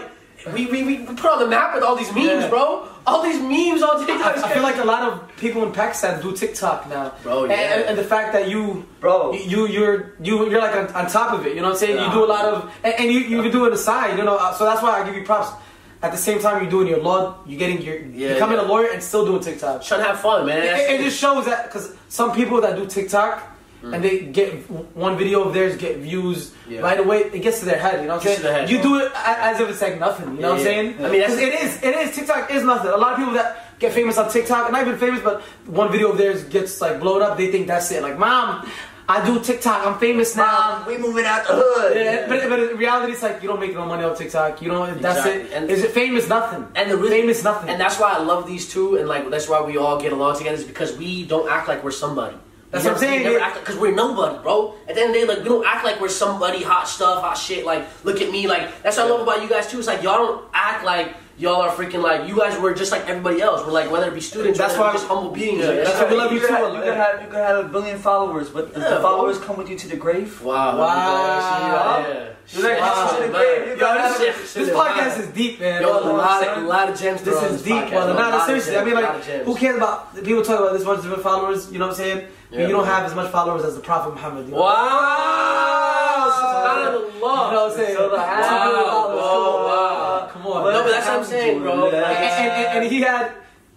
Speaker 1: we, we, we put on the map with all these memes
Speaker 4: Yeah.
Speaker 1: bro all these memes on TikTok
Speaker 4: I, I feel like a lot of people in Pakistan do TikTok now,
Speaker 1: Bro, yeah.
Speaker 4: and, and, and the fact that
Speaker 1: Oh.
Speaker 4: you,
Speaker 2: Bro.
Speaker 4: you you're you you're like on, on top of it. You know what I'm saying? You
Speaker 1: Nah.
Speaker 4: do a lot of, and, and you you can do it aside. You know, uh, so that's why I give you props. At the same time, you're doing your law, you're getting your
Speaker 1: Yeah,
Speaker 4: becoming
Speaker 1: yeah.
Speaker 4: a lawyer and still doing TikTok.
Speaker 1: trying to have fun man
Speaker 4: It,
Speaker 1: That's-
Speaker 4: it just shows that because some people that do TikTok, and they get w- one video of theirs get views
Speaker 1: Yeah.
Speaker 4: right away. It gets to their head, you know what I'm
Speaker 1: Gets
Speaker 4: saying?
Speaker 1: to the head,
Speaker 4: you
Speaker 1: bro.
Speaker 4: do it a- as if it's like nothing, you know what I'm
Speaker 1: Yeah, yeah.
Speaker 4: saying?
Speaker 1: I mean, that's-
Speaker 4: 'Cause it is, it is. TikTok is nothing. A lot of people that get famous on TikTok, and not even famous, but one video of theirs gets like blown up. They think that's it. Like, mom, I do TikTok. I'm famous now.
Speaker 2: Mom, we moving out the hood.
Speaker 4: Yeah, but, but in reality, it's like you don't make no money on TikTok. You don't. That's
Speaker 1: Exactly.
Speaker 4: it.
Speaker 1: And-
Speaker 4: is it famous? Nothing.
Speaker 1: And the reason,
Speaker 4: famous nothing.
Speaker 1: And that's why I love these two, and like that's why we all get along together is because we don't act like we're somebody.
Speaker 4: That's
Speaker 1: We
Speaker 4: what I'm
Speaker 1: never-
Speaker 4: saying,
Speaker 1: we never
Speaker 4: yeah.
Speaker 1: act Because we're nobody, bro. At the end of the day, like we don't act like we're somebody, hot stuff, hot shit. Like look at me, like that's what I love about you guys too. It's like y'all don't act like y'all are freaking like you guys were just like everybody else. We're like whether it be students,
Speaker 4: That's
Speaker 1: whether it be
Speaker 4: why-
Speaker 1: just humble beings.
Speaker 4: yeah,
Speaker 1: like,
Speaker 4: that's why we
Speaker 1: what-
Speaker 4: love you
Speaker 2: could
Speaker 4: too,
Speaker 2: have- You
Speaker 4: man.
Speaker 2: could have you could have a billion followers, but the,
Speaker 1: Yeah,
Speaker 2: the
Speaker 1: bro.
Speaker 2: followers come with you to the grave.
Speaker 1: Wow.
Speaker 4: Wow.
Speaker 1: Yeah.
Speaker 2: You're like,
Speaker 1: Wow.
Speaker 2: "This is the
Speaker 1: Wow.
Speaker 2: grave, you
Speaker 1: Yo,
Speaker 2: guys."
Speaker 1: this
Speaker 4: this
Speaker 1: shit- shit
Speaker 4: podcast
Speaker 1: wild.
Speaker 4: is deep, man.
Speaker 1: Yo, a lot,
Speaker 2: son.
Speaker 1: of, a lot of gems.
Speaker 4: This
Speaker 1: bro, on
Speaker 4: is deep,
Speaker 1: podcast,
Speaker 4: brother.
Speaker 1: bro. A
Speaker 4: Nah,
Speaker 1: lot of
Speaker 4: seriously. I
Speaker 1: gems,
Speaker 4: mean,
Speaker 1: a lot
Speaker 4: like,
Speaker 1: of gems.
Speaker 4: who cares about people talk about this much different followers? You know what I'm saying? But
Speaker 1: Yeah,
Speaker 4: you don't
Speaker 1: bro.
Speaker 4: have as much followers as the Prophet Muhammad. You know?
Speaker 1: Wow!
Speaker 4: You know what I'm saying?
Speaker 2: Wow,
Speaker 1: wow, wow.
Speaker 4: Come on.
Speaker 1: No, but that's what I'm saying, bro.
Speaker 2: Yeah.
Speaker 1: Like,
Speaker 4: and, and- and- and he had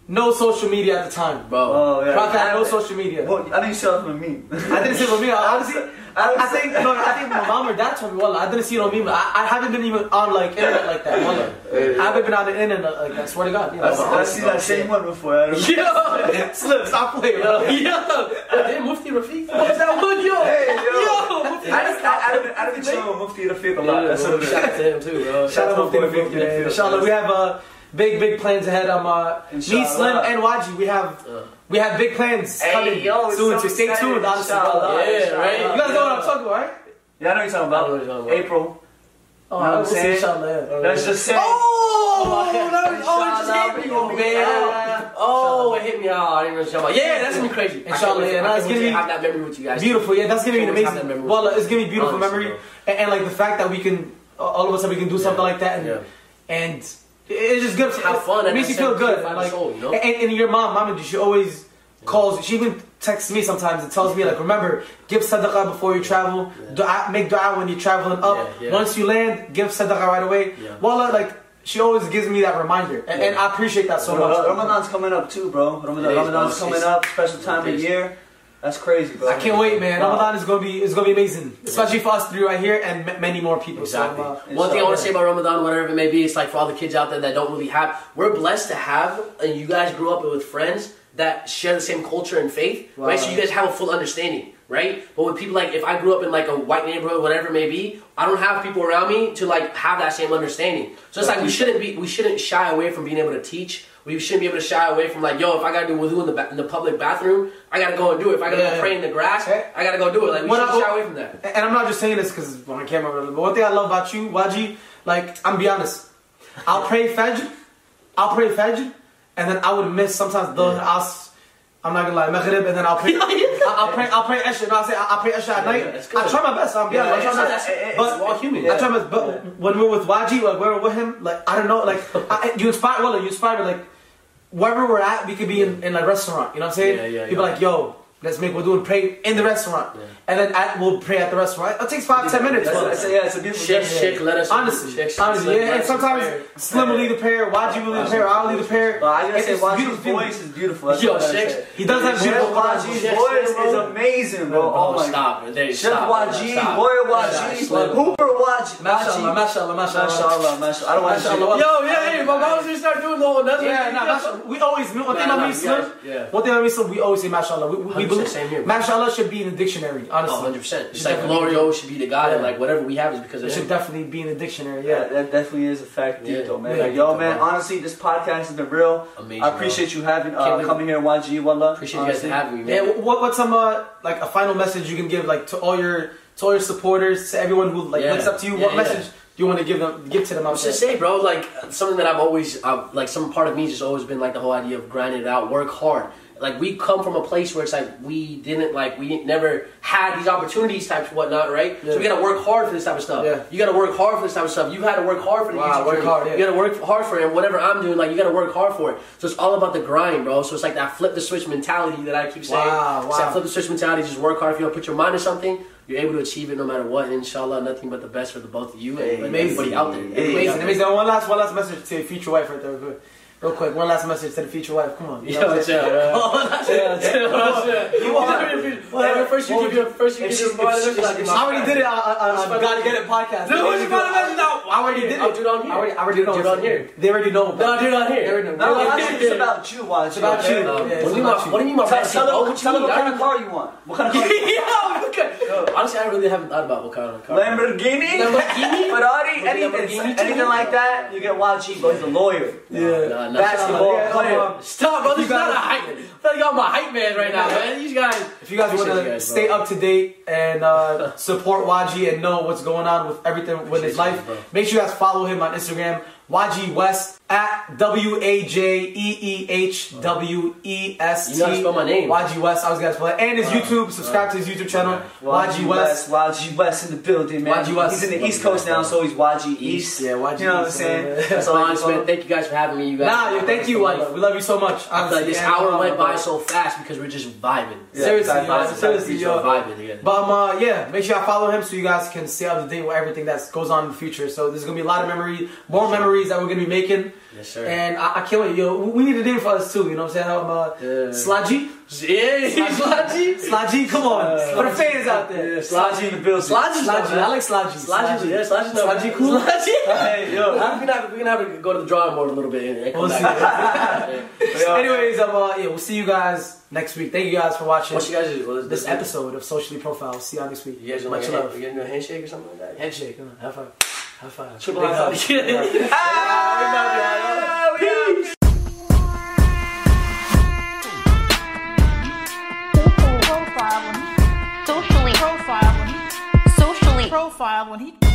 Speaker 4: no social media at the time.
Speaker 1: bro.
Speaker 2: Oh yeah.
Speaker 4: Prophet had no social media.
Speaker 2: Well, I didn't show up with me.
Speaker 4: I didn't see it on me. Honestly,
Speaker 2: I
Speaker 4: I,
Speaker 2: was-
Speaker 4: I think no, I think my mom or dad told me. Well, I didn't see it on me, but I, I haven't been even on like internet like that. Wallah. I haven't been on the internet like that. Swear to God. You know?
Speaker 2: I see- I see that same one before. I don't-
Speaker 1: Yo,
Speaker 4: Slip, stop playing.
Speaker 1: yo,
Speaker 4: bro.
Speaker 1: yo. Did Mufti Rafiq?
Speaker 4: What's that one, yo?
Speaker 2: Hey, yo.
Speaker 4: Yo,
Speaker 2: I just I, I, don't- I don't show up Mufti the Fifth a lot. That's
Speaker 1: Shout
Speaker 2: what I'm
Speaker 1: out to him too, bro.
Speaker 2: Shout out to my boy,
Speaker 4: Mufti,
Speaker 2: Mufti,
Speaker 4: man.
Speaker 2: Mufti.
Speaker 4: Inshallah, we have uh, big, big plans ahead. Um, uh, me,
Speaker 2: Inshallah.
Speaker 4: Slim, and YG, we have we have big plans
Speaker 2: Hey,
Speaker 4: coming
Speaker 2: yo, it's
Speaker 4: soon.
Speaker 2: so
Speaker 4: So stay
Speaker 2: exciting.
Speaker 4: tuned, honestly.
Speaker 2: Inshallah.
Speaker 4: wallah.
Speaker 1: Yeah,
Speaker 2: Inshallah.
Speaker 1: right?
Speaker 4: You guys know what I'm talking about, right?
Speaker 2: Yeah, I know what you're talking about.
Speaker 1: I know what you're talking about.
Speaker 2: April.
Speaker 4: Oh,
Speaker 2: Know what I'm
Speaker 4: we'll see,
Speaker 2: saying?
Speaker 4: Inshallah. yeah.
Speaker 2: Let's just say.
Speaker 4: Oh, no, oh, it
Speaker 1: Inshallah,
Speaker 4: just
Speaker 1: we
Speaker 4: hit me,
Speaker 1: gonna be
Speaker 4: man.
Speaker 1: out. Oh, it hit me out. I didn't even shout out. Yeah, that's gonna be crazy. I can't
Speaker 4: Inshallah,
Speaker 1: wait-
Speaker 4: yeah,
Speaker 1: I
Speaker 4: nah,
Speaker 1: can't
Speaker 4: it's
Speaker 1: wait
Speaker 4: gonna
Speaker 1: to
Speaker 4: be
Speaker 1: have that memory with you guys.
Speaker 4: Beautiful, yeah, that's gonna be an
Speaker 1: Always have that
Speaker 4: amazing.
Speaker 1: memory.
Speaker 4: Well, it's gonna be beautiful
Speaker 1: Honestly,
Speaker 4: memory,
Speaker 1: bro.
Speaker 4: and, and like the fact that we can, uh, all of a sudden, we can do something like that, and
Speaker 1: Yeah.
Speaker 4: and it- it's just good.
Speaker 1: Have fun,
Speaker 4: It
Speaker 1: and
Speaker 4: makes you
Speaker 1: that's
Speaker 4: feel
Speaker 1: how you
Speaker 4: good.
Speaker 1: find
Speaker 4: Like,
Speaker 1: soul, you know?
Speaker 4: and, and your mom, mama, she always calls. She even texts me sometimes and tells me like, remember, give sadaqah before you travel. Dua, make du'a when you're traveling up.
Speaker 1: Yeah, yeah.
Speaker 4: Once you land, give sadaqah right away.
Speaker 1: Yeah.
Speaker 4: Wallah, like she always gives me that reminder, and, and I appreciate that so
Speaker 2: Bro,
Speaker 4: much.
Speaker 2: Ramadan's coming up too, bro. Ramadan,
Speaker 1: It is, bro.
Speaker 2: Ramadan's coming
Speaker 1: It's-
Speaker 2: up. Special time
Speaker 1: it
Speaker 2: of
Speaker 1: is.
Speaker 2: year. That's crazy, bro.
Speaker 4: I can't wait, man.
Speaker 2: Wow.
Speaker 4: Ramadan is gonna be it's gonna be amazing, especially for us three right here and m- many more people. So,
Speaker 1: Exactly.
Speaker 4: uh,
Speaker 1: One thing I want
Speaker 4: Inshallah.
Speaker 1: to say about Ramadan, whatever it may be, it's like for all the kids out there that don't really have, we're blessed to have, and you guys grew up with friends that share the same culture and faith, right? So you guys have a full understanding, right? But with people like, if I grew up in like a white neighborhood, whatever it may be, I don't have people around me to like have that same understanding. So it's like we shouldn't be, we shouldn't shy away from being able to teach. We shouldn't be able to shy away from like, yo, if I gotta do wudu in the ba- in the public bathroom, I gotta go and do it. If I gotta
Speaker 4: Yeah,
Speaker 1: go
Speaker 4: yeah.
Speaker 1: pray in the grass,
Speaker 4: Okay.
Speaker 1: I gotta go do it. Like we
Speaker 4: What
Speaker 1: shouldn't
Speaker 4: I-
Speaker 1: shy away from that.
Speaker 4: And I'm not just saying this because on camera, but one thing I love about you, Waji, like I'm be honest, I'll pray Fajr, I'll pray Fajr, and then I would miss sometimes the I'll s- I'm not gonna lie, Maghrib, and then I'll pray. I- I'll pray. I'll pray Esha. No, I say I- I'll pray Esha at night.
Speaker 1: that's
Speaker 4: I
Speaker 1: good.
Speaker 4: try my best. I'm be
Speaker 2: Yeah,
Speaker 4: honest. I
Speaker 2: it's-
Speaker 4: try my
Speaker 2: it's-
Speaker 4: best.
Speaker 2: it's-
Speaker 4: But-
Speaker 1: We're all human.
Speaker 4: I try my best, but when we were with Waji, like we were with him, like I don't know, like I, you inspire, well, you inspire me, like wherever we're at, we could be in, in a restaurant, you know what I'm saying?
Speaker 1: Yeah, yeah,
Speaker 4: People
Speaker 1: yeah.
Speaker 4: like, yo, let's make wudu and pray in the restaurant, and then at, we'll pray at the restaurant. It takes five, ten minutes.
Speaker 2: That's,
Speaker 4: well,
Speaker 2: that's, yeah, it's a beautiful
Speaker 1: Sheikh,
Speaker 2: gesture.
Speaker 1: Sheikh, let us
Speaker 4: honestly,
Speaker 1: Sheikh,
Speaker 4: honestly,
Speaker 1: let
Speaker 4: yeah. And
Speaker 1: us-
Speaker 4: sometimes Slim will lead the pair, Waji will lead the pair, I'll lead the pair.
Speaker 2: But I gotta
Speaker 4: It's-
Speaker 2: say,
Speaker 4: it's
Speaker 2: Waji's
Speaker 4: beautiful.
Speaker 2: voice is beautiful. That's
Speaker 1: Yo,
Speaker 2: what I gotta
Speaker 1: Sheikh,
Speaker 2: say.
Speaker 4: he does have
Speaker 2: Sheikh
Speaker 4: beautiful
Speaker 2: Waji's
Speaker 1: Sheikh,
Speaker 2: voice is
Speaker 1: bro.
Speaker 2: amazing, bro. Oh my god.
Speaker 1: stop. They
Speaker 2: Chef
Speaker 1: stop.
Speaker 2: Waji,
Speaker 1: Stop.
Speaker 2: Boy
Speaker 1: Stop.
Speaker 2: Waji,
Speaker 1: Stop.
Speaker 2: Hooper Waji.
Speaker 4: Mashallah,
Speaker 2: Waji.
Speaker 4: mashallah, mashallah.
Speaker 2: Mashallah, mashallah. I don't want to
Speaker 4: Mashallah.
Speaker 2: say oh, it.
Speaker 1: Yo, yeah, hey, my mom's gonna start doing the whole nothing.
Speaker 4: Yeah, nah, mashallah. We always, one thing
Speaker 1: Nah,
Speaker 4: about
Speaker 1: nah,
Speaker 4: me,
Speaker 1: you
Speaker 4: Slim,
Speaker 1: guys- yeah.
Speaker 4: one thing about me, Slim, we always say mashallah. We, we, we
Speaker 1: 100%
Speaker 4: believe,
Speaker 1: same here, bro.
Speaker 4: mashallah should be in the dictionary, honestly.
Speaker 1: Oh, 100%. It's
Speaker 4: Should
Speaker 1: like
Speaker 4: definitely-
Speaker 1: glory always should be to God, and
Speaker 4: Yeah.
Speaker 1: like whatever we have is because of
Speaker 4: It should
Speaker 1: Him.
Speaker 4: definitely be in the dictionary,
Speaker 2: Yeah,
Speaker 4: yeah.
Speaker 2: that definitely is a fact, deep
Speaker 1: Yeah.
Speaker 2: though, man.
Speaker 4: Yeah,
Speaker 2: like, yo,
Speaker 1: deep,
Speaker 2: man,
Speaker 1: bro.
Speaker 2: honestly, this podcast has been real.
Speaker 1: Amazing,
Speaker 2: I appreciate you having
Speaker 1: Can't
Speaker 2: uh,
Speaker 1: wait.
Speaker 2: coming here, YG. Wallah.
Speaker 1: Appreciate you guys
Speaker 2: Honestly.
Speaker 1: having me,
Speaker 4: Yeah,
Speaker 1: man.
Speaker 4: wh- what, what's some uh, like a final message you can give like to all your to all your supporters, to everyone who like
Speaker 1: Yeah.
Speaker 4: looks up to you?
Speaker 1: Yeah,
Speaker 4: what
Speaker 1: yeah.
Speaker 4: message do you want to give them give to them out
Speaker 1: I was
Speaker 4: there?
Speaker 1: just say, bro, like something that I've always, uh, like some part of me's just always been like the whole idea of grinding it out, work hard. Like we come from a place where it's like we didn't like we never had these opportunities types of whatnot, right? So we
Speaker 4: Yeah.
Speaker 1: gotta work hard for this type of stuff.
Speaker 4: Yeah.
Speaker 1: You gotta work hard for this type of stuff. You had to work hard for the
Speaker 4: Wow,
Speaker 1: YouTube
Speaker 4: work
Speaker 1: journey.
Speaker 4: hard, yeah.
Speaker 1: You gotta work hard for it. And whatever I'm doing, like you gotta work hard for it. So it's all about the grind, bro. So it's like that flip the switch mentality that I keep saying.
Speaker 4: Wow,
Speaker 1: It's that
Speaker 4: wow.
Speaker 1: flip the switch mentality. Just work hard. If you don't put your mind to something, you're able to achieve it no matter what. And inshallah, nothing but the best for the both of you and
Speaker 2: Amazing.
Speaker 1: everybody out there.
Speaker 2: Yeah.
Speaker 4: amazing, amazing. One last one last message to your future wife right there. Good. Real quick, one last message to the future wife. Come on. You
Speaker 1: Yo,
Speaker 4: know what I'm
Speaker 1: chill,
Speaker 4: saying?
Speaker 1: yo. chill, chill, chill.
Speaker 2: You are.
Speaker 1: Well, first you
Speaker 2: Well,
Speaker 1: give your first you
Speaker 2: if
Speaker 1: give
Speaker 2: she-
Speaker 1: your
Speaker 2: if
Speaker 1: body.
Speaker 2: she-
Speaker 1: look like
Speaker 2: if
Speaker 1: it's
Speaker 2: she-
Speaker 4: I already did it. I, I, I, I gotta get it podcast.
Speaker 1: No, what you gotta message out?
Speaker 4: I already did it.
Speaker 1: I'll do it on here.
Speaker 4: I already, I already know.
Speaker 1: I'll do it on here.
Speaker 4: They already know.
Speaker 1: No, dude, on
Speaker 4: They already
Speaker 1: here.
Speaker 4: know.
Speaker 2: No,
Speaker 1: Yeah,
Speaker 2: actually, it's
Speaker 1: yeah.
Speaker 2: about you, Waj. It's
Speaker 4: about you.
Speaker 1: Um,
Speaker 4: Yeah, it's
Speaker 1: what do you
Speaker 4: about
Speaker 1: mean- What
Speaker 4: you.
Speaker 1: do you mean my
Speaker 2: Tell,
Speaker 1: best
Speaker 2: tell
Speaker 1: Oh,
Speaker 2: them,
Speaker 1: what you
Speaker 2: tell them
Speaker 1: mean?
Speaker 2: what
Speaker 1: I
Speaker 2: kind
Speaker 1: don't
Speaker 2: of car you want. What kind of car? You
Speaker 1: Yo, look at- Yo, Honestly, I really haven't thought about what kind of car.
Speaker 2: want? Lamborghini,
Speaker 1: Lamborghini?
Speaker 2: Ferrari,
Speaker 1: Lamborghini
Speaker 2: anything,
Speaker 1: too?
Speaker 2: anything like that. You get Waj, but he's a lawyer.
Speaker 4: Yeah.
Speaker 1: Nah, nah,
Speaker 2: Basketball
Speaker 4: Yeah,
Speaker 2: player.
Speaker 4: um,
Speaker 1: Stop, bro.
Speaker 4: You
Speaker 1: This is not a
Speaker 4: guys-
Speaker 1: hype. I feel like y'all my hype man right now, man. These guys.
Speaker 4: If you guys want
Speaker 1: Appreciate you
Speaker 4: to
Speaker 1: guys,
Speaker 4: stay
Speaker 1: bro.
Speaker 4: up to date and uh, support YG and know what's going on with everything with his
Speaker 1: Appreciate you,
Speaker 4: life,
Speaker 1: bro.
Speaker 4: make sure you guys follow him on Instagram, YG West at W A J E E H W E S T.
Speaker 1: You know how to spell my name.
Speaker 4: YG West. I was gonna spell it. And his YouTube. Subscribe to his YouTube channel, YG West.
Speaker 2: YG West in the building, man.
Speaker 4: YG West.
Speaker 2: He's in the East Coast now, so he's YG East.
Speaker 4: Yeah, YG
Speaker 2: You know what I'm
Speaker 4: East,
Speaker 2: saying?
Speaker 4: yeah.
Speaker 2: That's all I
Speaker 1: Honest,
Speaker 2: can
Speaker 1: man. Thank you guys for having me. You guys.
Speaker 4: Nah, yo, thank you,
Speaker 1: I
Speaker 4: YG. We love you so much.
Speaker 1: feel like this
Speaker 4: honestly, and-
Speaker 1: hour went by so fast because we're just vibing.
Speaker 2: Yeah,
Speaker 4: Seriously,
Speaker 2: vibing,
Speaker 4: yo,
Speaker 2: vibing,
Speaker 4: seriously,
Speaker 1: We're
Speaker 4: yo.
Speaker 1: just vibing together.
Speaker 4: But um, uh, yeah, make sure y'all follow him so you guys can stay up to date with everything that goes on in the future. So there's gonna be a lot of memory, more memories that we're gonna be making.
Speaker 1: Yes, sir.
Speaker 4: And I, I can't wait, yo. we- We need a name for us too. You know what I'm saying? Um, uh,
Speaker 1: Yeah.
Speaker 4: Sludgy,
Speaker 1: Yeah, Sludgy.
Speaker 4: Sludgy, come on, for the fans out there.
Speaker 1: Yeah,
Speaker 2: Sludgy in the building.
Speaker 4: Sludgy, Sludgy. I like Sludgy.
Speaker 1: Sludgy, yeah, Sludgy. no.
Speaker 4: Sludgy cool?
Speaker 1: Sludgy.
Speaker 2: Hey, yo.
Speaker 1: We're gonna have, we're gonna have to go to the drawing board a little bit. And come
Speaker 4: We'll
Speaker 1: back.
Speaker 4: see.
Speaker 1: Yeah.
Speaker 2: Yeah.
Speaker 4: Anyways, um, uh, yeah, we'll see you guys next week. Thank you guys for watching
Speaker 1: What you guys do? What is
Speaker 4: this episode of Socially Profile. See y'all next week.
Speaker 1: You guys
Speaker 4: Much
Speaker 1: want
Speaker 4: love.
Speaker 1: to get a handshake or something like that?
Speaker 4: Handshake. uh, High five. High five.
Speaker 1: Triple
Speaker 4: Big
Speaker 1: high
Speaker 4: hug.
Speaker 1: five. Yeah.
Speaker 2: Ah, we out.
Speaker 3: Socially profiling. Socially profiling. Socially profiling.